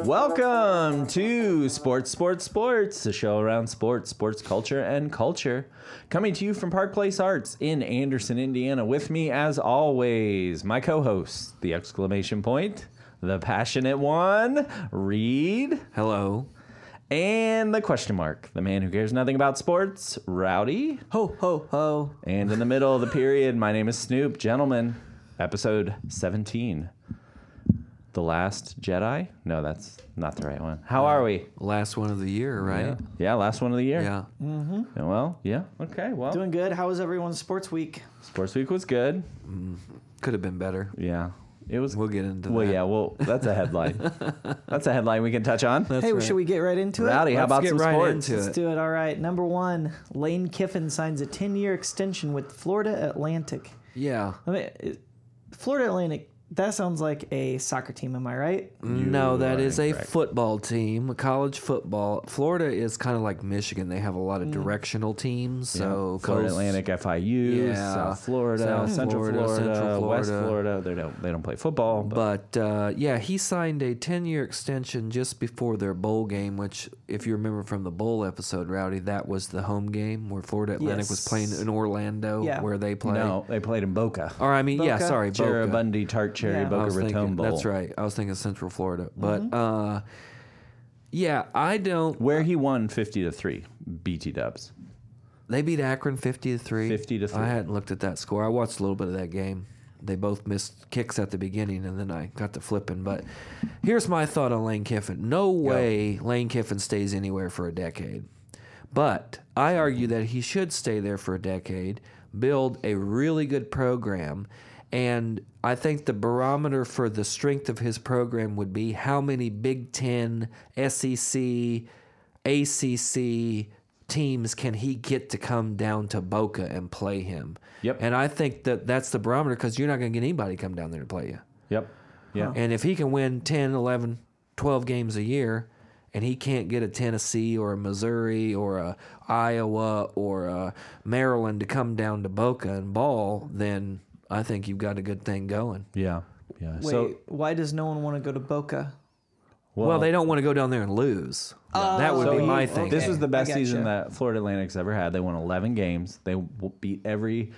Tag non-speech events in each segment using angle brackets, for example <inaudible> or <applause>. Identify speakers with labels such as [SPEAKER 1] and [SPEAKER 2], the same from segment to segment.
[SPEAKER 1] Welcome to Sports, Sports, Sports, the show around sports, sports culture, and culture. Coming to you from Park Place Arts in Anderson, Indiana. With me, as always, my co host, the exclamation point, the passionate one, Reed,
[SPEAKER 2] Hello.
[SPEAKER 1] and the question mark, the man who cares nothing about sports, Rowdy.
[SPEAKER 2] Ho ho ho.
[SPEAKER 1] And in the middle of the period, my name is Snoop. Gentlemen, episode 17. The Last Jedi? No, that's not the right one. How are we?
[SPEAKER 2] Last one of the year, right?
[SPEAKER 1] Yeah, last one of the year.
[SPEAKER 2] Yeah.
[SPEAKER 1] Yeah, Well, yeah. Okay. Well,
[SPEAKER 3] Doing good. How was everyone's sports week?
[SPEAKER 1] sports week was good.
[SPEAKER 2] Could have been better.
[SPEAKER 1] Yeah, it was.
[SPEAKER 2] We'll get into
[SPEAKER 1] well,
[SPEAKER 2] that.
[SPEAKER 1] yeah. Well, that's a headline.
[SPEAKER 2] <laughs>
[SPEAKER 1] that's a headline we can touch on.
[SPEAKER 2] That's
[SPEAKER 3] hey,
[SPEAKER 2] right.
[SPEAKER 3] should we get right into
[SPEAKER 1] Rowdy,
[SPEAKER 3] it?
[SPEAKER 1] how
[SPEAKER 2] Let's
[SPEAKER 1] about
[SPEAKER 2] get
[SPEAKER 1] some
[SPEAKER 2] right
[SPEAKER 1] sports?
[SPEAKER 2] into
[SPEAKER 3] Let's do it. All right. Number one, Lane Kiffin signs a 10 year extension with Florida Atlantic.
[SPEAKER 2] Yeah.
[SPEAKER 3] I mean, it- Florida Atlantic, that sounds like a soccer team, am I right?
[SPEAKER 2] no, that
[SPEAKER 1] are
[SPEAKER 2] is a
[SPEAKER 1] incorrect.
[SPEAKER 2] football team, college football. Florida is kind of like Michigan. They have a lot of directional teams. So
[SPEAKER 1] Mm. Florida
[SPEAKER 2] coast-
[SPEAKER 1] Atlantic, FIU,
[SPEAKER 2] Yeah.
[SPEAKER 1] South Florida,
[SPEAKER 2] South
[SPEAKER 1] Central Florida,
[SPEAKER 2] Florida, Central
[SPEAKER 1] West
[SPEAKER 2] Florida.
[SPEAKER 1] Florida. They don't. They don't play football. But,
[SPEAKER 2] But uh, yeah, he signed a 10 year extension just before their bowl game, which, if you remember from the bowl episode, Rowdy, that was the home game where Florida Atlantic was
[SPEAKER 3] Yes.
[SPEAKER 2] playing in Orlando,
[SPEAKER 3] Yeah.
[SPEAKER 2] where they play.
[SPEAKER 1] no, they played in Boca.
[SPEAKER 2] Or, I mean, yeah,
[SPEAKER 3] Boca.
[SPEAKER 2] sorry, Boca.
[SPEAKER 1] Cherrabundi, Tart Cherry,
[SPEAKER 3] Yeah.
[SPEAKER 2] I
[SPEAKER 1] Boca
[SPEAKER 2] was
[SPEAKER 1] Raton
[SPEAKER 2] thinking,
[SPEAKER 1] Bowl. Mm-hmm.
[SPEAKER 2] That's right. I was thinking Central Florida, but uh, yeah, I don't.
[SPEAKER 1] Where he won 50 to 3, BT dubs.
[SPEAKER 2] They beat Akron fifty to three.
[SPEAKER 1] 50 to three.
[SPEAKER 2] I hadn't looked at that score. I watched a little bit of that game. They both missed kicks at the beginning, and then I got to flipping. But here's my thought on Lane Kiffin. No way Lane Kiffin stays anywhere for a decade. But I argue that he should stay there for a decade, build a really good program, and I think the barometer for the strength of his program would be how many Big Ten, E SEC, ACC teams can he get to come down to Boca and play him.
[SPEAKER 1] Yep.
[SPEAKER 2] And I think that that's the barometer because you're not going to get anybody to come down there to play you.
[SPEAKER 1] Yep. Yeah.
[SPEAKER 2] And if he can win 10, 11, 12 games a year, and he can't get a Tennessee or a Missouri or a Iowa or a Maryland to come down to Boca and ball, then I think you've got a good thing going.
[SPEAKER 1] Yeah. Yeah.
[SPEAKER 3] Wait,
[SPEAKER 1] so,
[SPEAKER 3] why does no one want to go to Boca?
[SPEAKER 2] Well, they don't want to go down there and lose. that would
[SPEAKER 1] so
[SPEAKER 2] be
[SPEAKER 1] he-
[SPEAKER 2] my
[SPEAKER 3] okay.
[SPEAKER 2] thing.
[SPEAKER 1] This was the
[SPEAKER 3] I
[SPEAKER 1] best
[SPEAKER 3] gotcha.
[SPEAKER 1] season that Florida Atlantic's ever had. They won 11 games. They w- beat every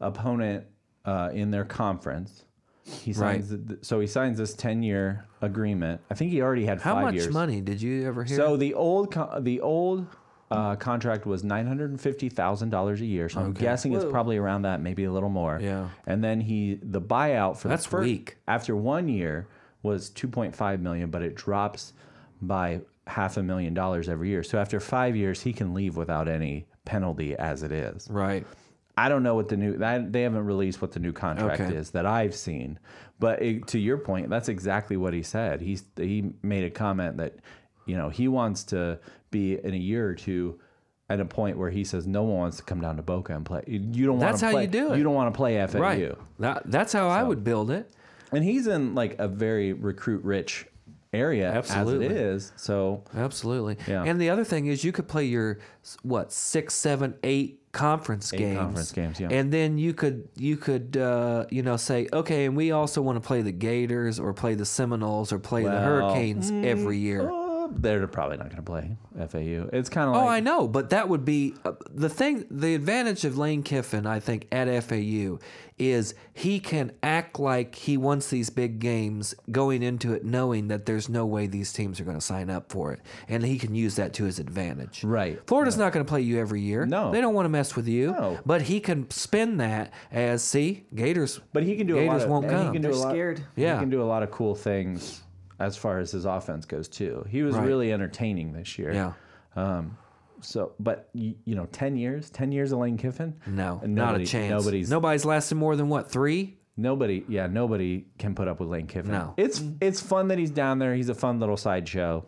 [SPEAKER 1] opponent uh, in their conference. He signs th- so he signs this 10-year agreement. I think he already had
[SPEAKER 2] How
[SPEAKER 1] 5
[SPEAKER 2] much
[SPEAKER 1] years.
[SPEAKER 2] money did you ever hear?
[SPEAKER 1] So the old co- the old uh, contract was nine hundred and fifty thousand dollars a year. So I'm guessing it's probably around that, maybe a little more.
[SPEAKER 2] Yeah.
[SPEAKER 1] And then he the buyout for
[SPEAKER 2] That's
[SPEAKER 1] the fir-
[SPEAKER 2] weak.
[SPEAKER 1] after one year was two point five million, but it drops by half a million dollars every year. So after five years, he can leave without any penalty as it is.
[SPEAKER 2] right.
[SPEAKER 1] I don't know what the new that they haven't released what the new contract
[SPEAKER 2] Okay.
[SPEAKER 1] is that I've seen, but it, to your point, that's exactly what he said. He's he made a comment that you know he wants to be in a year or two at a point where he says no one wants to come down to Boca and play. You don't.
[SPEAKER 2] That's
[SPEAKER 1] wanna
[SPEAKER 2] how
[SPEAKER 1] play,
[SPEAKER 2] you do it.
[SPEAKER 1] You don't want to play FAU.
[SPEAKER 2] Right. That, that's how I would build it.
[SPEAKER 1] And he's in like a very recruit rich area
[SPEAKER 2] Absolutely.
[SPEAKER 1] as it is. So
[SPEAKER 2] Absolutely.
[SPEAKER 1] Yeah.
[SPEAKER 2] And the other thing is, you could play your what six, seven, eight conference games.
[SPEAKER 1] conference games, yeah.
[SPEAKER 2] And then you could you could uh, you know say okay, and we also want to play the Gators or play the Seminoles or play the
[SPEAKER 1] Well, mm,
[SPEAKER 2] Hurricanes every year. Oh,
[SPEAKER 1] uh, they're probably not going to play FAU. It's kind of like
[SPEAKER 2] I know, but that would be uh, the thing. The advantage of Lane Kiffin, I think, at FAU is he can act like he wants these big games going into it, knowing that there's no way these teams are going to sign up for it, and he can use that to his advantage.
[SPEAKER 1] right.
[SPEAKER 2] Florida's not going to play you every year.
[SPEAKER 1] No.
[SPEAKER 2] they don't want to mess with you.
[SPEAKER 1] No.
[SPEAKER 2] but he can spin that as see Gators.
[SPEAKER 1] But he can do a lot
[SPEAKER 2] Gators
[SPEAKER 1] of,
[SPEAKER 2] won't
[SPEAKER 1] and
[SPEAKER 2] come.
[SPEAKER 1] He can do
[SPEAKER 3] They're
[SPEAKER 1] a lot,
[SPEAKER 3] scared.
[SPEAKER 2] Yeah.
[SPEAKER 1] He can do a lot of cool things as far as his offense goes too. He was
[SPEAKER 2] Right.
[SPEAKER 1] really entertaining this year.
[SPEAKER 2] yeah,
[SPEAKER 1] So, but you, you know, ten years, ten years of Lane Kiffin.
[SPEAKER 2] no,
[SPEAKER 1] And
[SPEAKER 2] not
[SPEAKER 1] nobody-
[SPEAKER 2] a chance.
[SPEAKER 1] Nobody's
[SPEAKER 2] nobody's lasted more than what three.
[SPEAKER 1] nobody. Yeah, nobody can put up with Lane Kiffin.
[SPEAKER 2] No.
[SPEAKER 1] It's
[SPEAKER 3] Mm.
[SPEAKER 1] it's fun that he's down there. He's a fun little sideshow,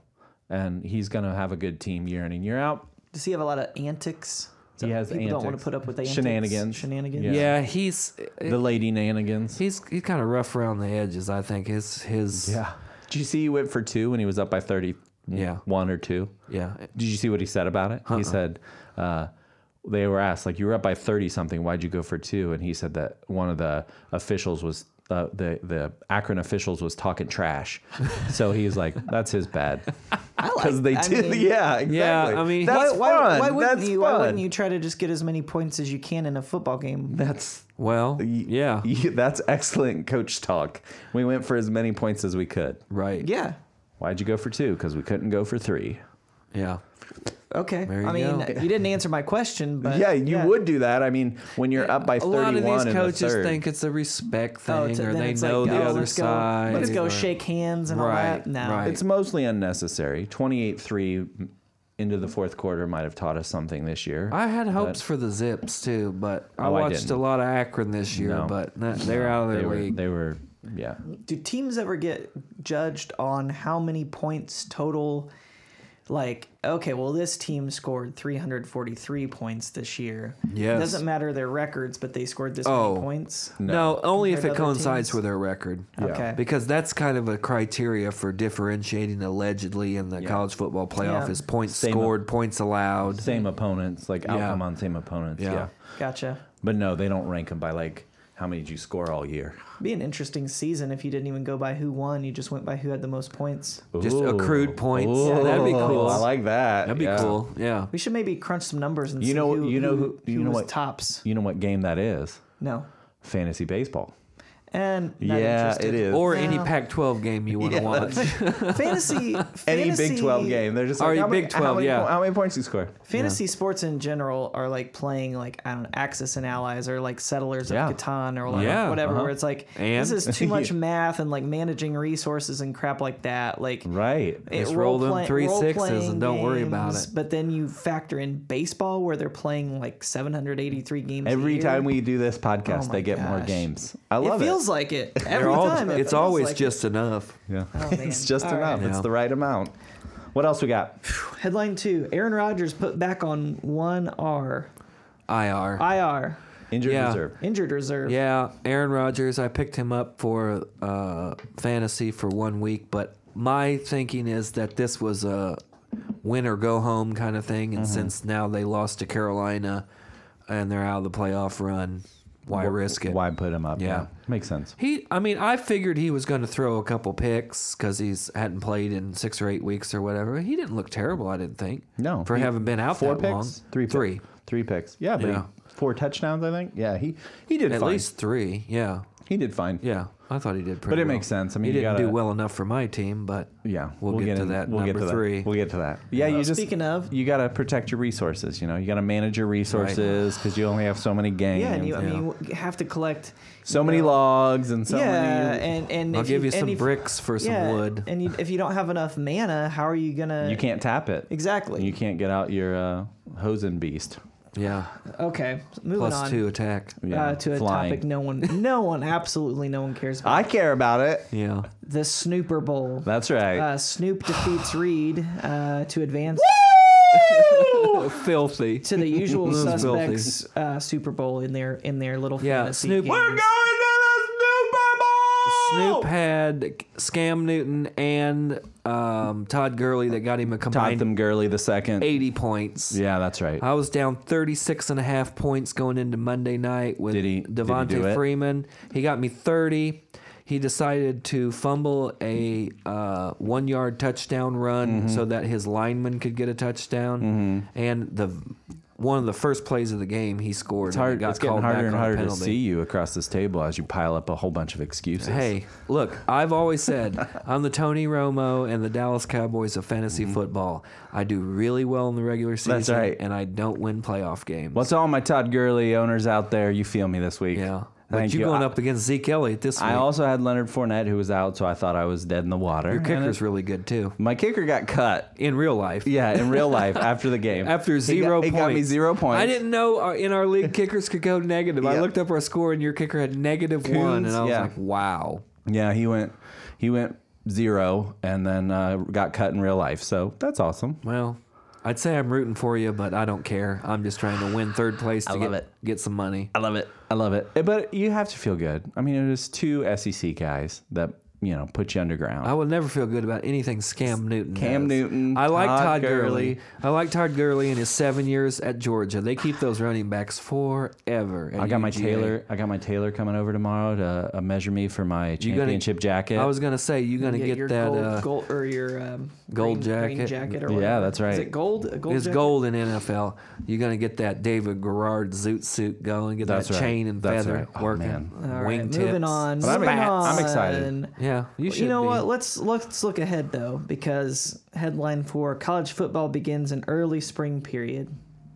[SPEAKER 1] and he's gonna have a good team year in and year out.
[SPEAKER 3] Does he have a lot of antics?
[SPEAKER 1] He has
[SPEAKER 3] People don't want
[SPEAKER 1] antics.
[SPEAKER 3] to put up with the antics.
[SPEAKER 1] Shenanigans.
[SPEAKER 3] Shenanigans.
[SPEAKER 1] Yeah.
[SPEAKER 2] Yeah, he's
[SPEAKER 1] The Lady Nanigans.
[SPEAKER 2] he's he's kind of rough around the edges. I think his his
[SPEAKER 1] Yeah. Did you see he went for two when he was up by thirty?
[SPEAKER 2] Yeah.
[SPEAKER 1] One or two.
[SPEAKER 2] yeah.
[SPEAKER 1] Did you see what he said about it? He said uh, they were asked like you were up by thirty something. Why'd you go for two? And he said that one of the officials was uh, the the Akron officials was talking trash, so he's like, "That's his bad." Because they
[SPEAKER 3] I
[SPEAKER 1] did,
[SPEAKER 3] mean-
[SPEAKER 1] yeah, exactly.
[SPEAKER 2] Yeah, I mean,
[SPEAKER 1] that's
[SPEAKER 3] why,
[SPEAKER 1] fun.
[SPEAKER 3] why wouldn't
[SPEAKER 1] that's
[SPEAKER 3] you?
[SPEAKER 1] fun.
[SPEAKER 3] Why wouldn't you try to just get as many points as you can in a football game?
[SPEAKER 1] That's
[SPEAKER 2] Well, yeah,
[SPEAKER 1] <laughs> y- that's excellent coach talk. We went for as many points as we could.
[SPEAKER 2] right.
[SPEAKER 3] Yeah.
[SPEAKER 1] Why'd you go for two? Because we couldn't go for three.
[SPEAKER 2] yeah.
[SPEAKER 3] Okay.
[SPEAKER 2] There you
[SPEAKER 3] I mean,
[SPEAKER 2] go.
[SPEAKER 3] you didn't answer my question, but
[SPEAKER 1] yeah, you would do that. I mean, when you're up by
[SPEAKER 2] A lot
[SPEAKER 1] thirty-one
[SPEAKER 2] of these
[SPEAKER 1] in
[SPEAKER 2] coaches
[SPEAKER 1] the third,
[SPEAKER 2] think it's a respect thing,
[SPEAKER 3] Oh, it's-
[SPEAKER 2] or
[SPEAKER 3] then
[SPEAKER 2] they
[SPEAKER 3] it's
[SPEAKER 2] know
[SPEAKER 3] like,
[SPEAKER 2] the
[SPEAKER 3] oh,
[SPEAKER 2] other
[SPEAKER 3] let's
[SPEAKER 2] side.
[SPEAKER 3] Go, let's go
[SPEAKER 2] or-
[SPEAKER 3] shake hands and all
[SPEAKER 2] Right,
[SPEAKER 3] that. No.
[SPEAKER 2] right.
[SPEAKER 1] it's mostly unnecessary. Twenty-eight three into the fourth quarter might have taught us something this year.
[SPEAKER 2] I had hopes for the Zips too, but I
[SPEAKER 1] Oh, I
[SPEAKER 2] watched a
[SPEAKER 1] didn't.
[SPEAKER 2] lot of Akron this year,
[SPEAKER 1] No.
[SPEAKER 2] but not, they're out of
[SPEAKER 1] they
[SPEAKER 2] their
[SPEAKER 1] were,
[SPEAKER 2] league.
[SPEAKER 1] they were, yeah.
[SPEAKER 3] Do teams ever get judged on how many points total? Like, okay, well, this team scored 343 points this year.
[SPEAKER 2] Yes.
[SPEAKER 3] It doesn't matter their records, but they scored this
[SPEAKER 2] Oh.
[SPEAKER 3] many points.
[SPEAKER 2] no. only if
[SPEAKER 3] Compared
[SPEAKER 2] it
[SPEAKER 3] to other
[SPEAKER 2] coincides
[SPEAKER 3] teams?
[SPEAKER 2] with their record.
[SPEAKER 3] Okay.
[SPEAKER 2] Because that's kind of a criteria for differentiating allegedly in the college football playoff
[SPEAKER 3] Yeah.
[SPEAKER 2] is points
[SPEAKER 1] Same-
[SPEAKER 2] scored, points allowed.
[SPEAKER 1] Same opponents, like outcome on same opponents. Yeah.
[SPEAKER 2] Yeah.
[SPEAKER 3] Gotcha.
[SPEAKER 1] But no, they don't rank them by like how many did you score all year?
[SPEAKER 3] Be an interesting season if you didn't even go by who won, you just went by who had the most points.
[SPEAKER 2] Just accrued points.
[SPEAKER 1] Ooh.
[SPEAKER 2] That'd be cool.
[SPEAKER 1] I like that.
[SPEAKER 2] That'd be
[SPEAKER 1] yeah.
[SPEAKER 2] cool. Yeah.
[SPEAKER 3] We should maybe crunch some numbers and
[SPEAKER 1] You
[SPEAKER 3] see
[SPEAKER 1] know-
[SPEAKER 3] who,
[SPEAKER 1] you know
[SPEAKER 3] who,
[SPEAKER 1] who- you
[SPEAKER 3] who
[SPEAKER 1] know
[SPEAKER 3] was
[SPEAKER 1] what-
[SPEAKER 3] tops.
[SPEAKER 1] You know what game that is?
[SPEAKER 3] No.
[SPEAKER 1] Fantasy baseball.
[SPEAKER 3] And not
[SPEAKER 1] yeah, it
[SPEAKER 3] interested.
[SPEAKER 1] is.
[SPEAKER 2] Or any
[SPEAKER 3] Yeah.
[SPEAKER 2] Pac-12 game you
[SPEAKER 3] <laughs>
[SPEAKER 2] want to watch.
[SPEAKER 3] Fantasy,
[SPEAKER 1] <laughs> any
[SPEAKER 3] fantasy-
[SPEAKER 1] Big Twelve game. They're just
[SPEAKER 2] Or
[SPEAKER 1] like
[SPEAKER 2] any
[SPEAKER 1] how many-
[SPEAKER 2] Big
[SPEAKER 1] how
[SPEAKER 2] 12,
[SPEAKER 1] many,
[SPEAKER 2] yeah.
[SPEAKER 1] po- How many points you score?
[SPEAKER 3] Fantasy sports in general are like playing like I don't know, Axis and Allies or like Settlers
[SPEAKER 1] Yeah.
[SPEAKER 3] of Catan or like
[SPEAKER 2] Yeah,
[SPEAKER 3] whatever.
[SPEAKER 2] uh-huh.
[SPEAKER 3] Where it's like
[SPEAKER 2] And?
[SPEAKER 3] this is
[SPEAKER 2] <laughs>
[SPEAKER 3] too much math and like managing resources and crap like that. Like
[SPEAKER 1] Right.
[SPEAKER 3] it-
[SPEAKER 2] Just roll them
[SPEAKER 3] role-play-
[SPEAKER 2] three sixes and
[SPEAKER 3] role-playing
[SPEAKER 2] don't worry about
[SPEAKER 3] games,
[SPEAKER 2] it.
[SPEAKER 3] But then you factor in baseball where they're playing like 783 games a
[SPEAKER 1] Every
[SPEAKER 3] year.
[SPEAKER 1] time we do this podcast,
[SPEAKER 3] Oh
[SPEAKER 1] they
[SPEAKER 3] my
[SPEAKER 1] get more
[SPEAKER 3] gosh.
[SPEAKER 1] games. I
[SPEAKER 3] It
[SPEAKER 1] love it.
[SPEAKER 3] feels like
[SPEAKER 1] <laughs>
[SPEAKER 3] it every
[SPEAKER 2] They're all-
[SPEAKER 3] time. it
[SPEAKER 2] it's
[SPEAKER 3] feels
[SPEAKER 2] always
[SPEAKER 3] like
[SPEAKER 2] just enough.
[SPEAKER 1] yeah.
[SPEAKER 3] Oh,
[SPEAKER 1] <laughs> it's
[SPEAKER 3] man.
[SPEAKER 1] just
[SPEAKER 3] All
[SPEAKER 1] enough.
[SPEAKER 2] right.
[SPEAKER 1] It's
[SPEAKER 2] Yeah.
[SPEAKER 1] the right amount. What else we got?
[SPEAKER 3] it. headline two: Aaron Rodgers put back on one R
[SPEAKER 2] IR.
[SPEAKER 3] IR
[SPEAKER 1] Injured
[SPEAKER 2] Yeah.
[SPEAKER 1] reserve.
[SPEAKER 3] injured reserve.
[SPEAKER 2] Yeah, Aaron Rodgers. I picked him up for uh, fantasy for one week, but my thinking is that this was a win or go home kind of thing.
[SPEAKER 3] Mm-hmm.
[SPEAKER 2] And since now they lost to Carolina and they're out of the playoff run, why risk it?
[SPEAKER 1] Why put him up?
[SPEAKER 2] Yeah.
[SPEAKER 1] Makes sense.
[SPEAKER 2] He, I mean, I figured he was going to throw a couple picks because he's hadn't played in six or eight weeks or whatever. He didn't look terrible. I didn't think.
[SPEAKER 1] No,
[SPEAKER 2] for
[SPEAKER 1] he-
[SPEAKER 2] having been out
[SPEAKER 1] Four
[SPEAKER 2] that
[SPEAKER 1] picks,
[SPEAKER 2] long.
[SPEAKER 1] three, pi-
[SPEAKER 2] three,
[SPEAKER 1] three picks. Yeah, but he-
[SPEAKER 2] Yeah.
[SPEAKER 1] four touchdowns. I think. Yeah, he he did
[SPEAKER 2] at
[SPEAKER 1] fine.
[SPEAKER 2] least three. Yeah,
[SPEAKER 1] he did fine.
[SPEAKER 2] Yeah, I thought he did pretty.
[SPEAKER 1] But it
[SPEAKER 2] well.
[SPEAKER 1] makes sense. I mean,
[SPEAKER 2] he
[SPEAKER 1] you
[SPEAKER 2] didn't
[SPEAKER 1] gotta-
[SPEAKER 2] do well enough for my team, but
[SPEAKER 1] Yeah,
[SPEAKER 2] we'll, get, to
[SPEAKER 1] in-
[SPEAKER 2] that
[SPEAKER 1] We'll
[SPEAKER 2] number
[SPEAKER 1] get to
[SPEAKER 2] three.
[SPEAKER 1] That. We'll get to that. Yeah, you just
[SPEAKER 3] speaking of-
[SPEAKER 1] you gotta protect your resources. You know, you gotta manage your resources because you only have so many games.
[SPEAKER 3] Yeah, and you, I
[SPEAKER 2] Yeah.
[SPEAKER 3] mean, you have to collect
[SPEAKER 1] so many logs and so
[SPEAKER 3] yeah,
[SPEAKER 1] many.
[SPEAKER 3] and and
[SPEAKER 2] I'll
[SPEAKER 3] if
[SPEAKER 2] give you
[SPEAKER 3] and
[SPEAKER 2] some
[SPEAKER 3] if-
[SPEAKER 2] bricks for some
[SPEAKER 3] yeah,
[SPEAKER 2] wood.
[SPEAKER 3] And you, if you don't have enough mana, how are you gonna?
[SPEAKER 1] You can't tap it.
[SPEAKER 3] exactly.
[SPEAKER 1] You can't get out your uh, hosen beast.
[SPEAKER 2] yeah,
[SPEAKER 3] <laughs> okay, moving
[SPEAKER 2] plus
[SPEAKER 3] on
[SPEAKER 2] two attack.
[SPEAKER 1] Yeah,
[SPEAKER 3] uh, to a
[SPEAKER 1] flying.
[SPEAKER 3] topic no one,
[SPEAKER 2] <laughs>
[SPEAKER 3] no one, absolutely no one cares about.
[SPEAKER 1] I care about it.
[SPEAKER 2] Yeah,
[SPEAKER 3] the Snooper Bowl.
[SPEAKER 1] That's right.
[SPEAKER 3] Uh,
[SPEAKER 2] <sighs>
[SPEAKER 3] Snoop defeats Reed uh, to advance Oh,
[SPEAKER 2] filthy.
[SPEAKER 3] to the usual
[SPEAKER 2] <laughs> Those filthies.
[SPEAKER 3] suspects uh, Super Bowl in their in their little
[SPEAKER 2] Yeah,
[SPEAKER 3] fantasy
[SPEAKER 2] Snoop-
[SPEAKER 3] games.
[SPEAKER 2] We're
[SPEAKER 1] Snoop
[SPEAKER 2] Snoop had Scam Newton and um, Todd Gurley that got him a combined
[SPEAKER 1] Gotham Gurley the second.
[SPEAKER 2] 80 points.
[SPEAKER 1] Yeah, that's right.
[SPEAKER 2] I was down 36 and a half points going into Monday night with
[SPEAKER 1] Did he- did he
[SPEAKER 2] Devontae
[SPEAKER 1] do it?
[SPEAKER 2] Freeman. He got me 30. He decided to fumble a uh, one yard touchdown run
[SPEAKER 1] Mm-hmm.
[SPEAKER 2] so that his lineman could get a touchdown. And the one of the first plays of the game, he scored.
[SPEAKER 1] It's
[SPEAKER 2] and it
[SPEAKER 1] hard.
[SPEAKER 2] got
[SPEAKER 1] It's getting
[SPEAKER 2] called back
[SPEAKER 1] harder and
[SPEAKER 2] on a
[SPEAKER 1] harder to
[SPEAKER 2] penalty.
[SPEAKER 1] see you across this table as you pile up a whole bunch of excuses.
[SPEAKER 2] Hey, look, I've always
[SPEAKER 1] <laughs>
[SPEAKER 2] said I'm the Tony Romo and the Dallas Cowboys of fantasy football. I do really well in the regular season,
[SPEAKER 1] Mm-hmm. right.
[SPEAKER 2] and I don't win playoff games.
[SPEAKER 1] what's all my Todd Gurley owners out there? You feel me this week?
[SPEAKER 2] Yeah.
[SPEAKER 1] Thank
[SPEAKER 2] But you
[SPEAKER 1] you.
[SPEAKER 2] going
[SPEAKER 1] I,
[SPEAKER 2] up against Zeke Elliott this week.
[SPEAKER 1] I also had Leonard Fournette who was out, so I thought I was dead in the water.
[SPEAKER 2] Your
[SPEAKER 1] And
[SPEAKER 2] kicker's
[SPEAKER 1] it-
[SPEAKER 2] really good too.
[SPEAKER 1] my kicker got cut.
[SPEAKER 2] In real life.
[SPEAKER 1] Yeah, in real life after the
[SPEAKER 2] <laughs>
[SPEAKER 1] game.
[SPEAKER 2] After zero
[SPEAKER 1] he got, he
[SPEAKER 2] points.
[SPEAKER 1] got me zero points.
[SPEAKER 2] I didn't know our, in our
[SPEAKER 1] <laughs>
[SPEAKER 2] league kickers could go negative. I
[SPEAKER 1] Yeah.
[SPEAKER 2] looked up our score and your kicker had negative one, and I was
[SPEAKER 1] yeah.
[SPEAKER 2] like, wow.
[SPEAKER 1] Yeah, he went. He went zero and then uh, got cut in real life. So that's awesome.
[SPEAKER 2] Well, I'd say I'm rooting for you, but I don't care. I'm just trying to win third place to
[SPEAKER 1] love
[SPEAKER 2] get,
[SPEAKER 1] it.
[SPEAKER 2] get some money.
[SPEAKER 1] Eh, I love it. I love it. But you have to feel good. I mean, it was two SEC E guys that you know, put you underground.
[SPEAKER 2] I would never feel good about anything Cam Newton.
[SPEAKER 1] Cam
[SPEAKER 2] does.
[SPEAKER 1] Newton,
[SPEAKER 2] I like Todd,
[SPEAKER 1] Todd
[SPEAKER 2] Gurley.
[SPEAKER 1] Gurley.
[SPEAKER 2] I like Todd Gurley in his seven years at Georgia. They keep those running backs forever. at
[SPEAKER 1] I got my
[SPEAKER 2] UGA.
[SPEAKER 1] tailor. I got my tailor coming over tomorrow to uh, measure me for
[SPEAKER 2] gonna-
[SPEAKER 1] my championship jacket.
[SPEAKER 2] I was gonna say you're gonna
[SPEAKER 3] Yeah,
[SPEAKER 2] get,
[SPEAKER 3] your
[SPEAKER 2] that.
[SPEAKER 3] gold,
[SPEAKER 2] uh,
[SPEAKER 3] gold or your um,
[SPEAKER 2] gold
[SPEAKER 3] green- green
[SPEAKER 2] jacket.
[SPEAKER 3] jacket or
[SPEAKER 1] Yeah,
[SPEAKER 3] whatever.
[SPEAKER 1] that's
[SPEAKER 3] Is
[SPEAKER 1] right.
[SPEAKER 3] it gold? A gold
[SPEAKER 2] It's
[SPEAKER 3] jacket?
[SPEAKER 2] gold in NFL. You're gonna get that David Garrard zoot suit going. Get
[SPEAKER 1] That's
[SPEAKER 2] that
[SPEAKER 1] right.
[SPEAKER 2] chain and
[SPEAKER 1] That's
[SPEAKER 2] feather
[SPEAKER 1] right. Oh,
[SPEAKER 2] working.
[SPEAKER 1] man.
[SPEAKER 3] All right,
[SPEAKER 2] Wingtips.
[SPEAKER 3] moving on.
[SPEAKER 1] But I'm-
[SPEAKER 3] moving
[SPEAKER 1] I'm excited.
[SPEAKER 3] on.
[SPEAKER 2] Yeah, you
[SPEAKER 3] You,
[SPEAKER 2] should.
[SPEAKER 3] know
[SPEAKER 2] be.
[SPEAKER 3] what? Let's let's look ahead though, because headline for college football begins in early spring period.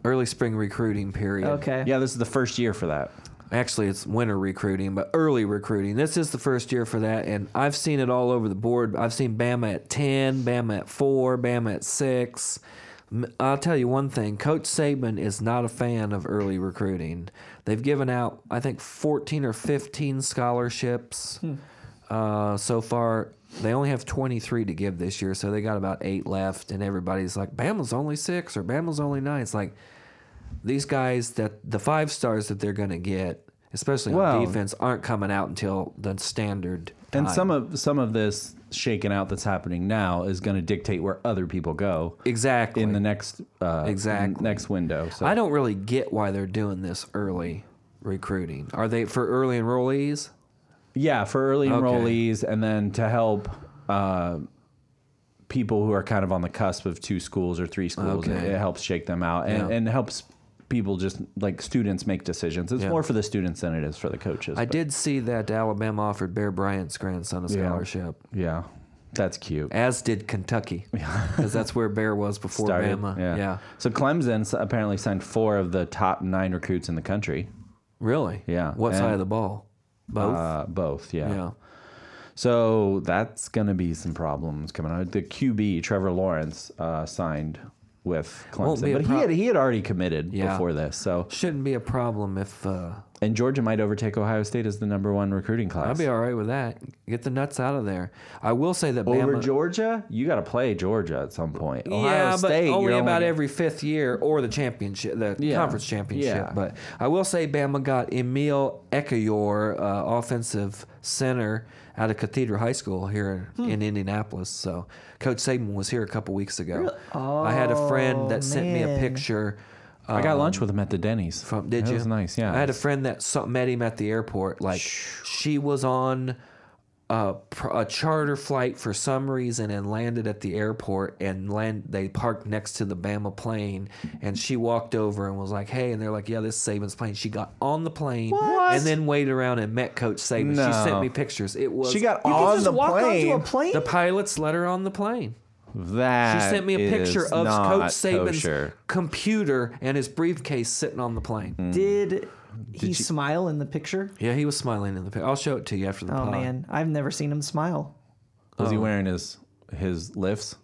[SPEAKER 2] Early spring recruiting period.
[SPEAKER 3] Okay.
[SPEAKER 1] yeah, this is the first year for that.
[SPEAKER 2] Actually, it's winter recruiting, but early recruiting. This is the first year for that, and I've seen it all over the board. I've seen Bama at 10, Bama at 4, Bama at 6. M- I'll tell you one thing Coach Saban is not a fan of early recruiting. They've given out, I think, 14 or 15 scholarships uh, so far. They only have 23 to give this year, so they got about eight left, and everybody's like, Bama's only six or Bama's only nine. It's like, these guys that the five stars that they're going to get, especially
[SPEAKER 1] Well-
[SPEAKER 2] on defense, aren't coming out until the standard.
[SPEAKER 1] And
[SPEAKER 2] time.
[SPEAKER 1] some of some of this shaking out that's happening now is going to dictate where other people go
[SPEAKER 2] exactly
[SPEAKER 1] in the next uh,
[SPEAKER 2] Exactly.
[SPEAKER 1] next window. So
[SPEAKER 2] I don't really get why they're doing this early recruiting. Are they for early enrollees?
[SPEAKER 1] yeah, for early enrollees, and then to help uh, people who are kind of on the cusp of two schools or three schools,
[SPEAKER 2] Okay.
[SPEAKER 1] it, it helps shake them out and,
[SPEAKER 2] Yeah.
[SPEAKER 1] and helps people just like students make decisions. It's
[SPEAKER 2] Yeah.
[SPEAKER 1] more for the students than it is for the coaches.
[SPEAKER 2] I
[SPEAKER 1] but-
[SPEAKER 2] did see that Alabama offered Bear Bryant's grandson a scholarship,
[SPEAKER 1] Yeah, that's cute.
[SPEAKER 2] as did
[SPEAKER 1] <laughs>
[SPEAKER 2] Kentucky, because that's where Bear was before
[SPEAKER 1] started.
[SPEAKER 2] Bama.
[SPEAKER 1] Yeah. So Clemson s- apparently signed four of the top nine recruits in the country.
[SPEAKER 2] really.
[SPEAKER 1] Yeah.
[SPEAKER 2] What
[SPEAKER 1] And-
[SPEAKER 2] side of the ball? Both.
[SPEAKER 1] Uh, both, yeah.
[SPEAKER 2] yeah.
[SPEAKER 1] So that's gonna be some problems coming out. The QB Trevor Lawrence uh, signed with
[SPEAKER 2] Won't be
[SPEAKER 1] Clemson,
[SPEAKER 2] a
[SPEAKER 1] but he
[SPEAKER 2] prob-
[SPEAKER 1] had he had already committed
[SPEAKER 2] Yeah.
[SPEAKER 1] before this. So
[SPEAKER 2] Shouldn't be a problem if. Uh,
[SPEAKER 1] and Georgia might overtake Ohio State as the number one recruiting
[SPEAKER 2] I'd
[SPEAKER 1] class.
[SPEAKER 2] be all right with that. Get the nuts out of there. I will say that
[SPEAKER 1] Over
[SPEAKER 2] Bama.
[SPEAKER 1] Georgia, you got to play Georgia at some point. Ohio
[SPEAKER 2] yeah,
[SPEAKER 1] State,
[SPEAKER 2] but
[SPEAKER 1] you're
[SPEAKER 2] only about
[SPEAKER 1] gonna-
[SPEAKER 2] every fifth year or the championship, the
[SPEAKER 1] Yeah.
[SPEAKER 2] conference championship.
[SPEAKER 1] Yeah.
[SPEAKER 2] But I will say Bama got Emil Ekayor, uh, offensive center out of Cathedral High School here
[SPEAKER 1] Hmm.
[SPEAKER 2] in Indianapolis. So Coach Saban was here a couple weeks ago. I had a friend that sent me a
[SPEAKER 1] Oh,
[SPEAKER 3] man.
[SPEAKER 2] picture.
[SPEAKER 1] I got lunch with him at the Denny's.
[SPEAKER 2] Um, From Um, did
[SPEAKER 1] That
[SPEAKER 2] you?
[SPEAKER 1] was nice. Yeah,
[SPEAKER 2] I had a friend that saw, met him at the airport. Like she was on a, pr- a charter flight for some reason and landed at the airport and land. They parked next to the Bama plane and she walked over and was like, "Hey," and they're like, "Yeah, this is Saban's plane." She got on the plane and then waited around and met Coach Saban. She
[SPEAKER 1] No.
[SPEAKER 2] sent me pictures. It was
[SPEAKER 1] she got
[SPEAKER 3] You can
[SPEAKER 1] on
[SPEAKER 3] just
[SPEAKER 1] the
[SPEAKER 3] walk
[SPEAKER 1] plane.
[SPEAKER 3] onto a plane.
[SPEAKER 2] the pilots let her on the plane. She
[SPEAKER 1] That
[SPEAKER 2] sent me a picture
[SPEAKER 1] is
[SPEAKER 2] of
[SPEAKER 1] not
[SPEAKER 2] Coach Saban's
[SPEAKER 1] kosher.
[SPEAKER 2] computer and his briefcase sitting on the plane.
[SPEAKER 3] Did he smile in the picture?
[SPEAKER 2] Yeah, he was smiling in the picture. I'll show it to you after the
[SPEAKER 3] Oh
[SPEAKER 2] pod.
[SPEAKER 3] man, I've never seen him smile.
[SPEAKER 1] Was he wearing his his lifts?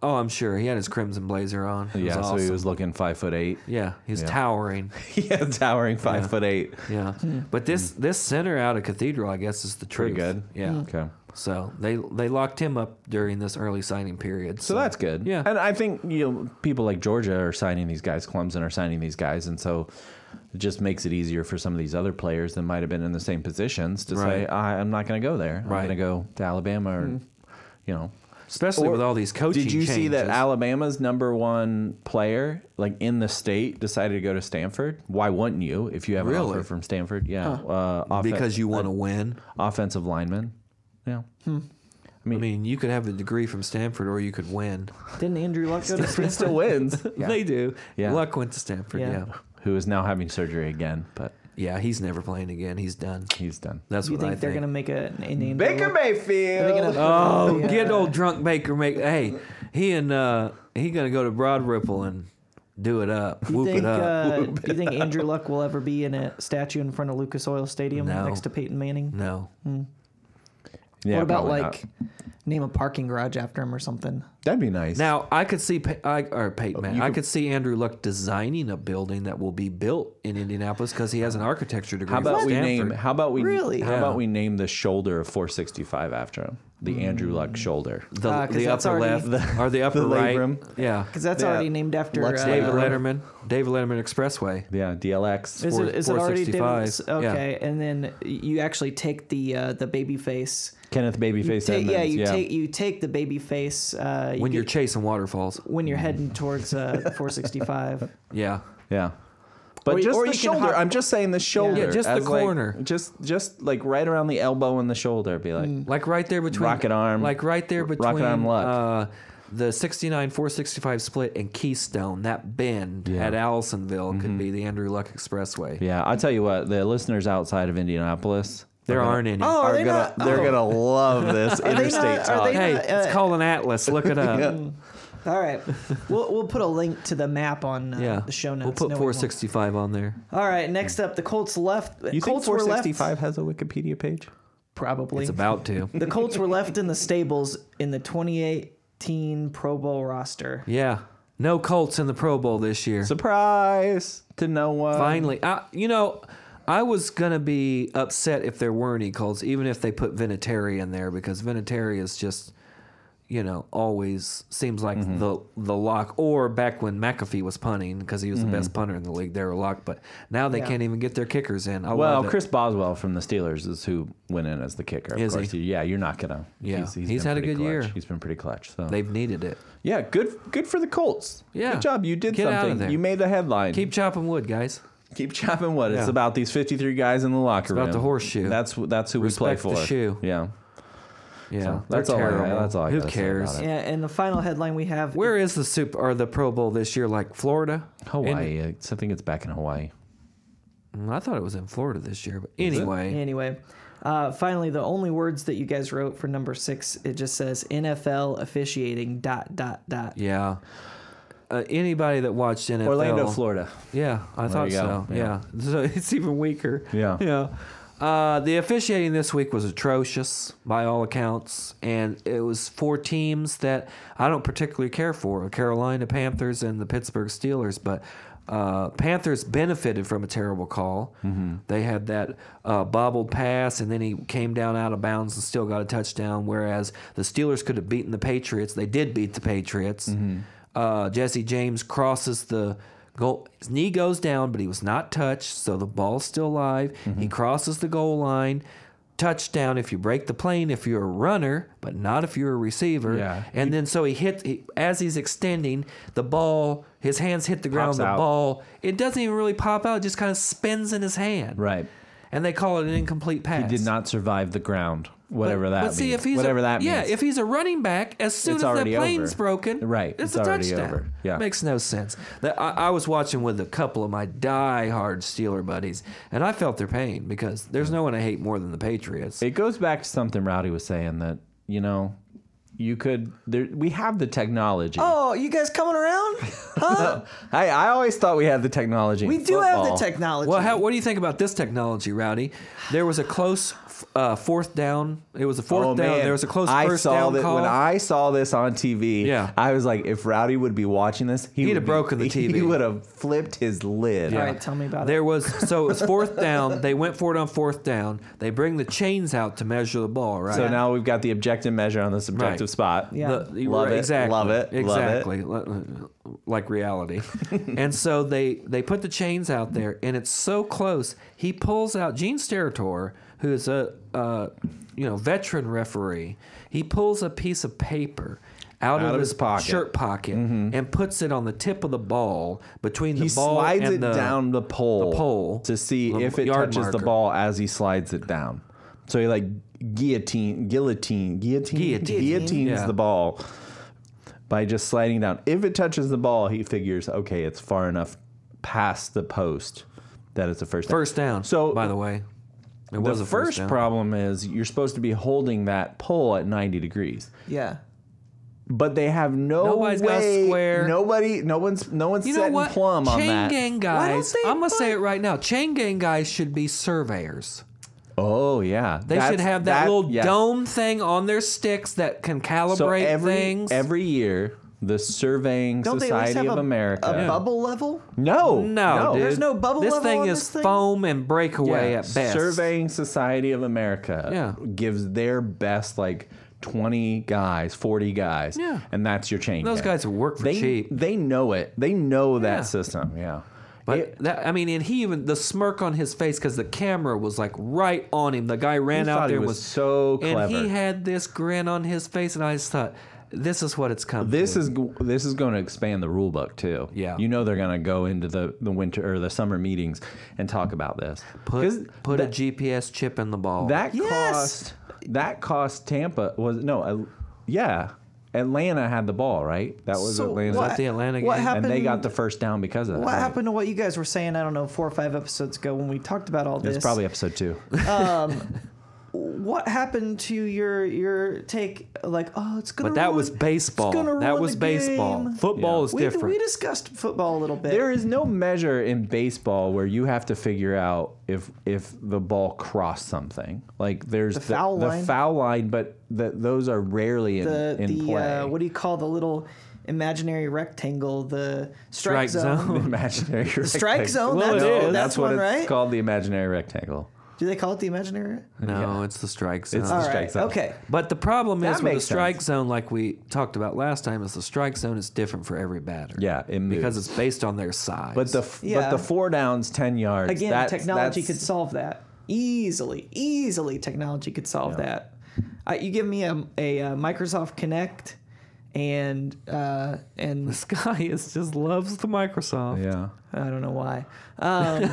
[SPEAKER 2] Oh, I'm sure he had his crimson blazer on. It
[SPEAKER 1] Yeah,
[SPEAKER 2] was
[SPEAKER 1] so he
[SPEAKER 2] awesome.
[SPEAKER 1] was looking five foot eight.
[SPEAKER 2] Yeah, he's
[SPEAKER 1] <laughs>
[SPEAKER 2] towering.
[SPEAKER 1] yeah, towering five foot eight.
[SPEAKER 2] Yeah,
[SPEAKER 3] Hmm.
[SPEAKER 2] but this this center out of Cathedral, I guess, is the
[SPEAKER 1] Hmm. Pretty
[SPEAKER 2] truth.
[SPEAKER 1] good.
[SPEAKER 2] Yeah.
[SPEAKER 1] Okay.
[SPEAKER 2] So they they locked him up during this early signing period.
[SPEAKER 1] So that's good.
[SPEAKER 2] Yeah.
[SPEAKER 1] And I think you know people like Georgia are signing these guys, Clemson are signing these guys, and so it just makes it easier for some of these other players that might have been in the same positions to say,
[SPEAKER 2] Right.
[SPEAKER 1] I, I'm not going to go there.
[SPEAKER 2] Right.
[SPEAKER 1] I'm going to go to Alabama or, you know.
[SPEAKER 2] especially
[SPEAKER 1] Or-
[SPEAKER 2] with all these coaching.
[SPEAKER 1] Did you see that
[SPEAKER 2] changes.
[SPEAKER 1] Alabama's number one player, like in the state, decided to go to Stanford? Why wouldn't you if you have an
[SPEAKER 2] Really?
[SPEAKER 1] offer from Stanford? Yeah, uh, off-
[SPEAKER 2] because you want to win.
[SPEAKER 1] offensive lineman.
[SPEAKER 2] <laughs>
[SPEAKER 1] Yeah,
[SPEAKER 2] I mean, you could have a degree from Stanford or you could win.
[SPEAKER 3] Didn't Andrew Luck go to
[SPEAKER 1] Prince still wins.
[SPEAKER 2] They do.
[SPEAKER 1] Yeah.
[SPEAKER 2] Luck went to Stanford.
[SPEAKER 3] Yeah.
[SPEAKER 2] Yeah. yeah.
[SPEAKER 1] Who is now having surgery again, but
[SPEAKER 2] he's never playing again. He's done.
[SPEAKER 1] he's done.
[SPEAKER 2] That's
[SPEAKER 3] Do you
[SPEAKER 2] what I think.
[SPEAKER 3] think they're gonna make a an Indian?
[SPEAKER 1] Mayfield.
[SPEAKER 2] Oh, get old drunk Baker make hey, he and uh he gonna go to Broad Ripple and do it up,
[SPEAKER 3] Do you
[SPEAKER 2] whoop
[SPEAKER 3] think,
[SPEAKER 2] it up.
[SPEAKER 3] uh, do you think Andrew Luck will ever be in a statue in front of Lucas Oil Stadium
[SPEAKER 2] No.
[SPEAKER 3] next to Peyton Manning?
[SPEAKER 2] no,
[SPEAKER 1] Yeah,
[SPEAKER 3] what about
[SPEAKER 1] probably
[SPEAKER 3] like
[SPEAKER 1] not.
[SPEAKER 3] name a parking garage after him or something.
[SPEAKER 1] That'd be nice.
[SPEAKER 2] Now I could see Pa- I, or
[SPEAKER 3] Oh,
[SPEAKER 2] Peyton Man,
[SPEAKER 1] you
[SPEAKER 2] I
[SPEAKER 1] could-
[SPEAKER 2] could see Andrew Luck designing a building that will be built in Indianapolis because he has an architecture degree.
[SPEAKER 1] how about
[SPEAKER 2] from
[SPEAKER 1] we
[SPEAKER 2] Stanford.
[SPEAKER 1] name? How about we
[SPEAKER 3] Really?
[SPEAKER 1] How
[SPEAKER 2] Yeah.
[SPEAKER 1] about we name the shoulder of 465 after him? The
[SPEAKER 3] Mm.
[SPEAKER 1] Andrew Luck shoulder.
[SPEAKER 2] the,
[SPEAKER 3] Ah, 'cause
[SPEAKER 2] the
[SPEAKER 3] that's
[SPEAKER 2] upper
[SPEAKER 3] already-
[SPEAKER 2] left or <laughs> the upper right?
[SPEAKER 1] labrum.
[SPEAKER 2] Yeah,
[SPEAKER 3] Because that's
[SPEAKER 1] Yeah.
[SPEAKER 3] already named after.
[SPEAKER 1] Lex
[SPEAKER 2] David
[SPEAKER 1] uh,
[SPEAKER 2] Letterman, David Letterman Expressway.
[SPEAKER 1] Yeah, DLX.
[SPEAKER 3] Is it, is it already David?
[SPEAKER 2] 465, yeah.
[SPEAKER 3] Okay, and then you actually take the uh, the baby face.
[SPEAKER 1] Kenneth Babyface
[SPEAKER 3] Ta-
[SPEAKER 1] Edmonds.
[SPEAKER 3] yeah, you take you take the baby face uh, you
[SPEAKER 2] When you're
[SPEAKER 3] get-
[SPEAKER 2] chasing waterfalls,
[SPEAKER 3] when you're heading towards uh, 465.
[SPEAKER 2] yeah,
[SPEAKER 1] Yeah. But
[SPEAKER 3] Or you-
[SPEAKER 1] just
[SPEAKER 3] or
[SPEAKER 1] the
[SPEAKER 3] you can
[SPEAKER 1] shoulder.
[SPEAKER 3] hop-
[SPEAKER 1] I'm just saying the shoulder.
[SPEAKER 2] Yeah, just the
[SPEAKER 1] as, like,
[SPEAKER 2] corner.
[SPEAKER 1] just just like right around the elbow and the shoulder. Be
[SPEAKER 3] Mm.
[SPEAKER 1] like,
[SPEAKER 2] like right there between
[SPEAKER 1] Rocket arm.
[SPEAKER 2] like right there
[SPEAKER 1] Rocket
[SPEAKER 2] between
[SPEAKER 1] arm Luck.
[SPEAKER 2] Uh, the 69 465 split and Keystone. That bend
[SPEAKER 1] Yeah.
[SPEAKER 2] at
[SPEAKER 1] Mm-hmm.
[SPEAKER 2] Allisonville could be the Andrew Luck Expressway.
[SPEAKER 1] yeah. I tell you what, the listeners outside of Indianapolis,
[SPEAKER 2] There aren't any.
[SPEAKER 3] Oh, are they
[SPEAKER 1] gonna
[SPEAKER 3] not?
[SPEAKER 1] they're
[SPEAKER 3] oh.
[SPEAKER 1] gonna love this
[SPEAKER 3] they
[SPEAKER 1] interstate
[SPEAKER 3] not- <laughs> are
[SPEAKER 1] talk.
[SPEAKER 3] they
[SPEAKER 2] hey,
[SPEAKER 3] not, uh,
[SPEAKER 2] it's called an atlas. Look it
[SPEAKER 1] <laughs>
[SPEAKER 2] up.
[SPEAKER 3] <laughs> All right, we'll we'll put a link to the map on uh,
[SPEAKER 2] Yeah,
[SPEAKER 3] the show notes.
[SPEAKER 2] We'll put
[SPEAKER 3] No, we won't.
[SPEAKER 2] 465 on there.
[SPEAKER 3] All right, next up, the Colts left.
[SPEAKER 1] you think
[SPEAKER 3] Colts were left.
[SPEAKER 1] 465 has a Wikipedia page?
[SPEAKER 3] Probably.
[SPEAKER 2] It's about to.
[SPEAKER 3] the Colts were left in the stables in the 2018 Pro Bowl roster.
[SPEAKER 2] yeah, no Colts in the Pro Bowl this year.
[SPEAKER 1] Surprise to no one.
[SPEAKER 2] Finally, I, you know, I was gonna be upset if there were any Colts, even if they put Vinatieri in there, because Vinatieri is just, you know, always seems like
[SPEAKER 1] Mm-hmm.
[SPEAKER 2] the the lock. Or back when McAfee was punting, because he was
[SPEAKER 1] Mm-hmm.
[SPEAKER 2] the best punter in the league, they were locked. But now they
[SPEAKER 3] Yeah.
[SPEAKER 2] can't even get their kickers in. I
[SPEAKER 1] Well,
[SPEAKER 2] love it.
[SPEAKER 1] Chris Boswell from the Steelers is who went in as the kicker. Of
[SPEAKER 2] Is he?
[SPEAKER 1] course, You- yeah, you're not gonna.
[SPEAKER 2] Yeah. He's
[SPEAKER 1] been
[SPEAKER 2] had a
[SPEAKER 1] pretty
[SPEAKER 2] good
[SPEAKER 1] clutch.
[SPEAKER 2] year.
[SPEAKER 1] He's been pretty clutch. So
[SPEAKER 2] they've needed it.
[SPEAKER 1] yeah, good good for the Colts.
[SPEAKER 2] Yeah.
[SPEAKER 1] good job. You did
[SPEAKER 2] Get out of
[SPEAKER 1] something.
[SPEAKER 2] there.
[SPEAKER 1] You made the headline.
[SPEAKER 2] Keep chopping wood, guys.
[SPEAKER 1] keep chopping wood. It's
[SPEAKER 2] Yeah.
[SPEAKER 1] about these 53 guys in the locker room.
[SPEAKER 2] about the horseshoe.
[SPEAKER 1] That's wh- that's who
[SPEAKER 2] Respect
[SPEAKER 1] we play
[SPEAKER 2] the
[SPEAKER 1] for.
[SPEAKER 2] shoe.
[SPEAKER 1] Yeah.
[SPEAKER 2] Yeah,
[SPEAKER 1] So,
[SPEAKER 2] they're
[SPEAKER 1] that's all I-
[SPEAKER 2] terrible.
[SPEAKER 1] that's all I
[SPEAKER 2] Who
[SPEAKER 1] gotta say about
[SPEAKER 2] cares?
[SPEAKER 1] it.
[SPEAKER 3] Yeah, and the final headline we have.
[SPEAKER 2] Where is the soup or the Pro Bowl this year? Like Florida,
[SPEAKER 1] Hawaii. I think it's back in Hawaii.
[SPEAKER 2] Mm, I thought it was in Florida this year, but anyway,
[SPEAKER 3] Anyway, uh, finally, the only words that you guys wrote for number six, it just says NFL officiating dot dot dot.
[SPEAKER 2] yeah. Uh, anybody that watched NFL,
[SPEAKER 1] Orlando, Florida.
[SPEAKER 2] yeah, I thought
[SPEAKER 1] you go.
[SPEAKER 2] so.
[SPEAKER 1] Yeah.
[SPEAKER 2] Yeah. <laughs> so it's even weaker.
[SPEAKER 1] Yeah.
[SPEAKER 2] yeah. Uh, the officiating this week was atrocious by all accounts, and it was four teams that I don't particularly care for: the Carolina Panthers and the Pittsburgh Steelers. But uh, Panthers benefited from a terrible call.
[SPEAKER 1] Mm-hmm.
[SPEAKER 2] They had that uh, bobbled pass, and then he came down out of bounds and still got a touchdown. Whereas the Steelers could have beaten the Patriots, they did beat the Patriots.
[SPEAKER 1] Mm-hmm.
[SPEAKER 2] Uh, Jesse James crosses the goal. His knee goes down, but he was not touched, so the ball's still live. He
[SPEAKER 1] Mm-hmm.
[SPEAKER 2] crosses the goal line. Touchdown if you break the plane if you're a runner, but not if you're a receiver.
[SPEAKER 1] Yeah.
[SPEAKER 2] And then so he hits he, as he's extending the ball. His hands hit the ground.
[SPEAKER 1] Pops
[SPEAKER 2] The
[SPEAKER 1] out.
[SPEAKER 2] ball it doesn't even really pop out; it just kind of spins in his hand.
[SPEAKER 1] Right.
[SPEAKER 2] And they call it an incomplete pass.
[SPEAKER 1] Did not survive the ground.
[SPEAKER 2] But-
[SPEAKER 1] Whatever that
[SPEAKER 2] but see,
[SPEAKER 1] means.
[SPEAKER 2] if he's
[SPEAKER 1] whatever
[SPEAKER 2] a,
[SPEAKER 1] that
[SPEAKER 2] yeah,
[SPEAKER 1] means.
[SPEAKER 2] if he's a running back, as soon
[SPEAKER 1] It's
[SPEAKER 2] as that
[SPEAKER 1] already
[SPEAKER 2] plane's
[SPEAKER 1] over.
[SPEAKER 2] broken,
[SPEAKER 1] Right,
[SPEAKER 2] it's,
[SPEAKER 1] it's
[SPEAKER 2] a
[SPEAKER 1] already
[SPEAKER 2] touchdown.
[SPEAKER 1] over. Yeah.
[SPEAKER 2] makes no sense. That I, I was watching with a couple of my die-hard Steeler buddies, and I felt their pain because there's no one I hate more than the Patriots.
[SPEAKER 1] It goes back to something Rowdy was saying that you know, you could. There, we have the technology.
[SPEAKER 3] Oh, you guys coming around? Huh?
[SPEAKER 1] <laughs> I I always thought we had the technology. in
[SPEAKER 3] we do have the
[SPEAKER 1] football.
[SPEAKER 3] technology.
[SPEAKER 2] Well, how, what do you think about this technology, Rowdy? There was a close f- uh, fourth down. It was a fourth
[SPEAKER 1] Oh,
[SPEAKER 2] down.
[SPEAKER 1] man.
[SPEAKER 2] There was a close
[SPEAKER 1] I
[SPEAKER 2] first
[SPEAKER 1] saw
[SPEAKER 2] down
[SPEAKER 1] that
[SPEAKER 2] call.
[SPEAKER 1] When I saw this on TV,
[SPEAKER 2] Yeah.
[SPEAKER 1] I was like, if Rowdy would be watching this, he
[SPEAKER 2] He'd
[SPEAKER 1] would
[SPEAKER 2] have
[SPEAKER 1] be-
[SPEAKER 2] broken the
[SPEAKER 1] <laughs> He
[SPEAKER 2] TV.
[SPEAKER 1] would have flipped his lid.
[SPEAKER 3] All right, tell me about it.
[SPEAKER 2] There was so it was fourth down. They went for it on fourth down. They bring the chains out to measure the ball, right?
[SPEAKER 1] So now we've got the objective measure on the subjective
[SPEAKER 2] Right.
[SPEAKER 1] spot.
[SPEAKER 3] Yeah.
[SPEAKER 2] The- you
[SPEAKER 1] Love
[SPEAKER 2] were-
[SPEAKER 1] it,
[SPEAKER 2] Exactly.
[SPEAKER 1] love it, love it.
[SPEAKER 2] Exactly. Li- Like
[SPEAKER 1] <laughs>
[SPEAKER 2] reality. and so they they put the chains out there, and it's so close. He pulls out Gene Steratore, who is a uh, you know veteran referee. He pulls a piece of paper. Out, of, his,
[SPEAKER 1] pocket. Mm-hmm.
[SPEAKER 2] shirt pocket and puts it on the tip of the ball between the
[SPEAKER 1] He
[SPEAKER 2] ball
[SPEAKER 1] slides
[SPEAKER 2] and
[SPEAKER 1] it
[SPEAKER 2] the,
[SPEAKER 1] down the pole,
[SPEAKER 2] the pole,
[SPEAKER 1] to see
[SPEAKER 2] the
[SPEAKER 1] if it
[SPEAKER 2] yard
[SPEAKER 1] touches the
[SPEAKER 2] marker.
[SPEAKER 1] ball as he slides it down. So he like guillotine, guillotine, guillotine,
[SPEAKER 2] Guillotine.
[SPEAKER 1] guillotines
[SPEAKER 2] Yeah.
[SPEAKER 1] the ball by just sliding down. If it touches the ball, he figures, okay, it's far enough past the post that it's a first. down.
[SPEAKER 2] First down.
[SPEAKER 1] So-
[SPEAKER 2] So by the way, it
[SPEAKER 1] The
[SPEAKER 2] was a
[SPEAKER 1] first
[SPEAKER 2] down.
[SPEAKER 1] problem is you're supposed to be holding that pole at 90 degrees,
[SPEAKER 3] yeah.
[SPEAKER 1] but they have no
[SPEAKER 2] Nobody's got a
[SPEAKER 1] way-
[SPEAKER 2] square.
[SPEAKER 1] Nobody, no one's, no one's
[SPEAKER 2] You know
[SPEAKER 1] setting
[SPEAKER 2] what?
[SPEAKER 1] plumb on
[SPEAKER 2] chain
[SPEAKER 1] that.
[SPEAKER 2] gang
[SPEAKER 3] don't
[SPEAKER 2] guys.
[SPEAKER 3] they
[SPEAKER 2] I'm gonna say it right now. Chain gang guys should be surveyors.
[SPEAKER 1] Oh yeah,
[SPEAKER 2] They should
[SPEAKER 1] That's-
[SPEAKER 2] have that, little
[SPEAKER 1] yeah.
[SPEAKER 2] dome thing on their sticks that can calibrate
[SPEAKER 1] So every
[SPEAKER 2] things.
[SPEAKER 1] every year, the Surveying
[SPEAKER 3] Don't they always
[SPEAKER 1] Society of
[SPEAKER 3] have a,
[SPEAKER 1] America.
[SPEAKER 3] a bubble level?
[SPEAKER 1] No,
[SPEAKER 2] no, dude.
[SPEAKER 3] There's no bubble
[SPEAKER 2] This
[SPEAKER 3] level
[SPEAKER 2] thing
[SPEAKER 3] on
[SPEAKER 2] is
[SPEAKER 3] this thing?
[SPEAKER 2] foam and breakaway
[SPEAKER 1] Yeah,
[SPEAKER 2] at best.
[SPEAKER 1] Surveying Society of America
[SPEAKER 2] Yeah.
[SPEAKER 1] gives their best like 20 guys, 40 guys.
[SPEAKER 2] Yeah.
[SPEAKER 1] And that's your chain.
[SPEAKER 2] Those
[SPEAKER 1] gang.
[SPEAKER 2] guys work for
[SPEAKER 1] they,
[SPEAKER 2] cheap.
[SPEAKER 1] They know it. They know that
[SPEAKER 2] Yeah.
[SPEAKER 1] system. Yeah.
[SPEAKER 2] But
[SPEAKER 1] It-
[SPEAKER 2] that I mean, and he even the smirk on his face because the camera was like right on him. The guy ran
[SPEAKER 1] He
[SPEAKER 2] out
[SPEAKER 1] thought
[SPEAKER 2] there
[SPEAKER 1] he
[SPEAKER 2] and
[SPEAKER 1] was so
[SPEAKER 2] and
[SPEAKER 1] clever.
[SPEAKER 2] he had this grin on his face, and I just thought, this is what it's come.
[SPEAKER 1] this
[SPEAKER 2] to.
[SPEAKER 1] is g- this is going to expand the rule book too.
[SPEAKER 2] Yeah.
[SPEAKER 1] you know they're going to go into the, the winter or the summer meetings and talk about this. 'Cause
[SPEAKER 2] put put a GPS chip in the ball.
[SPEAKER 1] That
[SPEAKER 3] Yes.
[SPEAKER 1] cost that cost Tampa was no, uh, yeah. Atlanta had the ball, right? That was
[SPEAKER 3] So
[SPEAKER 1] Atlanta.
[SPEAKER 2] that the Atlanta game?
[SPEAKER 3] What
[SPEAKER 1] and
[SPEAKER 3] happened?
[SPEAKER 1] they got the first down because of that.
[SPEAKER 3] What
[SPEAKER 1] right?
[SPEAKER 3] happened to what you guys were saying? I don't know, four or five episodes ago when we talked about all this.
[SPEAKER 1] It's probably episode
[SPEAKER 3] <laughs>
[SPEAKER 1] two.
[SPEAKER 3] what happened to your your take? Like, oh, it's gonna.
[SPEAKER 2] but that
[SPEAKER 3] ruin-
[SPEAKER 2] was
[SPEAKER 3] it's
[SPEAKER 2] baseball.
[SPEAKER 3] gonna
[SPEAKER 2] That
[SPEAKER 3] ruin
[SPEAKER 2] was
[SPEAKER 3] the
[SPEAKER 2] baseball.
[SPEAKER 3] game.
[SPEAKER 2] Football
[SPEAKER 1] Yeah.
[SPEAKER 2] is
[SPEAKER 3] we,
[SPEAKER 2] different.
[SPEAKER 3] We discussed football a little bit.
[SPEAKER 1] there is no measure in baseball where you have to figure out if if the ball crossed something. Like there's the
[SPEAKER 3] foul line.
[SPEAKER 1] the foul line but the, those are rarely in,
[SPEAKER 3] the
[SPEAKER 1] in
[SPEAKER 3] the
[SPEAKER 1] play.
[SPEAKER 3] uh, what do you call the little imaginary rectangle? The strike,
[SPEAKER 2] Strike
[SPEAKER 3] zone.
[SPEAKER 2] zone.
[SPEAKER 1] <laughs> the imaginary rectangle.
[SPEAKER 3] strike zone,
[SPEAKER 2] Well,
[SPEAKER 3] that's,
[SPEAKER 2] it is.
[SPEAKER 3] that's,
[SPEAKER 1] That's what
[SPEAKER 3] one,
[SPEAKER 1] it's
[SPEAKER 3] right?
[SPEAKER 1] called, the imaginary rectangle.
[SPEAKER 3] <laughs> Do they call it the imaginary?
[SPEAKER 2] no, it's the strike zone.
[SPEAKER 1] It's the
[SPEAKER 3] All
[SPEAKER 1] strike
[SPEAKER 3] right.
[SPEAKER 1] zone.
[SPEAKER 3] Okay.
[SPEAKER 2] But the problem
[SPEAKER 1] That
[SPEAKER 2] is with the
[SPEAKER 1] makes
[SPEAKER 2] strike
[SPEAKER 1] sense.
[SPEAKER 2] zone, like we talked about last time, is the strike zone is different for every batter.
[SPEAKER 1] Yeah, it moves.
[SPEAKER 2] because it's based on their size. <laughs>
[SPEAKER 1] But the
[SPEAKER 3] Yeah.
[SPEAKER 1] but the four downs, ten yards.
[SPEAKER 3] Again,
[SPEAKER 1] that's-
[SPEAKER 3] technology
[SPEAKER 1] that's-
[SPEAKER 3] could solve that easily. Easily, technology could solve that. I, you give me a, a, uh Microsoft Connect, and uh, and
[SPEAKER 2] this guy is just loves the Microsoft.
[SPEAKER 1] Yeah.
[SPEAKER 3] I don't know <laughs> why. Um,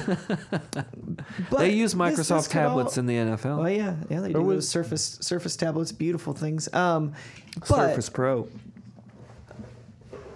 [SPEAKER 3] but
[SPEAKER 2] They use Microsoft
[SPEAKER 3] this- this could all-
[SPEAKER 2] tablets in the NFL.
[SPEAKER 3] Oh yeah, yeah, they do those Surface Surface tablets, beautiful things. Um, but
[SPEAKER 2] Surface Pro.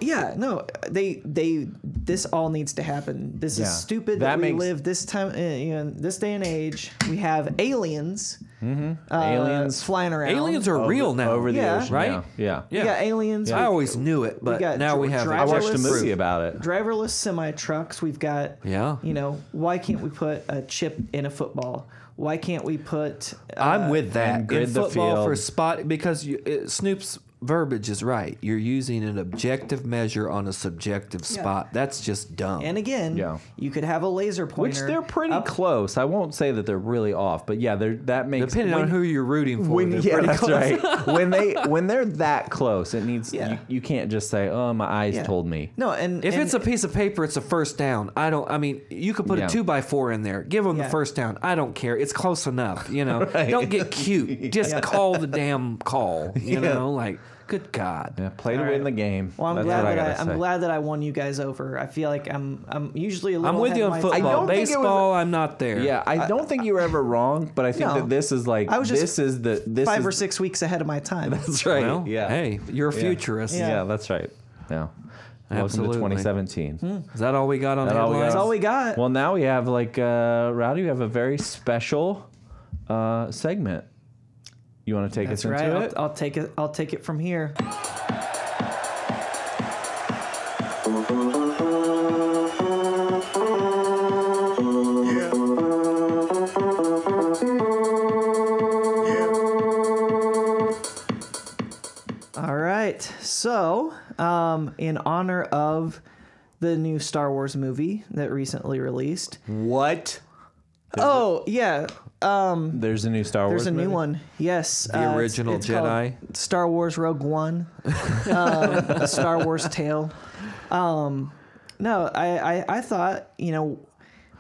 [SPEAKER 3] yeah, no, they they this all needs to happen. This
[SPEAKER 1] Yeah.
[SPEAKER 3] is stupid
[SPEAKER 1] That
[SPEAKER 3] that, we
[SPEAKER 1] makes-
[SPEAKER 3] live this time, uh, you know, this day and age. We have aliens, uh,
[SPEAKER 1] Aliens.
[SPEAKER 3] flying around.
[SPEAKER 2] Aliens are real now.
[SPEAKER 1] Over the
[SPEAKER 3] Yeah.
[SPEAKER 1] ocean.
[SPEAKER 2] Right?
[SPEAKER 1] Yeah. yeah.
[SPEAKER 3] We got aliens.
[SPEAKER 2] I
[SPEAKER 3] We-
[SPEAKER 2] always knew it, but
[SPEAKER 3] got
[SPEAKER 2] now
[SPEAKER 3] dr-
[SPEAKER 2] we have.
[SPEAKER 3] driverless-
[SPEAKER 1] I watched a
[SPEAKER 3] Driverless-
[SPEAKER 1] movie about it.
[SPEAKER 3] driverless semi trucks. We've got
[SPEAKER 2] Yeah.
[SPEAKER 3] You know, why can't we put a chip in a football? Why can't we put? Uh,
[SPEAKER 2] I'm with that.
[SPEAKER 1] and grid
[SPEAKER 2] in
[SPEAKER 1] the
[SPEAKER 2] football for
[SPEAKER 1] field.
[SPEAKER 2] spot because you, it, Snoop's verbiage is right. You're using an objective measure on a subjective
[SPEAKER 3] Yeah.
[SPEAKER 2] spot. That's just dumb.
[SPEAKER 3] and again,
[SPEAKER 1] Oh. Yeah.
[SPEAKER 3] you could have a laser pointer.
[SPEAKER 1] Which they're pretty
[SPEAKER 3] up-
[SPEAKER 1] close. I won't say that they're really off, but yeah, they're that makes
[SPEAKER 2] Depending on
[SPEAKER 1] when-
[SPEAKER 2] who you're rooting for,
[SPEAKER 1] When,
[SPEAKER 2] they're
[SPEAKER 1] yeah,
[SPEAKER 2] pretty
[SPEAKER 1] that's
[SPEAKER 2] close. <laughs>
[SPEAKER 1] right. when they when they're that close, it needs
[SPEAKER 3] Yeah.
[SPEAKER 1] you, you can't just say, "Oh, my eyes
[SPEAKER 3] yeah.
[SPEAKER 1] told me."
[SPEAKER 3] No, and
[SPEAKER 2] If
[SPEAKER 3] and-
[SPEAKER 2] it's a piece of paper, it's a first down. I don't. I mean, you could put
[SPEAKER 1] Yeah.
[SPEAKER 2] a two by four in there. Give them
[SPEAKER 3] Yeah.
[SPEAKER 2] the first down. I don't care. It's close enough. You
[SPEAKER 1] <laughs>
[SPEAKER 2] know. Don't get cute. Just call the damn call. You
[SPEAKER 1] Yeah.
[SPEAKER 2] know, like good God.
[SPEAKER 1] Yeah, play to
[SPEAKER 3] All
[SPEAKER 1] win
[SPEAKER 3] right.
[SPEAKER 1] the game.
[SPEAKER 3] Well, I'm
[SPEAKER 1] That's
[SPEAKER 3] glad
[SPEAKER 1] what
[SPEAKER 3] that
[SPEAKER 1] I
[SPEAKER 3] I,
[SPEAKER 1] gotta
[SPEAKER 3] I'm
[SPEAKER 1] say.
[SPEAKER 3] glad that I won you guys over. I feel like I'm I'm usually a little.
[SPEAKER 2] I'm with
[SPEAKER 3] ahead
[SPEAKER 2] you
[SPEAKER 3] of
[SPEAKER 2] on
[SPEAKER 3] my time.
[SPEAKER 2] football.
[SPEAKER 1] don't think it was-
[SPEAKER 2] Baseball, I'm not there.
[SPEAKER 1] Yeah, I don't think you were ever wrong, but I think
[SPEAKER 3] No.
[SPEAKER 1] that this is like
[SPEAKER 3] I was just
[SPEAKER 1] this is the this
[SPEAKER 3] Five
[SPEAKER 1] is,
[SPEAKER 3] or six weeks ahead of my
[SPEAKER 1] <laughs>
[SPEAKER 3] time.
[SPEAKER 1] That's right.
[SPEAKER 2] Well,
[SPEAKER 1] yeah.
[SPEAKER 2] Hey, you're a
[SPEAKER 1] Yeah.
[SPEAKER 2] futurist.
[SPEAKER 1] Yeah. that's right. Yeah.
[SPEAKER 2] Absolutely.
[SPEAKER 1] Welcome to 2017.
[SPEAKER 2] Is that all we got on
[SPEAKER 1] That all we
[SPEAKER 2] headlines?
[SPEAKER 3] Hmm. That's all we got.
[SPEAKER 1] Well, now we have like uh, Rowdy. We have a very special uh, segment. You want to take
[SPEAKER 3] That's
[SPEAKER 1] us into
[SPEAKER 3] right.
[SPEAKER 1] it?
[SPEAKER 3] I'll, I'll take it. I'll take it from here. All right. So, um, in honor of the new Star Wars movie that recently released.
[SPEAKER 2] What?
[SPEAKER 3] Oh, yeah.
[SPEAKER 1] There's a new Star Wars.
[SPEAKER 3] um, There's a new
[SPEAKER 1] movie?
[SPEAKER 3] one. Yes, uh, the
[SPEAKER 2] original Jedi?
[SPEAKER 3] Star Wars Rogue
[SPEAKER 1] <laughs>
[SPEAKER 3] One, um, a Star Wars Tale. Um, no, I, I I thought you know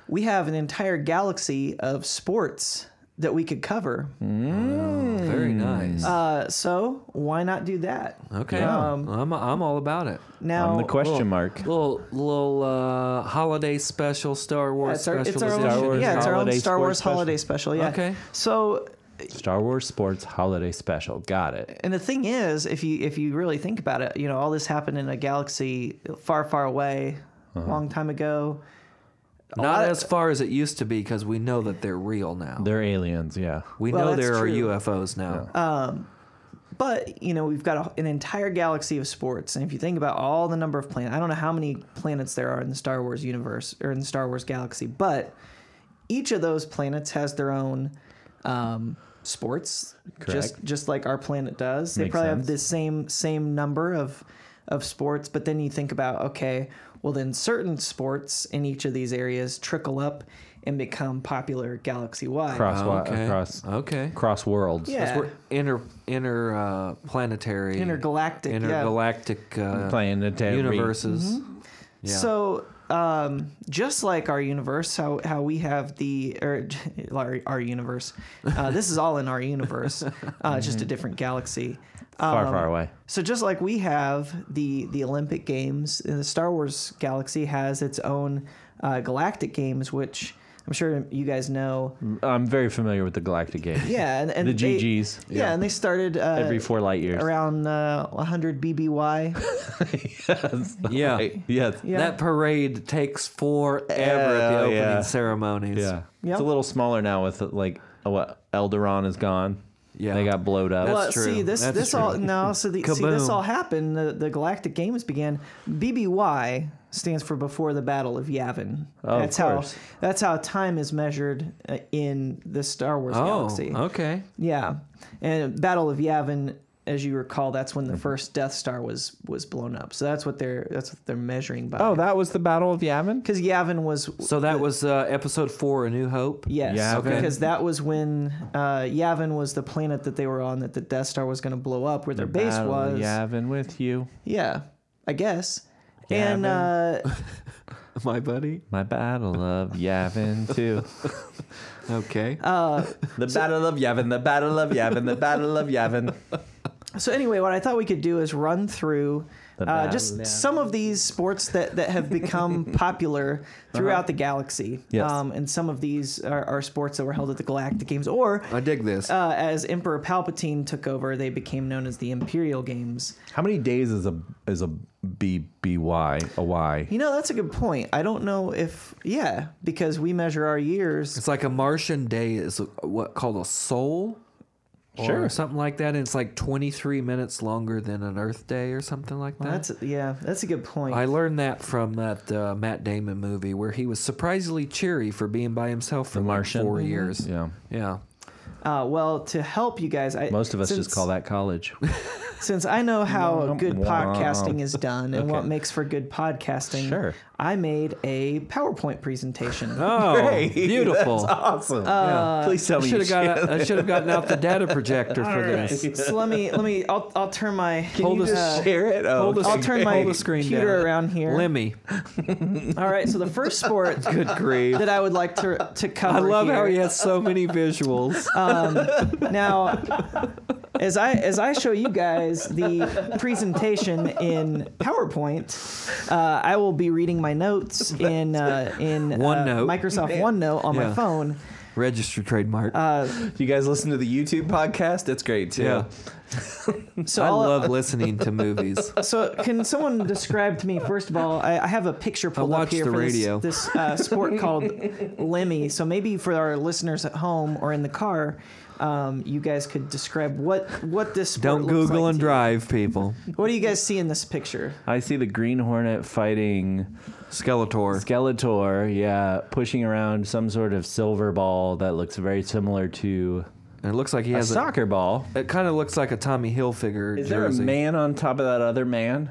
[SPEAKER 3] we have an entire galaxy of sports that we could cover.
[SPEAKER 1] Hmm.
[SPEAKER 2] Very nice.
[SPEAKER 3] Uh, Um, so why not do that?
[SPEAKER 2] okay.
[SPEAKER 1] yeah.
[SPEAKER 2] I'm, I'm all about it.
[SPEAKER 3] Now
[SPEAKER 1] On Uh, the question
[SPEAKER 2] Little-
[SPEAKER 1] mark.
[SPEAKER 2] Little little uh, holiday special Star Wars
[SPEAKER 3] It's our,
[SPEAKER 2] special.
[SPEAKER 3] it's our own,
[SPEAKER 2] edition.
[SPEAKER 1] Star Wars
[SPEAKER 3] yeah, it's our own
[SPEAKER 1] holiday
[SPEAKER 3] Star Wars
[SPEAKER 1] sports special.
[SPEAKER 3] holiday special. Yeah.
[SPEAKER 2] Okay.
[SPEAKER 3] So
[SPEAKER 1] Star Wars Sports Holiday Special. Got it.
[SPEAKER 3] and the thing is, if you if you really think about it, you know, all this happened in a galaxy far, far away,
[SPEAKER 1] Uh-huh.
[SPEAKER 3] long time ago.
[SPEAKER 2] Not
[SPEAKER 3] lot-
[SPEAKER 2] as far as it used to be because we know that they're real now.
[SPEAKER 1] They're aliens. Yeah.
[SPEAKER 2] we
[SPEAKER 3] Well,
[SPEAKER 2] know there
[SPEAKER 3] that's
[SPEAKER 2] are
[SPEAKER 3] true. Um,
[SPEAKER 2] UFOs now.
[SPEAKER 3] But you know, we've got a, an entire galaxy of sports, and if you think about all the number of planets, I don't know how many planets there are in the Star Wars universe or in the Star Wars galaxy, but each of those planets has their own um, sports, just
[SPEAKER 1] Correct.
[SPEAKER 3] just like our planet does. They
[SPEAKER 1] Makes
[SPEAKER 3] probably
[SPEAKER 1] sense.
[SPEAKER 3] have the same same number of of sports, but then you think about okay, well then certain sports in each of these areas trickle up and become popular galaxy wide.
[SPEAKER 1] Cross wi-
[SPEAKER 2] Oh, Okay.
[SPEAKER 1] across
[SPEAKER 2] Okay.
[SPEAKER 1] cross worlds.
[SPEAKER 3] Yeah.
[SPEAKER 2] We're inter inter uh, planetary
[SPEAKER 3] Intergalactic, yeah.
[SPEAKER 2] intergalactic uh,
[SPEAKER 1] Planetary.
[SPEAKER 2] universes. Yeah.
[SPEAKER 3] Mm-hmm. So, um, just like our universe, how, how we have the or <laughs> our, our universe, uh, this is all in
[SPEAKER 1] <laughs>
[SPEAKER 3] our universe, uh, just a different galaxy.
[SPEAKER 1] Mm-hmm. Far,
[SPEAKER 3] Um,
[SPEAKER 1] far away.
[SPEAKER 3] So just like we have the the Olympic Games, uh, the Star Wars galaxy has its own uh, galactic games, which I'm sure you guys know.
[SPEAKER 1] I'm very familiar with the Galactic Games.
[SPEAKER 3] Yeah, and, and
[SPEAKER 1] Mm. The
[SPEAKER 3] they-
[SPEAKER 1] GGs.
[SPEAKER 3] Yeah, and they started uh,
[SPEAKER 1] Every four light years.
[SPEAKER 3] around uh, 100
[SPEAKER 1] <laughs>
[SPEAKER 3] BBY.
[SPEAKER 1] yes.
[SPEAKER 2] Yeah.
[SPEAKER 1] <laughs> Right. Yes.
[SPEAKER 3] Yeah.
[SPEAKER 2] That parade takes forever at the
[SPEAKER 1] Hell
[SPEAKER 2] opening
[SPEAKER 1] yeah.
[SPEAKER 2] ceremonies.
[SPEAKER 1] Yeah.
[SPEAKER 3] Yeah.
[SPEAKER 1] It's a little smaller now with like oh, what Eldaron is gone.
[SPEAKER 2] Yeah.
[SPEAKER 1] They got blowed up.
[SPEAKER 2] That's
[SPEAKER 3] well,
[SPEAKER 2] true.
[SPEAKER 3] see this
[SPEAKER 2] That's
[SPEAKER 3] this
[SPEAKER 2] true.
[SPEAKER 3] all no. So
[SPEAKER 1] <laughs>
[SPEAKER 3] the, see this
[SPEAKER 2] Kaboom.
[SPEAKER 3] all happened. The, the Galactic Games began. BBY stands for Before the Battle of Yavin.
[SPEAKER 1] Oh, of
[SPEAKER 3] that's
[SPEAKER 1] course.
[SPEAKER 3] how that's how time is measured uh, in the Star Wars
[SPEAKER 2] Oh,
[SPEAKER 3] galaxy.
[SPEAKER 2] okay.
[SPEAKER 3] Yeah, and Battle of Yavin, as you recall, that's when the
[SPEAKER 1] Mm-hmm.
[SPEAKER 3] first Death Star was was blown up. So that's what they're that's what they're measuring by.
[SPEAKER 1] oh, that was the Battle of Yavin.
[SPEAKER 3] because Yavin was
[SPEAKER 2] So that was uh, episode four, A New Hope.
[SPEAKER 3] Yes,
[SPEAKER 1] Yeah, okay.
[SPEAKER 3] because that was when uh, Yavin was the planet that they were on that the Death Star was going to blow up, where their base
[SPEAKER 1] Battle of
[SPEAKER 3] was.
[SPEAKER 1] Yavin with you,
[SPEAKER 3] Yeah, I guess. and
[SPEAKER 1] Yavin.
[SPEAKER 3] uh,
[SPEAKER 2] <laughs> My buddy.
[SPEAKER 1] my Battle of <laughs> Yavin too.
[SPEAKER 2] Okay.
[SPEAKER 3] Uh,
[SPEAKER 1] The Battle of Yavin, the Battle of Yavin, the Battle of Yavin.
[SPEAKER 3] so anyway, what I thought we could do is run through
[SPEAKER 1] The
[SPEAKER 3] uh,
[SPEAKER 1] battle,
[SPEAKER 3] just
[SPEAKER 1] yeah.
[SPEAKER 3] some of these sports that, that have
[SPEAKER 1] <laughs>
[SPEAKER 3] become popular throughout the galaxy.
[SPEAKER 1] Uh-huh.
[SPEAKER 3] Um,
[SPEAKER 1] Yes.
[SPEAKER 3] and some of these are, are sports that were held at the Galactic Games, or
[SPEAKER 2] I dig this.
[SPEAKER 3] uh, as Emperor Palpatine took over, they became known as the Imperial Games.
[SPEAKER 1] How many days is a is a B B Y a Y?
[SPEAKER 3] You know, that's a good point. I don't know if yeah, because we measure our years.
[SPEAKER 2] it's like a Martian day is a, what called a sol. Or
[SPEAKER 1] Sure.
[SPEAKER 2] Something like that. And it's like 23 minutes longer than an Earth day or something like that.
[SPEAKER 3] That's yeah, that's a good point.
[SPEAKER 2] I learned that from that uh, Matt Damon movie where he was surprisingly cheery for being by himself for like
[SPEAKER 1] Martian?
[SPEAKER 2] four years.
[SPEAKER 1] Yeah.
[SPEAKER 2] Yeah.
[SPEAKER 1] <laughs>
[SPEAKER 3] Uh, well, to help you guys, I,
[SPEAKER 1] Most of us just
[SPEAKER 3] since-
[SPEAKER 1] call that <laughs> college.
[SPEAKER 3] Since I know how
[SPEAKER 1] Womp
[SPEAKER 3] good
[SPEAKER 1] womp.
[SPEAKER 3] podcasting is done and what
[SPEAKER 1] Okay.
[SPEAKER 3] makes for good podcasting,
[SPEAKER 1] Sure.
[SPEAKER 3] I made a PowerPoint presentation.
[SPEAKER 2] <laughs> Oh,
[SPEAKER 1] <laughs> Great.
[SPEAKER 2] beautiful.
[SPEAKER 1] That's awesome.
[SPEAKER 2] Yeah.
[SPEAKER 1] Please tell
[SPEAKER 2] I
[SPEAKER 1] me.
[SPEAKER 2] should
[SPEAKER 1] you
[SPEAKER 2] have got. I should have gotten out the data projector for this.
[SPEAKER 3] so let me let me I'll I'll turn my Uh,
[SPEAKER 2] Hold
[SPEAKER 1] You
[SPEAKER 2] us-
[SPEAKER 1] just share it. Oh,
[SPEAKER 2] hold us-
[SPEAKER 3] I'll turn my
[SPEAKER 2] Hold the screen
[SPEAKER 3] computer
[SPEAKER 2] down.
[SPEAKER 3] around here.
[SPEAKER 2] Lemmy.
[SPEAKER 3] All right, so the first
[SPEAKER 2] <laughs>
[SPEAKER 3] sport
[SPEAKER 1] Good grief.
[SPEAKER 3] that I would like to to cover.
[SPEAKER 2] I love how
[SPEAKER 3] here- Uh,
[SPEAKER 2] he has so
[SPEAKER 3] <laughs>
[SPEAKER 2] many visuals. <laughs>
[SPEAKER 3] Now, as I as I show you guys the presentation in PowerPoint, uh, I will be reading my notes in uh, in uh,
[SPEAKER 2] OneNote.
[SPEAKER 3] Microsoft OneNote on
[SPEAKER 2] Yeah.
[SPEAKER 3] my phone.
[SPEAKER 2] Registered trademark.
[SPEAKER 3] uh,
[SPEAKER 1] You guys listen to the YouTube podcast? It's great too.
[SPEAKER 2] yeah.
[SPEAKER 3] So
[SPEAKER 2] I
[SPEAKER 3] I'll-
[SPEAKER 2] love
[SPEAKER 3] <laughs>
[SPEAKER 2] listening to movies.
[SPEAKER 3] So can someone describe to me first of all? I, I have a picture pulled up
[SPEAKER 2] watch
[SPEAKER 3] here
[SPEAKER 2] the
[SPEAKER 3] for this-
[SPEAKER 2] radio.
[SPEAKER 3] this,
[SPEAKER 1] <laughs>
[SPEAKER 3] uh, sport called Lemmy. So maybe for our listeners at home or in the car. Um, you guys could describe what what this sport
[SPEAKER 2] Don't
[SPEAKER 3] looks
[SPEAKER 2] Google
[SPEAKER 3] like
[SPEAKER 2] and
[SPEAKER 3] to you.
[SPEAKER 2] drive,
[SPEAKER 3] <laughs>
[SPEAKER 2] people.
[SPEAKER 3] What do you guys see in this picture?
[SPEAKER 1] I see the Green Hornet fighting
[SPEAKER 2] Skeletor.
[SPEAKER 1] Skeletor, yeah, pushing around some sort of silver ball that looks very similar to
[SPEAKER 2] And it looks like he
[SPEAKER 1] a
[SPEAKER 2] has a.
[SPEAKER 1] soccer ball.
[SPEAKER 2] It kind of looks like a Tommy Hilfiger
[SPEAKER 1] Is there a
[SPEAKER 2] jersey.
[SPEAKER 1] man on top of that other man?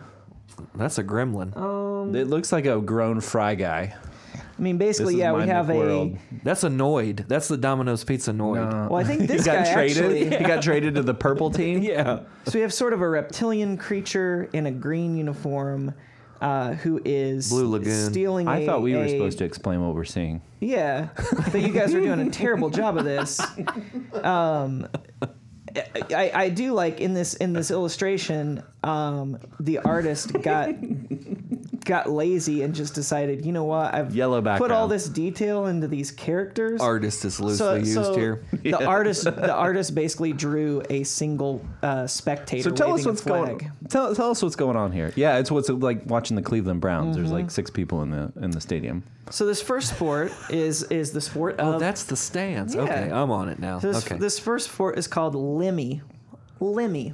[SPEAKER 2] That's a gremlin.
[SPEAKER 1] Um, It looks like a grown fry guy.
[SPEAKER 3] I mean, basically,
[SPEAKER 1] is
[SPEAKER 3] yeah, we
[SPEAKER 1] my
[SPEAKER 3] have
[SPEAKER 1] McWorld.
[SPEAKER 3] a.
[SPEAKER 2] That's annoyed. That's the Domino's Pizza Noid.
[SPEAKER 3] Well,
[SPEAKER 1] <laughs>
[SPEAKER 3] I think this
[SPEAKER 1] he
[SPEAKER 3] guy
[SPEAKER 1] got traded. <laughs>
[SPEAKER 3] actually.
[SPEAKER 1] He got traded to the purple <laughs> team.
[SPEAKER 2] Yeah.
[SPEAKER 3] So we have sort of a reptilian creature in a green uniform, uh, who is
[SPEAKER 2] Blue Lagoon.
[SPEAKER 3] stealing.
[SPEAKER 1] I
[SPEAKER 3] a-
[SPEAKER 1] thought we were
[SPEAKER 3] a-
[SPEAKER 1] supposed to explain what we're seeing.
[SPEAKER 3] Yeah, but you guys are doing a terrible job of this. Um, I, I do like in this in this illustration, um, the artist got got lazy and just decided, you know what, I've
[SPEAKER 1] Yellow
[SPEAKER 3] put all
[SPEAKER 1] background.
[SPEAKER 3] this detail into these characters.
[SPEAKER 2] Artist is loosely used here.
[SPEAKER 3] The artist, the artist basically drew a single uh, spectator.
[SPEAKER 1] So tell
[SPEAKER 3] waving
[SPEAKER 1] us what's
[SPEAKER 3] a flag.
[SPEAKER 1] going. Tell, tell us what's going on here. Yeah, it's what's like watching the Cleveland Browns. There's
[SPEAKER 3] Mm-hmm.
[SPEAKER 1] like six people in the in the stadium.
[SPEAKER 3] So this first sport is is the sport
[SPEAKER 2] Oh,
[SPEAKER 3] of
[SPEAKER 2] that's the stands.
[SPEAKER 3] Um, Yeah.
[SPEAKER 2] Okay, I'm on it now.
[SPEAKER 3] so this,
[SPEAKER 2] okay.
[SPEAKER 3] this first sport is called Lemmy, Lemmy.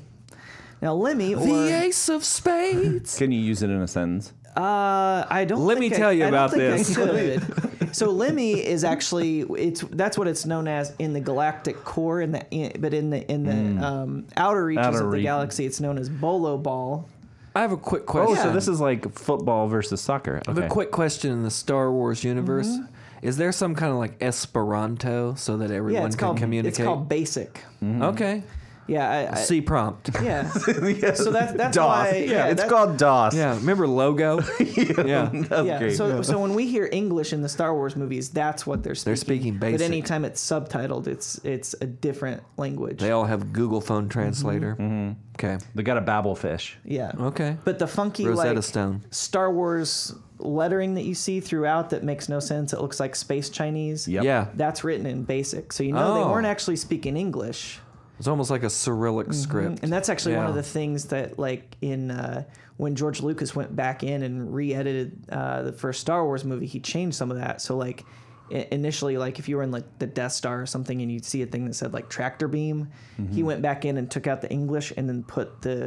[SPEAKER 3] Now Lemmy, or
[SPEAKER 2] the ace of spades.
[SPEAKER 1] Can you use it in a sentence?
[SPEAKER 3] uh, I don't.
[SPEAKER 2] Let me
[SPEAKER 3] think I-
[SPEAKER 2] tell you
[SPEAKER 3] I don't
[SPEAKER 2] about
[SPEAKER 3] think I
[SPEAKER 2] this.
[SPEAKER 3] could. So Lemmy is actually it's that's what it's known as in the galactic core, in the in, but in the in the
[SPEAKER 2] Hmm.
[SPEAKER 3] um, outer reaches
[SPEAKER 1] Outer
[SPEAKER 3] of the
[SPEAKER 1] re-
[SPEAKER 3] galaxy, it's known as Bolo Ball.
[SPEAKER 2] <laughs> I have a quick question.
[SPEAKER 1] Oh, so this is like football versus soccer.
[SPEAKER 2] I have
[SPEAKER 1] Okay.
[SPEAKER 2] a quick question in the Star Wars universe. Is there some kind of like Esperanto so that everyone
[SPEAKER 3] Mm-hmm. Yeah, it's
[SPEAKER 2] can
[SPEAKER 3] called
[SPEAKER 2] communicate? Hmm.
[SPEAKER 3] it's called Basic.
[SPEAKER 1] Mm-hmm.
[SPEAKER 2] Okay.
[SPEAKER 3] Yeah, I, I,
[SPEAKER 2] C prompt. <laughs>
[SPEAKER 3] yeah.
[SPEAKER 1] Yes.
[SPEAKER 3] So that's- that's
[SPEAKER 1] DOS.
[SPEAKER 3] why- yeah,
[SPEAKER 1] it's
[SPEAKER 3] that-
[SPEAKER 1] called DOS.
[SPEAKER 2] Yeah. Remember logo? yeah.
[SPEAKER 1] <laughs> That's
[SPEAKER 3] yeah,
[SPEAKER 1] great.
[SPEAKER 3] so so when we hear English in the Star Wars movies, that's what they're speaking.
[SPEAKER 2] speaking
[SPEAKER 3] But
[SPEAKER 2] basic.
[SPEAKER 3] anytime it's subtitled, it's it's a different language.
[SPEAKER 2] They all have Google
[SPEAKER 3] Mm-hmm.
[SPEAKER 2] Phone Translator.
[SPEAKER 1] Mm-hmm.
[SPEAKER 2] Okay.
[SPEAKER 1] they got a babble fish.
[SPEAKER 3] yeah.
[SPEAKER 2] Okay.
[SPEAKER 3] But the funky
[SPEAKER 2] Rosetta
[SPEAKER 3] like
[SPEAKER 2] Stone.
[SPEAKER 3] Star Wars lettering that you see throughout that makes no sense. It looks like space Chinese.
[SPEAKER 1] Yep.
[SPEAKER 2] Yeah.
[SPEAKER 3] That's written in basic. So you know they
[SPEAKER 2] Oh.
[SPEAKER 3] weren't actually speaking English.
[SPEAKER 2] It's almost like a Cyrillic script.
[SPEAKER 3] Mm-hmm. And that's actually one
[SPEAKER 2] Yeah.
[SPEAKER 3] of the things that, like, in uh, when George Lucas went back in and re-edited uh, the first Star Wars movie, he changed some of that. So, like, i- initially, like if you were in like the Death Star or something, and you'd see a thing that said like tractor beam, he went back in and took out the English and then put the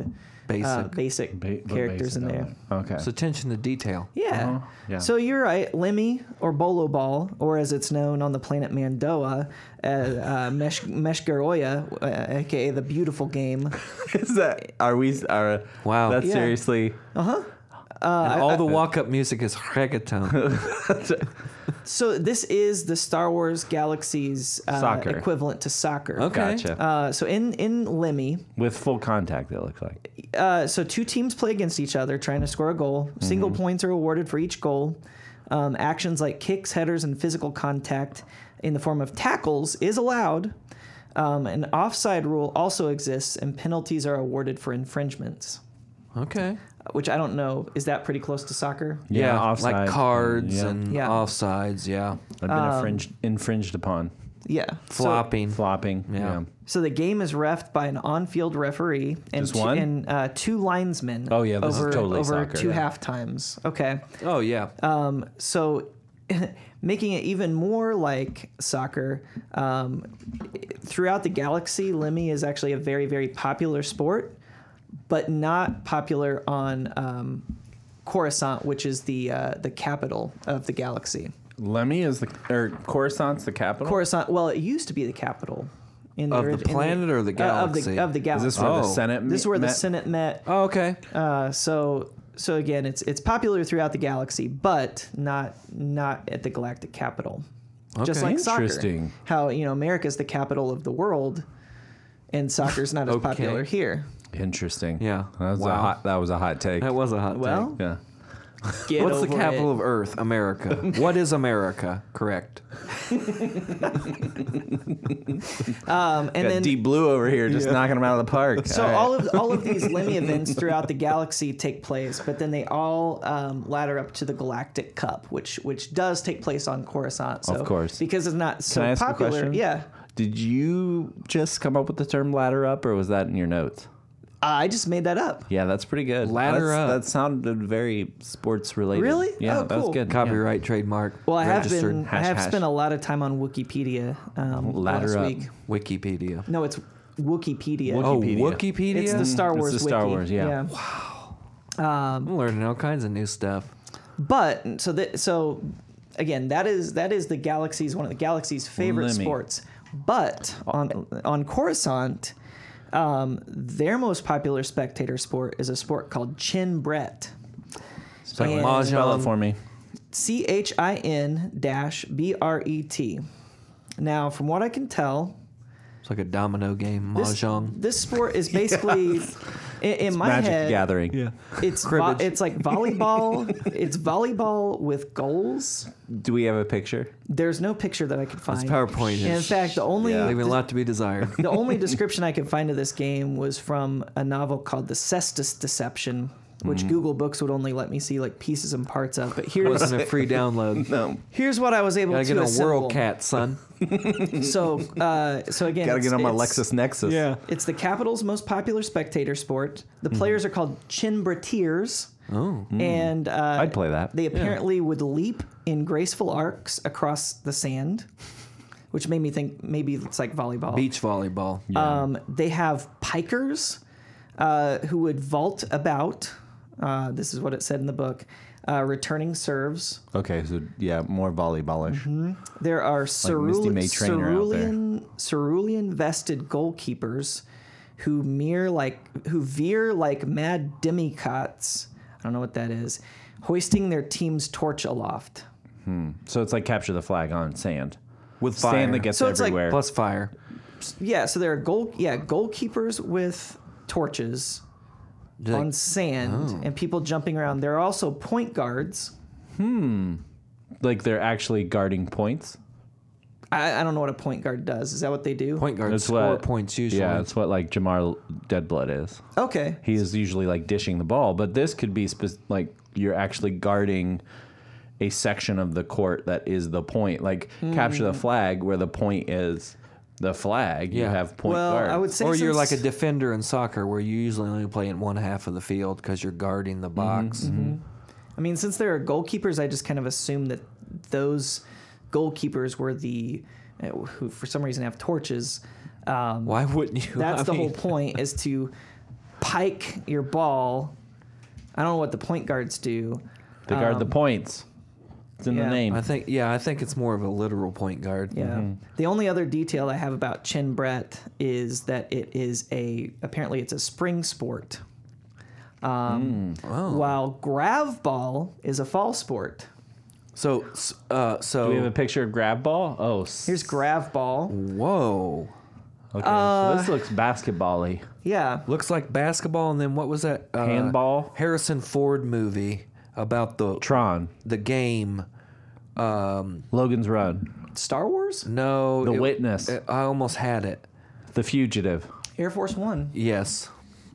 [SPEAKER 3] uh,
[SPEAKER 2] Basic.
[SPEAKER 3] basic
[SPEAKER 1] Ba- but
[SPEAKER 3] characters
[SPEAKER 1] based
[SPEAKER 3] in
[SPEAKER 1] on
[SPEAKER 3] there.
[SPEAKER 1] that. Okay.
[SPEAKER 2] It's attention to detail.
[SPEAKER 3] Yeah.
[SPEAKER 1] Uh-huh. Yeah.
[SPEAKER 3] So you're right. Lemmy or Bolo Ball, or as it's known on the planet Mandoa, uh, uh, Mesh- Meshgaroya, uh, aka the beautiful game.
[SPEAKER 1] <laughs> is that are we are
[SPEAKER 2] Wow.
[SPEAKER 1] That's
[SPEAKER 3] Yeah.
[SPEAKER 1] seriously
[SPEAKER 3] Uh,
[SPEAKER 2] and all the walk up music is
[SPEAKER 1] <laughs>
[SPEAKER 2] reggaeton.
[SPEAKER 3] So this is the Star Wars galaxy's uh,
[SPEAKER 1] Soccer.
[SPEAKER 3] equivalent to soccer.
[SPEAKER 2] Okay.
[SPEAKER 1] gotcha
[SPEAKER 3] Uh, so in in Lemmy,
[SPEAKER 1] with full contact. It looks like
[SPEAKER 3] uh, so two teams play against each other trying to score a goal. Single points are awarded for each goal. Um, actions like kicks, headers, and physical contact in the form of tackles is allowed. Um, an offside rule also exists, and penalties are awarded for infringements.
[SPEAKER 2] okay.
[SPEAKER 3] Which I don't know. Is that pretty close to soccer?
[SPEAKER 1] Yeah,
[SPEAKER 2] like
[SPEAKER 1] offsides
[SPEAKER 2] cards
[SPEAKER 1] and- yeah.
[SPEAKER 2] and
[SPEAKER 3] Yeah.
[SPEAKER 2] offsides. Yeah.
[SPEAKER 1] I've been
[SPEAKER 3] um,
[SPEAKER 1] infringed infringed upon,
[SPEAKER 3] Yeah. So-
[SPEAKER 2] Flopping.
[SPEAKER 1] flopping.
[SPEAKER 2] Yeah.
[SPEAKER 1] Yeah.
[SPEAKER 3] So the game is refed by an on-field referee and
[SPEAKER 1] Just one?
[SPEAKER 3] Two, and uh, two linesmen.
[SPEAKER 1] Oh, yeah, this is
[SPEAKER 3] over,
[SPEAKER 1] totally
[SPEAKER 3] over
[SPEAKER 1] soccer,
[SPEAKER 3] two
[SPEAKER 1] yeah.
[SPEAKER 3] half times. Okay,
[SPEAKER 2] oh, yeah.
[SPEAKER 3] um, so <laughs> making it even more like soccer um, throughout the galaxy, Lemmy is actually a very very popular sport, but not popular on um, Coruscant, which is the uh, the capital of the galaxy.
[SPEAKER 1] Lemmy is the or Coruscant's the capital.
[SPEAKER 3] Coruscant. Well, it used to be the capital. In
[SPEAKER 2] Of the
[SPEAKER 3] orig- in
[SPEAKER 2] planet or the
[SPEAKER 3] uh, of
[SPEAKER 2] galaxy?
[SPEAKER 3] the of the
[SPEAKER 1] is
[SPEAKER 3] galaxy.
[SPEAKER 1] this where
[SPEAKER 2] Oh.
[SPEAKER 1] the Senate?
[SPEAKER 3] This is
[SPEAKER 1] me-
[SPEAKER 3] where the
[SPEAKER 1] met?
[SPEAKER 3] Senate met.
[SPEAKER 2] oh, okay.
[SPEAKER 3] Uh, so so again, it's it's popular throughout the galaxy, but not not at the galactic capital. Just
[SPEAKER 2] Okay.
[SPEAKER 3] like
[SPEAKER 1] Interesting.
[SPEAKER 3] soccer, how you know America's the capital of the world, and soccer's not as
[SPEAKER 2] Okay.
[SPEAKER 3] popular here.
[SPEAKER 1] Interesting.
[SPEAKER 2] Yeah.
[SPEAKER 1] That was a
[SPEAKER 2] Wow.
[SPEAKER 1] hot. That was a hot take.
[SPEAKER 2] That was a hot
[SPEAKER 3] Well,
[SPEAKER 2] take.
[SPEAKER 1] yeah.
[SPEAKER 3] Get
[SPEAKER 2] What's the
[SPEAKER 3] over
[SPEAKER 2] capital
[SPEAKER 3] it.
[SPEAKER 2] of Earth?
[SPEAKER 3] <laughs>
[SPEAKER 2] America. what is America? Correct.
[SPEAKER 3] Um, and
[SPEAKER 1] Got
[SPEAKER 3] then
[SPEAKER 1] deep blue over here, just knocking him out of the park.
[SPEAKER 3] <laughs> So all of all
[SPEAKER 1] <laughs>
[SPEAKER 3] of these Lemmy events throughout the galaxy take place, but then they all um, ladder up to the Galactic Cup, which which does take place on Coruscant. So
[SPEAKER 1] Of course.
[SPEAKER 3] because it's not so
[SPEAKER 1] I ask a
[SPEAKER 3] popular.
[SPEAKER 1] question?
[SPEAKER 3] Yeah,
[SPEAKER 1] Did you just come up with the term ladder up, or was that in your notes?
[SPEAKER 3] I just made that up.
[SPEAKER 1] Yeah, that's pretty good.
[SPEAKER 2] Ladder
[SPEAKER 1] That's-
[SPEAKER 2] up.
[SPEAKER 1] That sounded very sports related.
[SPEAKER 3] Really?
[SPEAKER 1] Yeah,
[SPEAKER 3] Oh,
[SPEAKER 1] that was
[SPEAKER 3] cool.
[SPEAKER 1] good.
[SPEAKER 2] Copyright, trademark.
[SPEAKER 3] Well, I have
[SPEAKER 2] registered.
[SPEAKER 3] been I
[SPEAKER 1] Hash,
[SPEAKER 3] have
[SPEAKER 1] hash.
[SPEAKER 3] spent a lot of time on Wikipedia um,
[SPEAKER 1] Ladder
[SPEAKER 3] last
[SPEAKER 1] up.
[SPEAKER 3] week.
[SPEAKER 2] Wikipedia.
[SPEAKER 3] No, it's Wikipedia.
[SPEAKER 2] Oh,
[SPEAKER 1] Wikipedia.
[SPEAKER 2] Wikipedia.
[SPEAKER 3] It's the Star
[SPEAKER 1] It's
[SPEAKER 3] Wars.
[SPEAKER 1] the Star
[SPEAKER 3] wiki.
[SPEAKER 1] Wars, yeah.
[SPEAKER 2] I'm learning all kinds of new stuff.
[SPEAKER 3] But so that so again, that is that is the galaxy's one of the galaxy's favorite
[SPEAKER 1] Lemmy.
[SPEAKER 3] sports. But
[SPEAKER 1] Oh.
[SPEAKER 3] on on Coruscant, um, their most popular spectator sport is a sport called chin brett.
[SPEAKER 1] So
[SPEAKER 3] And- um,
[SPEAKER 1] spell it for me.
[SPEAKER 3] C H I N dash B R E T. Now, from what I can tell,
[SPEAKER 2] It's like a domino game,
[SPEAKER 3] this,
[SPEAKER 2] mahjong.
[SPEAKER 3] this sport
[SPEAKER 1] <laughs>
[SPEAKER 3] is basically in, in my
[SPEAKER 1] Magic
[SPEAKER 3] head.
[SPEAKER 1] Gathering.
[SPEAKER 3] It's vo-
[SPEAKER 2] Cribbage.
[SPEAKER 3] it's like volleyball. it's volleyball with goals.
[SPEAKER 1] Do we have a picture?
[SPEAKER 3] There's no picture that I could find.
[SPEAKER 2] PowerPoint
[SPEAKER 3] In
[SPEAKER 2] is-
[SPEAKER 3] fact, the only
[SPEAKER 1] Yeah. <laughs>
[SPEAKER 2] Leaving a lot to be
[SPEAKER 3] <laughs>
[SPEAKER 2] desired.
[SPEAKER 3] the only description I could find of this game was from a novel called The Cestus Deception, which
[SPEAKER 1] Mm.
[SPEAKER 3] Google Books would only let me see like pieces and parts of. But here's
[SPEAKER 2] wasn't a free download.
[SPEAKER 1] No.
[SPEAKER 3] here's what I was able
[SPEAKER 2] Gotta
[SPEAKER 3] to
[SPEAKER 2] get on
[SPEAKER 3] assemble.
[SPEAKER 2] World Cat, son.
[SPEAKER 3] So uh, so
[SPEAKER 1] <laughs> <laughs>
[SPEAKER 3] again,
[SPEAKER 1] Gotta
[SPEAKER 3] it's-
[SPEAKER 1] get on my
[SPEAKER 3] it's-
[SPEAKER 1] Lexus Nexus.
[SPEAKER 3] It's the capital's most popular spectator sport. The
[SPEAKER 1] Mm-hmm.
[SPEAKER 3] players are called chinbreteers. Oh, and uh,
[SPEAKER 1] Mm. I'd play that.
[SPEAKER 3] They apparently would leap in graceful arcs across the sand, which made me think maybe it's like volleyball.
[SPEAKER 2] Beach volleyball.
[SPEAKER 3] Um, they have pikers uh, who would vault about. Uh, this is what it said in the book. uh, returning serves.
[SPEAKER 1] Okay, so yeah, more volleyballish.
[SPEAKER 3] Mm-hmm. There are cerule-
[SPEAKER 1] May Trainor out there.
[SPEAKER 3] cerulean cerulean vested goalkeepers who mere like who veer like mad demicots. I don't know what that is, hoisting their team's torch aloft.
[SPEAKER 1] So it's like capture the flag on sand.
[SPEAKER 2] with fire.
[SPEAKER 1] Sand that gets
[SPEAKER 3] So it's like-
[SPEAKER 1] everywhere.
[SPEAKER 2] plus fire.
[SPEAKER 3] Yeah, so there are goal yeah goalkeepers with torches
[SPEAKER 2] Do they-
[SPEAKER 3] on sand
[SPEAKER 2] oh.
[SPEAKER 3] and people jumping around. There are also point guards.
[SPEAKER 1] like they're actually guarding points.
[SPEAKER 3] I, I don't know what a point guard does. Is that what they do?
[SPEAKER 2] point guards
[SPEAKER 1] That's
[SPEAKER 2] score
[SPEAKER 1] what-
[SPEAKER 2] points usually.
[SPEAKER 1] Yeah, that's what like Jamar Deadblood is.
[SPEAKER 3] Okay.
[SPEAKER 1] He is usually like dishing the ball, but this could be spec- like you're actually guarding a section of the court that is the point. Like capture the flag where the point is the flag. You
[SPEAKER 2] Hmm. Yeah.
[SPEAKER 1] have point
[SPEAKER 3] well,
[SPEAKER 1] guards.
[SPEAKER 3] I would say
[SPEAKER 2] or you're like
[SPEAKER 3] since-
[SPEAKER 2] a defender in soccer where you usually only play in one half of the field because you're guarding the
[SPEAKER 3] Mm-hmm.
[SPEAKER 2] box.
[SPEAKER 3] I mean, since there are goalkeepers, I just kind of assume that those goalkeepers were the uh, who, for some reason, have torches. Um,
[SPEAKER 2] Why wouldn't you? <laughs>
[SPEAKER 3] that's
[SPEAKER 2] I
[SPEAKER 3] the whole
[SPEAKER 2] mean,
[SPEAKER 3] point is to pike your ball. I don't know what the point guards do.
[SPEAKER 1] they guard the points. It's in
[SPEAKER 3] yeah.
[SPEAKER 1] the name.
[SPEAKER 2] I think um, yeah, I think it's more of a literal point guard.
[SPEAKER 3] Yeah. The only other detail I have about chin brett is that it is a apparently it's a spring sport. Um,
[SPEAKER 2] Mm.
[SPEAKER 3] While grav ball is a fall sport.
[SPEAKER 2] So s- uh, so
[SPEAKER 1] Do we have a picture of grab ball? Oh, s-
[SPEAKER 3] Here's grav ball.
[SPEAKER 2] whoa,
[SPEAKER 1] okay.
[SPEAKER 2] uh,
[SPEAKER 1] so this looks basketball-y.
[SPEAKER 3] Yeah.
[SPEAKER 2] looks like basketball. And then what was that? Uh,
[SPEAKER 1] Handball?
[SPEAKER 2] Harrison Ford movie about the
[SPEAKER 1] Tron,
[SPEAKER 2] the game. Um,
[SPEAKER 1] Logan's Run,
[SPEAKER 3] Star Wars?
[SPEAKER 2] no,
[SPEAKER 1] The
[SPEAKER 2] it-
[SPEAKER 1] Witness,
[SPEAKER 2] I almost had it.
[SPEAKER 1] The Fugitive.
[SPEAKER 3] Air Force One.
[SPEAKER 2] Yes,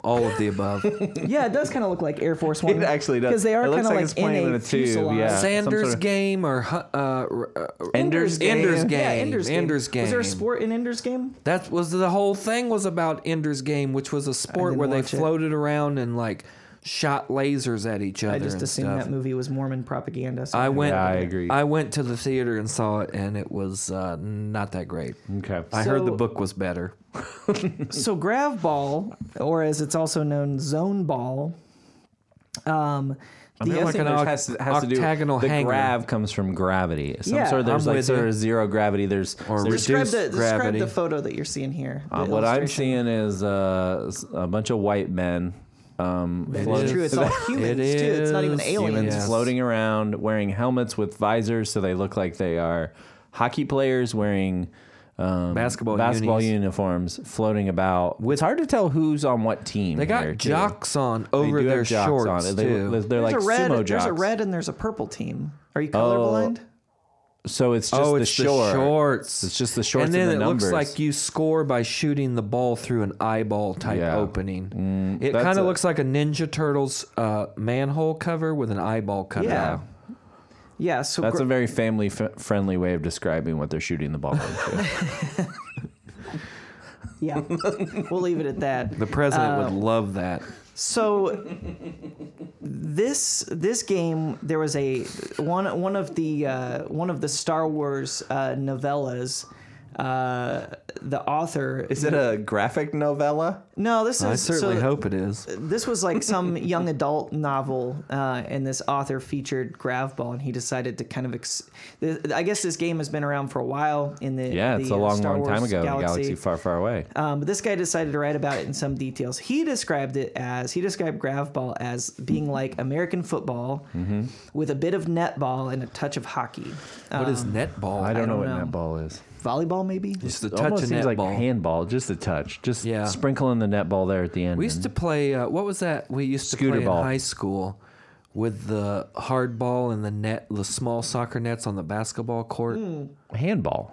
[SPEAKER 2] all of the
[SPEAKER 1] <laughs>
[SPEAKER 2] above.
[SPEAKER 3] Yeah, it does kind of look like Air Force One.
[SPEAKER 1] It actually does.
[SPEAKER 3] Because they are
[SPEAKER 1] It looks
[SPEAKER 3] kind of
[SPEAKER 1] like
[SPEAKER 3] like,
[SPEAKER 1] it's playing
[SPEAKER 3] in
[SPEAKER 1] in
[SPEAKER 3] a,
[SPEAKER 1] a tube,
[SPEAKER 3] fuselage.
[SPEAKER 1] yeah. Same
[SPEAKER 2] Sanders
[SPEAKER 1] sort of-
[SPEAKER 2] game or hu- uh, r- uh,
[SPEAKER 1] Ender's Game.
[SPEAKER 2] Ender's game.
[SPEAKER 3] Yeah, Ender's game.
[SPEAKER 2] Ender's game.
[SPEAKER 3] Was there a sport in Ender's game?
[SPEAKER 2] That was the whole thing was about Ender's Game, which was a sport
[SPEAKER 3] didn't
[SPEAKER 2] where they
[SPEAKER 3] watch it.
[SPEAKER 2] floated around and like shot lasers at each other.
[SPEAKER 3] I just
[SPEAKER 2] and
[SPEAKER 3] assumed
[SPEAKER 2] stuff.
[SPEAKER 3] that movie was Mormon propaganda. so
[SPEAKER 2] I went.
[SPEAKER 1] Yeah, I agree.
[SPEAKER 2] I went to the theater and saw it, and it was uh, not that great.
[SPEAKER 1] Okay.
[SPEAKER 2] I heard the
[SPEAKER 3] So-
[SPEAKER 2] book was better.
[SPEAKER 3] so grav ball, or as it's also known, zone ball. Um, the
[SPEAKER 1] I'm
[SPEAKER 2] like
[SPEAKER 1] guessing
[SPEAKER 2] an
[SPEAKER 1] there's
[SPEAKER 2] oc-
[SPEAKER 1] has, to- has to do
[SPEAKER 2] octagonal
[SPEAKER 1] the
[SPEAKER 2] hanger.
[SPEAKER 1] grav comes from gravity. Some
[SPEAKER 3] Yeah,
[SPEAKER 1] sort of there's
[SPEAKER 2] I'm
[SPEAKER 1] like
[SPEAKER 2] with
[SPEAKER 1] sort
[SPEAKER 2] you.
[SPEAKER 1] of zero gravity. There's,
[SPEAKER 2] Or
[SPEAKER 1] there's-
[SPEAKER 2] reduced
[SPEAKER 3] describe the describe
[SPEAKER 2] gravity.
[SPEAKER 3] the photo that you're seeing here.
[SPEAKER 1] uh,
[SPEAKER 3] the
[SPEAKER 1] what I'm seeing
[SPEAKER 3] illustration.
[SPEAKER 1] is uh, s- a bunch of white men. Um,
[SPEAKER 3] It's
[SPEAKER 1] <laughs>
[SPEAKER 3] true. It's all humans
[SPEAKER 2] It
[SPEAKER 3] too. It's not even
[SPEAKER 2] is.
[SPEAKER 3] aliens.
[SPEAKER 1] humans
[SPEAKER 2] Yes.
[SPEAKER 1] floating around wearing helmets with visors so they look like they are hockey players wearing um,
[SPEAKER 2] Basketball unis.
[SPEAKER 1] uniforms floating about. it's hard to tell who's on what team.
[SPEAKER 2] They got
[SPEAKER 1] here, too.
[SPEAKER 2] jocks on
[SPEAKER 1] They
[SPEAKER 2] over
[SPEAKER 1] do have
[SPEAKER 2] their
[SPEAKER 1] jocks
[SPEAKER 2] shorts
[SPEAKER 1] on. They,
[SPEAKER 2] too.
[SPEAKER 1] They're like
[SPEAKER 3] there's a red.
[SPEAKER 1] sumo jocks.
[SPEAKER 3] There's a red and there's a purple team. Are you colorblind?
[SPEAKER 1] So it's just
[SPEAKER 2] oh,
[SPEAKER 1] the,
[SPEAKER 2] it's the,
[SPEAKER 1] short.
[SPEAKER 2] shorts.
[SPEAKER 1] It's just the shorts
[SPEAKER 2] and then
[SPEAKER 1] and the
[SPEAKER 2] it
[SPEAKER 1] numbers.
[SPEAKER 2] looks like you score by shooting the ball through an eyeball type
[SPEAKER 1] Yeah. Mm,
[SPEAKER 2] opening. it
[SPEAKER 1] that's
[SPEAKER 2] kind
[SPEAKER 1] a-
[SPEAKER 2] of looks like a Ninja Turtles uh, manhole cover with an eyeball cut
[SPEAKER 3] yeah.
[SPEAKER 2] out.
[SPEAKER 3] Yeah. So
[SPEAKER 1] That's
[SPEAKER 3] gra-
[SPEAKER 1] a very family f- friendly way of describing what they're shooting the ball into.
[SPEAKER 3] <laughs> yeah. we'll leave it at that.
[SPEAKER 2] The president
[SPEAKER 1] Uh,
[SPEAKER 2] would <laughs> love that.
[SPEAKER 3] So this this game, there was a one one of the uh, one of the Star Wars uh, novellas. Uh, the author
[SPEAKER 1] Is it a graphic novella?
[SPEAKER 3] no, this is
[SPEAKER 2] I certainly
[SPEAKER 3] so uh,
[SPEAKER 2] hope it is.
[SPEAKER 3] This was
[SPEAKER 1] <laughs>
[SPEAKER 3] like some young adult novel, uh, and this author featured Gravball, and he decided to kind of. Ex- th- I guess this game has been around for a while in the
[SPEAKER 1] Yeah, it's
[SPEAKER 3] the,
[SPEAKER 1] a
[SPEAKER 3] uh,
[SPEAKER 1] long,
[SPEAKER 3] Star
[SPEAKER 1] long time
[SPEAKER 3] Wars
[SPEAKER 1] ago. in a
[SPEAKER 3] galaxy.
[SPEAKER 1] Galaxy far, far away.
[SPEAKER 3] Um, but this guy decided to write about it in some details. He described it as he described gravball as being like American football with a bit of netball and a touch of hockey. Uh,
[SPEAKER 2] What is netball?
[SPEAKER 1] I don't, know
[SPEAKER 3] don't
[SPEAKER 1] what
[SPEAKER 3] know.
[SPEAKER 1] netball is.
[SPEAKER 3] volleyball, maybe.
[SPEAKER 2] It's the
[SPEAKER 1] It
[SPEAKER 2] touch
[SPEAKER 1] almost
[SPEAKER 2] of
[SPEAKER 1] seems like
[SPEAKER 2] netball.
[SPEAKER 1] handball, just a touch, just
[SPEAKER 2] Yeah.
[SPEAKER 1] sprinkle in the netball there at the end.
[SPEAKER 2] we used to play. Uh, what was that? We used to
[SPEAKER 1] Scooter
[SPEAKER 2] play
[SPEAKER 1] ball.
[SPEAKER 2] in high school with the hard ball and the net, the small soccer nets on the basketball court.
[SPEAKER 1] to handball.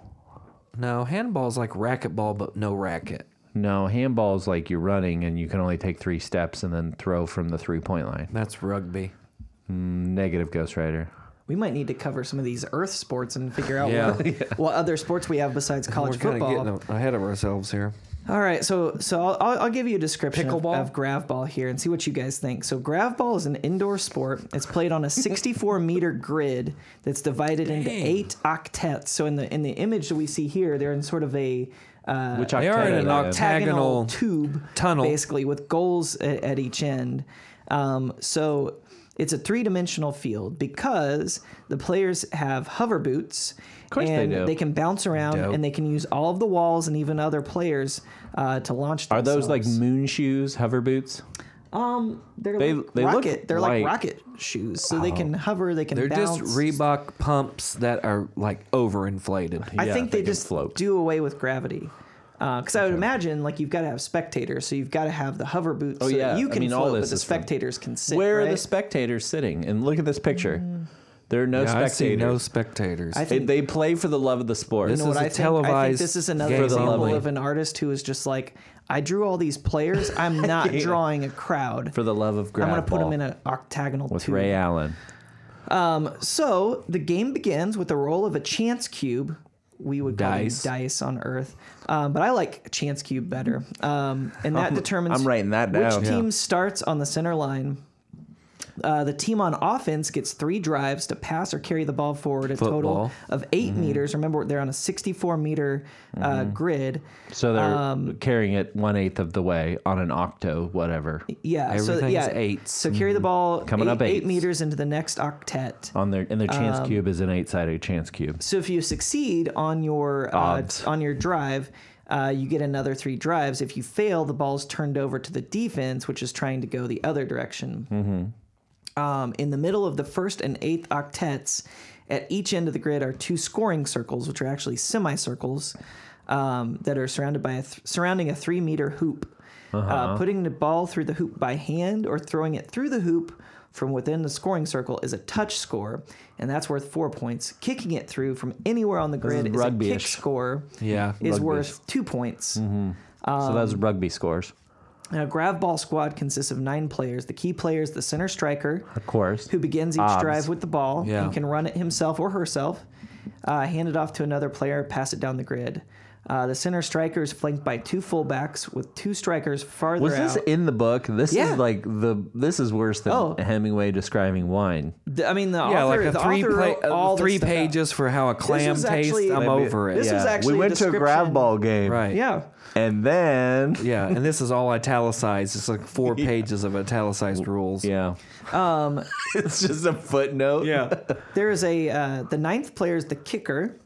[SPEAKER 2] No, handball's like racquetball, but no racket.
[SPEAKER 1] No, handball is like you're running and you can only take three steps and then throw from the three point line.
[SPEAKER 2] That's rugby.
[SPEAKER 1] Negative Ghost Rider.
[SPEAKER 3] We might need to cover some of these Earth sports and figure out
[SPEAKER 2] <laughs> Yeah.
[SPEAKER 3] what, what other sports we have besides college
[SPEAKER 2] We're kind
[SPEAKER 3] football.
[SPEAKER 2] of getting ahead of ourselves here.
[SPEAKER 3] All right, so so I'll, I'll- I'll give you a description of,
[SPEAKER 2] Pickleball?
[SPEAKER 3] of gravball here and see what you guys think. So gravball is an indoor sport. It's played on a 64 meter grid that's divided into eight octets. So in the in the image that we see here, they're in sort of a uh,
[SPEAKER 1] Which
[SPEAKER 2] They are
[SPEAKER 1] octet
[SPEAKER 2] in
[SPEAKER 1] is
[SPEAKER 2] an
[SPEAKER 1] that?
[SPEAKER 2] octet-
[SPEAKER 3] octagonal
[SPEAKER 2] Octagonal
[SPEAKER 3] tube
[SPEAKER 2] tunnel.
[SPEAKER 3] basically with goals at, at each end. Um, so It's a three dimensional field because the players have hover boots. Of
[SPEAKER 1] course they
[SPEAKER 3] and
[SPEAKER 1] do.
[SPEAKER 3] can bounce around
[SPEAKER 2] Dope.
[SPEAKER 3] and they can use all of the walls and even other players uh, to launch.
[SPEAKER 1] Are those like
[SPEAKER 3] themselves.
[SPEAKER 1] moon shoes, hover boots?
[SPEAKER 3] um? They're
[SPEAKER 1] They-
[SPEAKER 3] like
[SPEAKER 1] they look
[SPEAKER 3] rocket. they're like,
[SPEAKER 1] like-
[SPEAKER 3] rocket shoes, so they can hover. They can.
[SPEAKER 2] They're
[SPEAKER 3] bounce.
[SPEAKER 2] just Reebok pumps that are like overinflated.
[SPEAKER 3] I
[SPEAKER 1] Yeah,
[SPEAKER 3] think
[SPEAKER 1] they
[SPEAKER 3] they,
[SPEAKER 1] can
[SPEAKER 3] just
[SPEAKER 1] float.
[SPEAKER 3] do away with gravity. Because I would imagine, like you've got to have spectators, so you've got to have the hover boots. so that
[SPEAKER 1] Oh, yeah.
[SPEAKER 3] you
[SPEAKER 1] I
[SPEAKER 3] can
[SPEAKER 1] mean, all
[SPEAKER 3] float,
[SPEAKER 1] this
[SPEAKER 3] but the
[SPEAKER 1] is from-
[SPEAKER 3] spectators can sit.
[SPEAKER 1] Where are the
[SPEAKER 3] right? Mm.
[SPEAKER 1] spectators sitting? And look at this picture. There are no
[SPEAKER 2] Yeah, I see
[SPEAKER 1] spectators.
[SPEAKER 2] no spectators.
[SPEAKER 3] I
[SPEAKER 1] They-
[SPEAKER 3] think-
[SPEAKER 1] they play for the love of the sport.
[SPEAKER 2] This
[SPEAKER 3] You know
[SPEAKER 2] is
[SPEAKER 3] what
[SPEAKER 2] a
[SPEAKER 3] I think? I think
[SPEAKER 2] televised
[SPEAKER 3] this is another
[SPEAKER 2] game
[SPEAKER 3] example
[SPEAKER 2] only.
[SPEAKER 3] of an artist who is just like, I drew all these players.
[SPEAKER 1] <laughs>
[SPEAKER 3] I'm not drawing a crowd.
[SPEAKER 1] for the love of
[SPEAKER 3] I'm
[SPEAKER 1] grab
[SPEAKER 3] going to put
[SPEAKER 1] ball
[SPEAKER 3] them in an octagonal
[SPEAKER 1] with
[SPEAKER 3] tube.
[SPEAKER 1] Ray Allen.
[SPEAKER 3] So the game begins with the roll of a chance cube. We would call them
[SPEAKER 2] Dice.
[SPEAKER 3] dice on Earth, um, but I like chance cube better, um, and that
[SPEAKER 1] <laughs>
[SPEAKER 3] determines
[SPEAKER 1] I'm writing that down.
[SPEAKER 3] which team starts on the center line. Uh, the team on offense gets three drives to pass or carry the ball forward, a
[SPEAKER 2] Football.
[SPEAKER 3] total of 8
[SPEAKER 1] Mm-hmm.
[SPEAKER 3] meters. Remember, they're on a 64 meter uh, grid.
[SPEAKER 1] So they're
[SPEAKER 3] Um,
[SPEAKER 1] carrying it one eighth of the way on an octo, whatever,
[SPEAKER 3] Yeah, so
[SPEAKER 2] Everything's
[SPEAKER 3] yeah,
[SPEAKER 2] eights.
[SPEAKER 3] So carry the ball
[SPEAKER 1] Mm-hmm. Coming
[SPEAKER 3] eight,
[SPEAKER 1] up
[SPEAKER 3] eight
[SPEAKER 1] eights.
[SPEAKER 3] meters into the next octet.
[SPEAKER 1] on their and their chance
[SPEAKER 3] Um,
[SPEAKER 1] cube is an eight sided chance cube.
[SPEAKER 3] So if you succeed on your uh,
[SPEAKER 1] Odds.
[SPEAKER 3] on your drive, uh, you get another three drives. If you fail, the ball's turned over to the defense, which is trying to go the other direction. Um, in the middle of the first and eighth octets, at each end of the grid are two scoring circles, which are actually semicircles um, that are surrounded by a th- surrounding a three meter hoop. uh putting the ball through the hoop by hand or throwing it through the hoop from within the scoring circle is a touch score, and that's worth four points. Kicking it through from anywhere on the grid is, a kick
[SPEAKER 1] rugby-ish.
[SPEAKER 3] score.
[SPEAKER 2] Yeah,
[SPEAKER 3] is
[SPEAKER 1] rugby-ish.
[SPEAKER 3] worth two points. um,
[SPEAKER 1] so those rugby scores,
[SPEAKER 3] Now, grav ball squad consists of nine players. The key player is the center striker,
[SPEAKER 1] of course.
[SPEAKER 3] who begins each
[SPEAKER 1] Obs.
[SPEAKER 3] drive with the ball
[SPEAKER 2] Yeah.
[SPEAKER 3] and can run it himself or herself, uh, hand it off to another player, pass it down the grid. Uh, the center striker is flanked by two fullbacks with two strikers farther
[SPEAKER 1] was this
[SPEAKER 3] out.
[SPEAKER 1] in the book? This
[SPEAKER 3] Yeah.
[SPEAKER 1] is like the this is worse than
[SPEAKER 3] Oh.
[SPEAKER 1] Hemingway describing wine.
[SPEAKER 3] The- I mean, the
[SPEAKER 2] yeah,
[SPEAKER 3] author,
[SPEAKER 2] like
[SPEAKER 3] the
[SPEAKER 2] a three
[SPEAKER 3] author
[SPEAKER 2] play,
[SPEAKER 3] wrote
[SPEAKER 2] uh,
[SPEAKER 3] all this
[SPEAKER 2] three
[SPEAKER 3] stuff out.
[SPEAKER 2] pages for how a clam
[SPEAKER 3] was
[SPEAKER 2] tastes.
[SPEAKER 3] actually-
[SPEAKER 2] I'm
[SPEAKER 1] Maybe-
[SPEAKER 2] over it.
[SPEAKER 3] This
[SPEAKER 2] yeah.
[SPEAKER 3] was actually
[SPEAKER 1] we
[SPEAKER 3] a
[SPEAKER 1] went to a grab
[SPEAKER 3] description-
[SPEAKER 1] ball game,
[SPEAKER 2] right.
[SPEAKER 3] Yeah.
[SPEAKER 1] And then
[SPEAKER 2] Yeah, and this is all italicized. It's like four pages of italicized rules.
[SPEAKER 1] yeah,
[SPEAKER 3] Um,
[SPEAKER 1] <laughs> it's just a footnote.
[SPEAKER 2] yeah.
[SPEAKER 3] There is a uh, the ninth player is the kicker,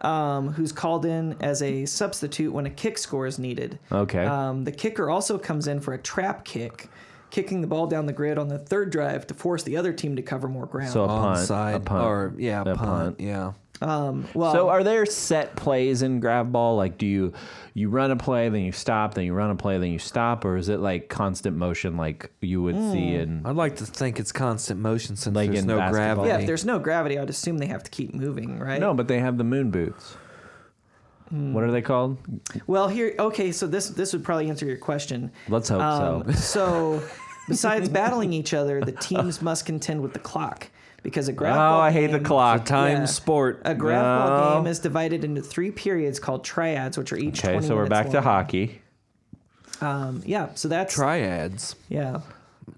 [SPEAKER 3] um, who's called in as a substitute when a kick score is needed.
[SPEAKER 1] Okay.
[SPEAKER 3] Um, the kicker also comes in for a trap kick, kicking the ball down the grid on the third drive to force the other team to cover more ground.
[SPEAKER 1] So a punt,
[SPEAKER 2] Onside
[SPEAKER 1] a punt,
[SPEAKER 2] or yeah, punt, yeah.
[SPEAKER 3] um, well,
[SPEAKER 1] So are there set plays in grab ball? Like do you you run a play, then you stop, then you run a play, then you stop, or is it like constant motion like you would see
[SPEAKER 3] Hmm.
[SPEAKER 1] in
[SPEAKER 2] I'd like to think it's constant motion since
[SPEAKER 1] Like
[SPEAKER 2] there's
[SPEAKER 1] in
[SPEAKER 2] no
[SPEAKER 1] basketball.
[SPEAKER 2] gravity.
[SPEAKER 3] yeah, if there's no gravity, I'd assume they have to keep moving, right?
[SPEAKER 1] No, but they have the moon boots.
[SPEAKER 3] Hmm.
[SPEAKER 1] What are they called?
[SPEAKER 3] Well, here, okay, so this this would probably answer your question. Um,
[SPEAKER 1] Let's hope <laughs> so.
[SPEAKER 3] so, besides battling each other, the teams must contend with the clock because a grab
[SPEAKER 1] Oh,
[SPEAKER 3] ball
[SPEAKER 1] I hate the
[SPEAKER 3] game-
[SPEAKER 1] clock.
[SPEAKER 2] time
[SPEAKER 3] Yeah.
[SPEAKER 2] sport.
[SPEAKER 3] A grab ball
[SPEAKER 1] No.
[SPEAKER 3] game is divided into three periods called triads, which are each.
[SPEAKER 1] Okay,
[SPEAKER 3] 20
[SPEAKER 1] so we're
[SPEAKER 3] minutes
[SPEAKER 1] back to
[SPEAKER 3] long.
[SPEAKER 1] hockey.
[SPEAKER 3] Um, yeah, so that's
[SPEAKER 2] triads.
[SPEAKER 3] yeah.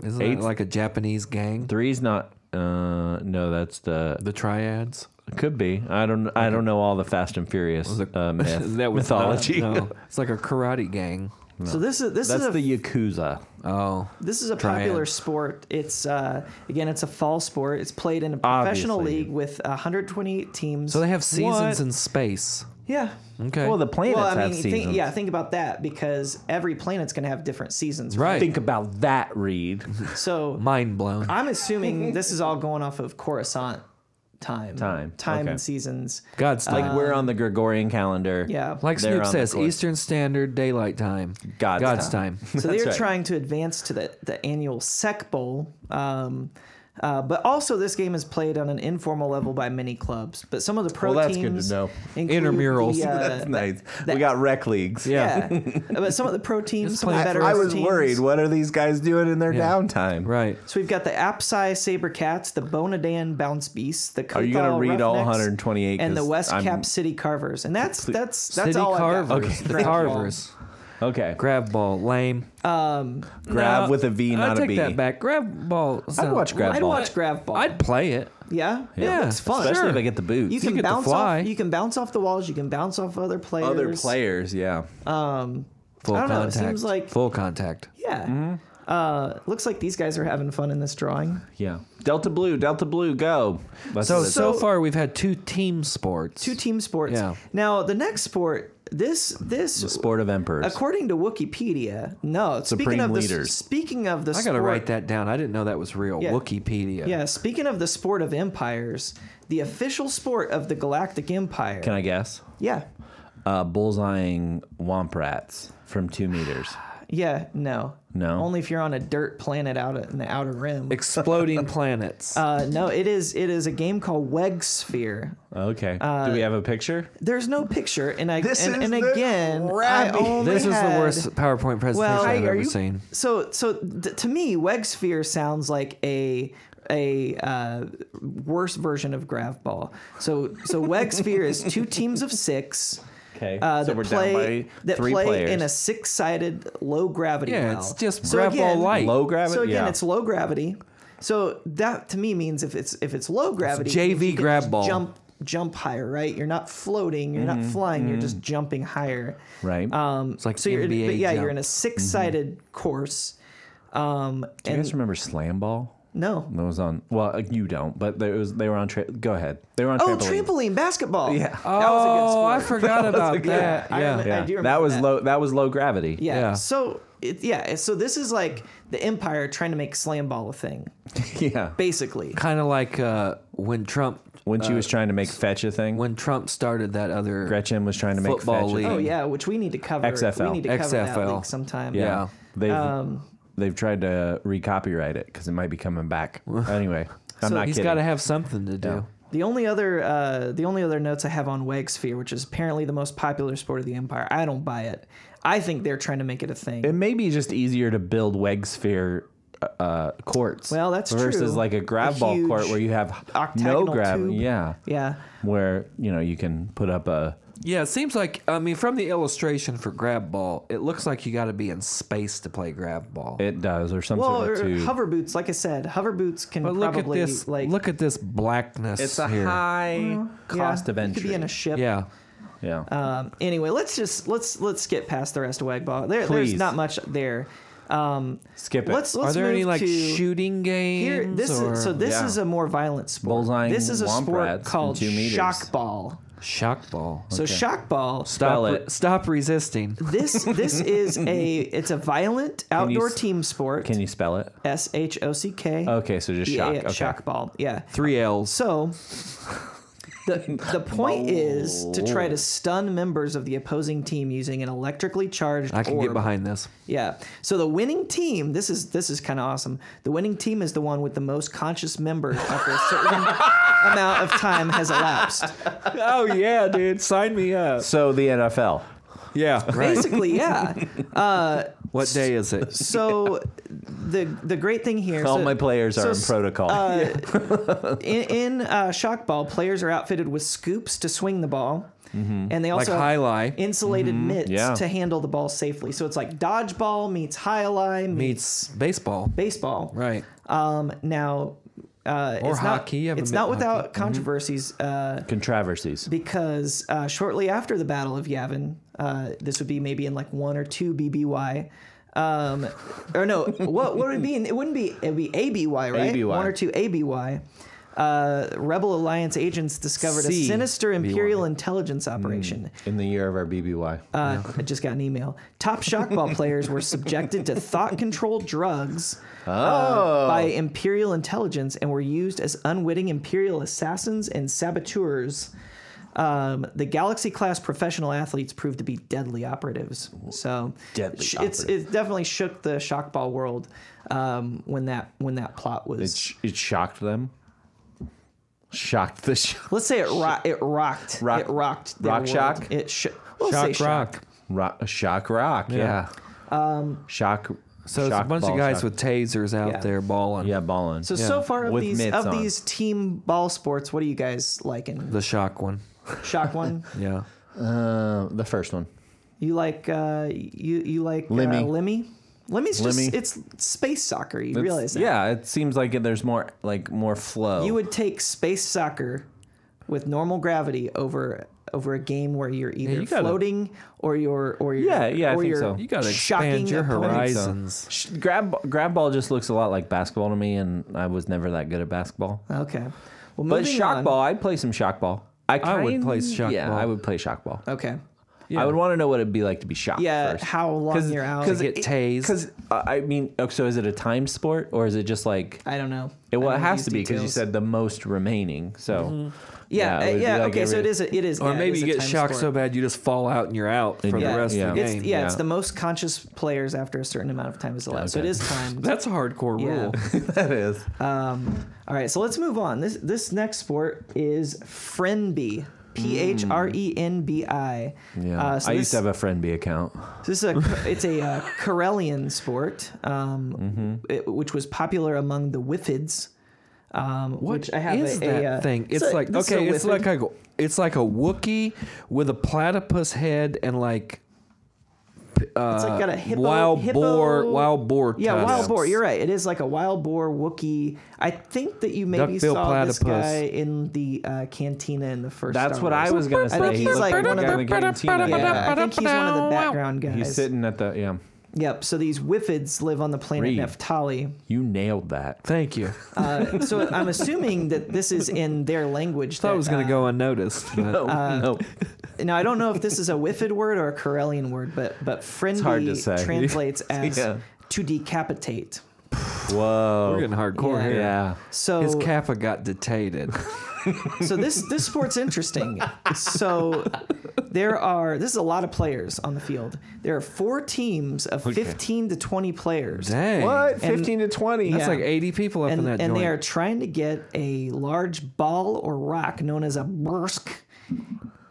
[SPEAKER 2] Isn't
[SPEAKER 1] Eight-
[SPEAKER 2] that like a Japanese gang?
[SPEAKER 1] Three's not uh no, that's the
[SPEAKER 2] The triads.
[SPEAKER 1] could be. I don't I don't know all the Fast and Furious
[SPEAKER 3] <laughs>
[SPEAKER 1] uh, myth, mythology.
[SPEAKER 2] no, it's like a karate gang.
[SPEAKER 3] So this is
[SPEAKER 1] <laughs>
[SPEAKER 3] this
[SPEAKER 1] That's
[SPEAKER 3] is a
[SPEAKER 1] the Yakuza.
[SPEAKER 2] Oh,
[SPEAKER 3] this is a popular
[SPEAKER 2] triad.
[SPEAKER 3] sport. It's uh, again, it's a fall sport. It's played in a professional
[SPEAKER 1] Obviously.
[SPEAKER 3] league with 128 teams.
[SPEAKER 2] so they have seasons
[SPEAKER 1] What?
[SPEAKER 2] in space.
[SPEAKER 3] yeah.
[SPEAKER 2] Okay.
[SPEAKER 1] Well, the planets
[SPEAKER 3] Well, I
[SPEAKER 1] have
[SPEAKER 3] mean,
[SPEAKER 1] seasons.
[SPEAKER 3] think, yeah, think about that because every planet's going to have different seasons.
[SPEAKER 2] right.
[SPEAKER 1] Think about that,
[SPEAKER 3] <laughs>
[SPEAKER 1] Reed.
[SPEAKER 3] So
[SPEAKER 2] Mind blown.
[SPEAKER 3] I'm assuming this is all going off of Coruscant time,
[SPEAKER 1] Time,
[SPEAKER 3] time
[SPEAKER 1] okay.
[SPEAKER 3] and seasons.
[SPEAKER 2] God's
[SPEAKER 1] Like
[SPEAKER 2] like
[SPEAKER 1] we're on the Gregorian calendar.
[SPEAKER 3] Yeah.
[SPEAKER 2] like
[SPEAKER 1] they're
[SPEAKER 2] Snoop
[SPEAKER 1] on the
[SPEAKER 2] says,
[SPEAKER 1] court.
[SPEAKER 2] Eastern Standard Daylight Time.
[SPEAKER 1] God's
[SPEAKER 2] time.
[SPEAKER 3] <laughs>
[SPEAKER 2] <laughs>
[SPEAKER 1] That's
[SPEAKER 3] So they're
[SPEAKER 1] right.
[SPEAKER 3] trying to advance to the, the annual Sec Bowl. Um, uh, but also, this game is played on an informal level by many clubs. But some of the pro
[SPEAKER 1] Well, that's good to
[SPEAKER 3] teams
[SPEAKER 1] know.
[SPEAKER 3] include
[SPEAKER 2] Intramurals.
[SPEAKER 3] The, uh,
[SPEAKER 1] That's nice.
[SPEAKER 3] that-
[SPEAKER 1] we got rec leagues. <laughs>
[SPEAKER 3] Yeah, but some of the pro teams, some of the
[SPEAKER 2] play-
[SPEAKER 3] better
[SPEAKER 1] I was
[SPEAKER 3] teams.
[SPEAKER 1] worried. What are these guys doing in their downtime?
[SPEAKER 2] Right.
[SPEAKER 3] So we've got the Apsi Sabercats, the Bonadan Bounce Beasts, the Kothal
[SPEAKER 1] Are you gonna read all
[SPEAKER 3] Roughnecks,
[SPEAKER 1] 128?
[SPEAKER 3] and the
[SPEAKER 1] 'Cause
[SPEAKER 3] West
[SPEAKER 1] I'm-
[SPEAKER 3] Cap City Carvers, and that's that's that's
[SPEAKER 2] City
[SPEAKER 3] all
[SPEAKER 2] Carvers.
[SPEAKER 3] I've got.
[SPEAKER 2] The Carvers.
[SPEAKER 1] Okay.
[SPEAKER 2] Grab ball. Lame.
[SPEAKER 1] Grab with a V, not
[SPEAKER 2] I'd
[SPEAKER 1] a
[SPEAKER 2] take
[SPEAKER 1] B.
[SPEAKER 2] that back. Grab ball. sound-
[SPEAKER 1] watch grab
[SPEAKER 3] I'd
[SPEAKER 1] ball.
[SPEAKER 3] watch grab ball.
[SPEAKER 2] I'd play it.
[SPEAKER 3] yeah,
[SPEAKER 2] Yeah.
[SPEAKER 3] it looks fun.
[SPEAKER 1] Especially if I get the boots.
[SPEAKER 3] You can
[SPEAKER 2] get to
[SPEAKER 3] bounce
[SPEAKER 2] fly.
[SPEAKER 3] off. You can bounce off the walls. You can bounce off other players.
[SPEAKER 1] other players, yeah.
[SPEAKER 2] Full
[SPEAKER 3] I don't know, it
[SPEAKER 2] contact.
[SPEAKER 3] seems like-
[SPEAKER 2] full contact.
[SPEAKER 1] Mm-hmm.
[SPEAKER 3] Yeah. Uh, looks like these guys are having fun in this drawing.
[SPEAKER 1] Yeah. Delta Blue, Delta Blue, go. That's
[SPEAKER 2] So,
[SPEAKER 1] what it-
[SPEAKER 2] so
[SPEAKER 3] So-
[SPEAKER 2] far we've had two team sports.
[SPEAKER 3] Two team sports.
[SPEAKER 2] Yeah.
[SPEAKER 3] Now the next sport, this this
[SPEAKER 1] the sport of emperors.
[SPEAKER 3] according to Wikipedia, no.
[SPEAKER 1] Supreme
[SPEAKER 3] speaking of the
[SPEAKER 1] leaders.
[SPEAKER 3] s- speaking of the
[SPEAKER 2] I
[SPEAKER 3] sport,
[SPEAKER 2] gotta write that down. I didn't know that was real.
[SPEAKER 3] Yeah.
[SPEAKER 2] Wikipedia.
[SPEAKER 3] Yeah, speaking of the sport of empires, the official sport of the Galactic Empire.
[SPEAKER 1] Can I guess?
[SPEAKER 3] yeah.
[SPEAKER 1] Uh, bullseyeing womp rats from two meters.
[SPEAKER 3] Yeah, no.
[SPEAKER 1] No?
[SPEAKER 3] Only if you're on a dirt planet out in the outer rim. <laughs>
[SPEAKER 2] Exploding planets.
[SPEAKER 3] Uh, no, it is it is a game called Weg Sphere.
[SPEAKER 1] <sighs> Okay. Do we have a picture?
[SPEAKER 3] There's no picture, and I
[SPEAKER 1] This
[SPEAKER 3] and,
[SPEAKER 1] is
[SPEAKER 3] and
[SPEAKER 1] the
[SPEAKER 3] again, I
[SPEAKER 1] crabby-
[SPEAKER 3] only
[SPEAKER 2] this is the
[SPEAKER 3] had-
[SPEAKER 2] worst PowerPoint presentation
[SPEAKER 3] Well,
[SPEAKER 2] I've
[SPEAKER 3] are
[SPEAKER 2] ever
[SPEAKER 3] you-
[SPEAKER 2] seen.
[SPEAKER 3] So so th- to me, Weg Sphere sounds like a a uh, worse version of Grav Ball. So so Weg Sphere is two teams of six.
[SPEAKER 1] Okay.
[SPEAKER 3] Uh,
[SPEAKER 1] so
[SPEAKER 3] that
[SPEAKER 1] we're
[SPEAKER 3] play
[SPEAKER 1] down by
[SPEAKER 3] that
[SPEAKER 1] three
[SPEAKER 3] play
[SPEAKER 1] players.
[SPEAKER 3] in a six-sided low gravity.
[SPEAKER 2] Yeah,
[SPEAKER 3] well.
[SPEAKER 2] it's just grab ball light.
[SPEAKER 1] Low gravity?
[SPEAKER 3] So again,
[SPEAKER 1] Yeah.
[SPEAKER 3] it's low gravity. So that to me means if it's if it's low gravity,
[SPEAKER 2] JV
[SPEAKER 3] you can
[SPEAKER 2] grab
[SPEAKER 3] just
[SPEAKER 2] ball. Mm-hmm.
[SPEAKER 3] jump jump higher, right? You're not floating, you're not flying, you're just jumping higher.
[SPEAKER 1] right.
[SPEAKER 3] Um,
[SPEAKER 2] It's like
[SPEAKER 3] so you're in,
[SPEAKER 2] NBA
[SPEAKER 3] but yeah, you're
[SPEAKER 2] jump.
[SPEAKER 3] in
[SPEAKER 2] Mm-hmm.
[SPEAKER 3] a six-sided course. Um,
[SPEAKER 1] Do you
[SPEAKER 3] and
[SPEAKER 1] guys remember Slam Ball?
[SPEAKER 3] no,
[SPEAKER 1] That was on. Well, uh, you don't, but there was. They were on. Tra- go ahead. They were on.
[SPEAKER 3] oh, trampoline basketball.
[SPEAKER 1] Yeah.
[SPEAKER 3] that was a good
[SPEAKER 2] Oh,
[SPEAKER 3] sport.
[SPEAKER 2] I
[SPEAKER 3] <laughs>
[SPEAKER 2] forgot about
[SPEAKER 1] good-
[SPEAKER 2] that.
[SPEAKER 3] I
[SPEAKER 2] Yeah.
[SPEAKER 3] remember-
[SPEAKER 1] Yeah.
[SPEAKER 3] do
[SPEAKER 1] that was
[SPEAKER 3] that.
[SPEAKER 1] low. That was low gravity.
[SPEAKER 3] Yeah.
[SPEAKER 2] Yeah.
[SPEAKER 3] So it, yeah, so this is like the Empire trying to make slam ball a thing,
[SPEAKER 1] <laughs> yeah.
[SPEAKER 3] basically.
[SPEAKER 2] Kind of like uh, when Trump
[SPEAKER 1] When she was trying to make fetch a thing.
[SPEAKER 2] when Trump started that other
[SPEAKER 1] Gretchen was trying to make
[SPEAKER 2] Football
[SPEAKER 1] fetch a
[SPEAKER 2] league.
[SPEAKER 1] thing.
[SPEAKER 3] Oh yeah, which we need to cover.
[SPEAKER 1] XFL.
[SPEAKER 3] We need to cover that
[SPEAKER 2] XFL.
[SPEAKER 3] league sometime.
[SPEAKER 2] Yeah.
[SPEAKER 1] They've
[SPEAKER 3] Um,
[SPEAKER 1] they've tried to recopyright it because it might be coming back.
[SPEAKER 3] <laughs>
[SPEAKER 1] anyway, I'm
[SPEAKER 3] So
[SPEAKER 1] not
[SPEAKER 2] He's
[SPEAKER 1] kidding.
[SPEAKER 2] got to have something to do.
[SPEAKER 3] The only other uh, the only other notes I have on Weg Sphere, which is apparently the most popular sport of the Empire, I don't buy it. I think they're trying to make it a thing.
[SPEAKER 1] it may be just easier to build Weg Sphere uh, courts.
[SPEAKER 3] Well, that's
[SPEAKER 1] versus
[SPEAKER 3] true.
[SPEAKER 1] like a grab
[SPEAKER 3] A
[SPEAKER 1] ball
[SPEAKER 3] huge
[SPEAKER 1] court where you have no
[SPEAKER 3] octagonal
[SPEAKER 1] grab.
[SPEAKER 3] tube.
[SPEAKER 1] Yeah,
[SPEAKER 3] yeah.
[SPEAKER 1] where you know you can put up a.
[SPEAKER 2] Yeah, it seems like I mean from the illustration for grab ball, it looks like you got to be in space to play grab ball.
[SPEAKER 1] It does or some
[SPEAKER 3] Well,
[SPEAKER 1] sort
[SPEAKER 3] or
[SPEAKER 1] of tube.
[SPEAKER 3] hover boots, like I said, hover boots can
[SPEAKER 2] but look at
[SPEAKER 3] probably
[SPEAKER 2] this,
[SPEAKER 3] like
[SPEAKER 2] look at this blackness
[SPEAKER 1] it's a
[SPEAKER 2] here.
[SPEAKER 1] high
[SPEAKER 3] yeah,
[SPEAKER 1] cost of
[SPEAKER 3] You
[SPEAKER 1] entry.
[SPEAKER 3] could be in a ship.
[SPEAKER 2] yeah,
[SPEAKER 1] yeah.
[SPEAKER 3] Um, anyway, let's just let's let's get past the rest of Weg Ball. There,
[SPEAKER 1] Please.
[SPEAKER 3] there's not much there. Um,
[SPEAKER 1] Skip it.
[SPEAKER 3] Let's let's
[SPEAKER 2] are there
[SPEAKER 3] move
[SPEAKER 2] any like
[SPEAKER 3] to
[SPEAKER 2] shooting games?
[SPEAKER 3] here. This
[SPEAKER 2] or,
[SPEAKER 3] is, so this
[SPEAKER 1] yeah.
[SPEAKER 3] is a more violent sport.
[SPEAKER 1] Bullseyeing
[SPEAKER 3] this is a
[SPEAKER 1] womp
[SPEAKER 3] sport
[SPEAKER 1] rats from
[SPEAKER 3] called
[SPEAKER 1] two meters.
[SPEAKER 3] shock ball.
[SPEAKER 2] shock ball.
[SPEAKER 3] So shock ball.
[SPEAKER 1] Spell
[SPEAKER 2] stop, re-
[SPEAKER 1] it.
[SPEAKER 2] stop resisting.
[SPEAKER 3] This
[SPEAKER 1] <laughs>
[SPEAKER 3] this is a it's a violent
[SPEAKER 1] you
[SPEAKER 3] outdoor
[SPEAKER 1] s-
[SPEAKER 3] team sport.
[SPEAKER 1] Can you spell it?
[SPEAKER 3] S H O C K.
[SPEAKER 1] Okay, so just shock.
[SPEAKER 3] Yeah,
[SPEAKER 1] okay.
[SPEAKER 3] shock ball. Yeah.
[SPEAKER 2] Three L's.
[SPEAKER 3] So the
[SPEAKER 1] <laughs>
[SPEAKER 3] the point is to try to stun members of the opposing team using an electrically charged.
[SPEAKER 2] I can get
[SPEAKER 3] orb.
[SPEAKER 2] behind
[SPEAKER 3] <laughs>
[SPEAKER 2] this.
[SPEAKER 3] Yeah. So the winning team, this is this is kind of awesome. The winning team is the one with the most conscious members after a
[SPEAKER 1] <laughs>
[SPEAKER 3] certain amount of time has elapsed.
[SPEAKER 2] oh yeah, dude, sign me up.
[SPEAKER 1] So the NFL.
[SPEAKER 2] Yeah, right.
[SPEAKER 1] <laughs>
[SPEAKER 3] Basically, yeah.
[SPEAKER 2] What day is
[SPEAKER 3] <laughs>
[SPEAKER 2] it?
[SPEAKER 3] So the the great thing here
[SPEAKER 1] All
[SPEAKER 3] so-
[SPEAKER 1] my players
[SPEAKER 3] so
[SPEAKER 1] are in
[SPEAKER 3] s- uh,
[SPEAKER 1] protocol.
[SPEAKER 3] in, in uh, shock ball, players are outfitted with scoops to swing the ball, and they
[SPEAKER 2] Mm-hmm. Like Mm-hmm.
[SPEAKER 3] also have
[SPEAKER 2] high lie.
[SPEAKER 3] insulated mitts
[SPEAKER 1] yeah.
[SPEAKER 3] to handle the ball safely. So it's like dodgeball meets high lie meets,
[SPEAKER 2] Meets baseball.
[SPEAKER 3] baseball.
[SPEAKER 2] Right.
[SPEAKER 3] Um, now, uh,
[SPEAKER 2] Or
[SPEAKER 3] it's
[SPEAKER 2] hockey, you
[SPEAKER 3] Not,
[SPEAKER 2] haven't
[SPEAKER 3] it's
[SPEAKER 2] been-
[SPEAKER 3] not without
[SPEAKER 2] hockey. Mm-hmm.
[SPEAKER 3] controversies uh,
[SPEAKER 1] Controversies.
[SPEAKER 3] because uh, shortly after the Battle of Yavin, uh, this would be maybe in like one or two BBY. Um, or no, what, what would it be? It wouldn't be. It'd be ABY, right?
[SPEAKER 1] ABY.
[SPEAKER 3] One or two ABY. Uh, Rebel Alliance agents discovered
[SPEAKER 2] C
[SPEAKER 3] a sinister
[SPEAKER 2] B Y.
[SPEAKER 3] Imperial intelligence operation.
[SPEAKER 1] In the year of our BBY.
[SPEAKER 3] Uh, I just got an email. Top
[SPEAKER 1] <laughs>
[SPEAKER 3] shockball players were subjected to thought control drugs
[SPEAKER 1] Oh.
[SPEAKER 3] uh, by Imperial intelligence and were used as unwitting Imperial assassins and saboteurs. Um, the Galaxy class professional athletes proved to be deadly operatives. So
[SPEAKER 1] Deadly
[SPEAKER 3] sh- it's
[SPEAKER 1] operative.
[SPEAKER 3] it definitely shook the shockball world um, when that when that plot was.
[SPEAKER 1] it, sh- it shocked them. Shocked the <laughs> sh-
[SPEAKER 3] Let's say it ro- it rocked
[SPEAKER 1] Rock-
[SPEAKER 3] it rocked their
[SPEAKER 1] rock
[SPEAKER 3] world.
[SPEAKER 1] shock?
[SPEAKER 3] it sh- we'll say
[SPEAKER 2] Shock
[SPEAKER 3] shock.
[SPEAKER 2] rock.
[SPEAKER 1] ro- shock rock. Yeah. shock.
[SPEAKER 2] So it's a
[SPEAKER 1] shock
[SPEAKER 2] bunch of
[SPEAKER 1] ball
[SPEAKER 2] guys
[SPEAKER 1] shock.
[SPEAKER 2] with tasers out
[SPEAKER 3] Yeah.
[SPEAKER 2] there balling.
[SPEAKER 1] yeah balling.
[SPEAKER 3] So so far of
[SPEAKER 1] With
[SPEAKER 3] these
[SPEAKER 1] mitts
[SPEAKER 3] of
[SPEAKER 1] on.
[SPEAKER 3] these team ball sports, what are you guys liking?
[SPEAKER 2] The shock one.
[SPEAKER 3] Shock one.
[SPEAKER 2] Yeah.
[SPEAKER 1] Uh, the first one.
[SPEAKER 3] You like uh, you you like
[SPEAKER 1] Lemmy.
[SPEAKER 3] Uh, Lemmy. Lemmy's
[SPEAKER 1] Lemmy.
[SPEAKER 3] just it's space soccer. You
[SPEAKER 1] It's-
[SPEAKER 3] realize that?
[SPEAKER 1] Yeah, it seems like there's more like more flow.
[SPEAKER 3] You would take space soccer with normal gravity over over a game where you're either
[SPEAKER 2] you gotta-
[SPEAKER 3] floating or you're or you're
[SPEAKER 1] Yeah, yeah, I
[SPEAKER 3] or
[SPEAKER 1] think
[SPEAKER 3] you're
[SPEAKER 1] so.
[SPEAKER 2] You gotta
[SPEAKER 3] shocking
[SPEAKER 2] expand your
[SPEAKER 3] opponents.
[SPEAKER 2] horizons.
[SPEAKER 1] Sh- grab grab ball just looks a lot like basketball to me, and I was never that good at basketball.
[SPEAKER 3] Okay. Well,
[SPEAKER 1] But
[SPEAKER 3] moving
[SPEAKER 1] shock
[SPEAKER 3] on.
[SPEAKER 1] ball, I'd play some shock ball. I,
[SPEAKER 2] I would play
[SPEAKER 1] kind-
[SPEAKER 2] shock
[SPEAKER 1] yeah,
[SPEAKER 2] ball.
[SPEAKER 1] I would play shock ball.
[SPEAKER 3] Okay.
[SPEAKER 1] I would want to know what it'd be like to be shocked
[SPEAKER 3] Yeah.
[SPEAKER 1] first.
[SPEAKER 3] How long you're out?
[SPEAKER 2] To get tased.
[SPEAKER 1] Because I mean, oh, so is it a time sport or is it just like?
[SPEAKER 3] I don't know.
[SPEAKER 1] It, well, it
[SPEAKER 3] I don't
[SPEAKER 1] has
[SPEAKER 3] use
[SPEAKER 1] to be because you
[SPEAKER 3] details.
[SPEAKER 1] said the most remaining. So
[SPEAKER 3] Yeah.
[SPEAKER 1] it
[SPEAKER 3] uh, Yeah.
[SPEAKER 1] would be like
[SPEAKER 3] okay. so it
[SPEAKER 1] every-
[SPEAKER 3] is. A, it is.
[SPEAKER 2] Or
[SPEAKER 3] yeah, it
[SPEAKER 2] maybe
[SPEAKER 3] is
[SPEAKER 2] you
[SPEAKER 3] a
[SPEAKER 2] get
[SPEAKER 3] time
[SPEAKER 2] shocked so
[SPEAKER 3] sport.
[SPEAKER 2] bad you just fall out and you're out for
[SPEAKER 1] Yeah.
[SPEAKER 2] the rest
[SPEAKER 1] Yeah.
[SPEAKER 2] of the
[SPEAKER 3] It's,
[SPEAKER 2] game.
[SPEAKER 3] yeah, It's
[SPEAKER 1] yeah.
[SPEAKER 3] the most conscious players after a certain amount of time is allowed. So it
[SPEAKER 1] Okay.
[SPEAKER 3] is
[SPEAKER 2] <laughs>
[SPEAKER 3] timed.
[SPEAKER 2] That's a hardcore
[SPEAKER 3] <laughs> Yeah.
[SPEAKER 2] rule.
[SPEAKER 1] that is.
[SPEAKER 3] Um, all right, so let's move on. This this next sport is frenby. P H R E N B I.
[SPEAKER 1] Yeah,
[SPEAKER 3] Uh, so
[SPEAKER 1] I
[SPEAKER 3] this,
[SPEAKER 1] used to have a friend be account.
[SPEAKER 3] this
[SPEAKER 2] <laughs>
[SPEAKER 3] is a it's a uh, Karelian sport, um,
[SPEAKER 2] Mm-hmm.
[SPEAKER 3] it- which was popular among the Whiffids. Um, which I have
[SPEAKER 2] is
[SPEAKER 3] a,
[SPEAKER 2] that
[SPEAKER 3] a, uh,
[SPEAKER 2] thing? It's,
[SPEAKER 3] a-
[SPEAKER 2] like
[SPEAKER 3] this is
[SPEAKER 2] okay,
[SPEAKER 3] a
[SPEAKER 2] it's
[SPEAKER 3] Whiffid.
[SPEAKER 2] like a it's like a Wookie with a platypus head and like uh,
[SPEAKER 3] like got a hippo-
[SPEAKER 2] wild
[SPEAKER 3] hippo-
[SPEAKER 2] boar wild boar
[SPEAKER 3] yeah, wild
[SPEAKER 2] tusks.
[SPEAKER 3] boar. You're right. It is like a wild boar Wookie. I think that you maybe
[SPEAKER 2] Duckbill
[SPEAKER 3] saw this
[SPEAKER 2] platypus.
[SPEAKER 3] guy in the uh, cantina in the first.
[SPEAKER 1] That's
[SPEAKER 3] Star
[SPEAKER 1] what
[SPEAKER 3] Wars.
[SPEAKER 1] I was gonna
[SPEAKER 3] I
[SPEAKER 1] say.
[SPEAKER 3] think
[SPEAKER 1] He
[SPEAKER 3] he's
[SPEAKER 1] looked
[SPEAKER 3] like
[SPEAKER 1] like
[SPEAKER 3] one of
[SPEAKER 1] a guy
[SPEAKER 3] the-
[SPEAKER 1] in the cantina.
[SPEAKER 3] Yeah, I think he's one of the background guys.
[SPEAKER 1] He's sitting at the yeah.
[SPEAKER 3] Yep. So these Whiffids live on the planet
[SPEAKER 1] Read.
[SPEAKER 3] Naphtali.
[SPEAKER 1] You nailed
[SPEAKER 3] <laughs>
[SPEAKER 1] that.
[SPEAKER 2] Thank you. I
[SPEAKER 3] Uh, so I'm assuming that this is in their language.
[SPEAKER 2] thought
[SPEAKER 3] that,
[SPEAKER 2] it was gonna
[SPEAKER 3] uh,
[SPEAKER 2] go unnoticed. but- uh,
[SPEAKER 1] No, no.
[SPEAKER 3] Now I don't know if this is a Whiffid word or a Karelian word, but but
[SPEAKER 1] hard to
[SPEAKER 3] Frenby
[SPEAKER 1] say. <laughs>
[SPEAKER 3] translates as
[SPEAKER 1] Yeah.
[SPEAKER 3] to decapitate.
[SPEAKER 1] Whoa.
[SPEAKER 2] We're getting hardcore
[SPEAKER 3] Yeah.
[SPEAKER 2] here.
[SPEAKER 1] Oh. yeah.
[SPEAKER 3] So
[SPEAKER 2] His kappa got detated.
[SPEAKER 3] so this this sport's interesting. So there are this is a lot of players on the field. There are four teams of 15 to 20
[SPEAKER 2] <laughs>
[SPEAKER 3] players.
[SPEAKER 2] Dang.
[SPEAKER 3] And-
[SPEAKER 1] to twenty.
[SPEAKER 2] That's
[SPEAKER 3] Yeah.
[SPEAKER 2] like 80 people up in
[SPEAKER 3] and,
[SPEAKER 2] that
[SPEAKER 3] and
[SPEAKER 2] joint.
[SPEAKER 3] they are trying to get a large ball or rock known as a bursk.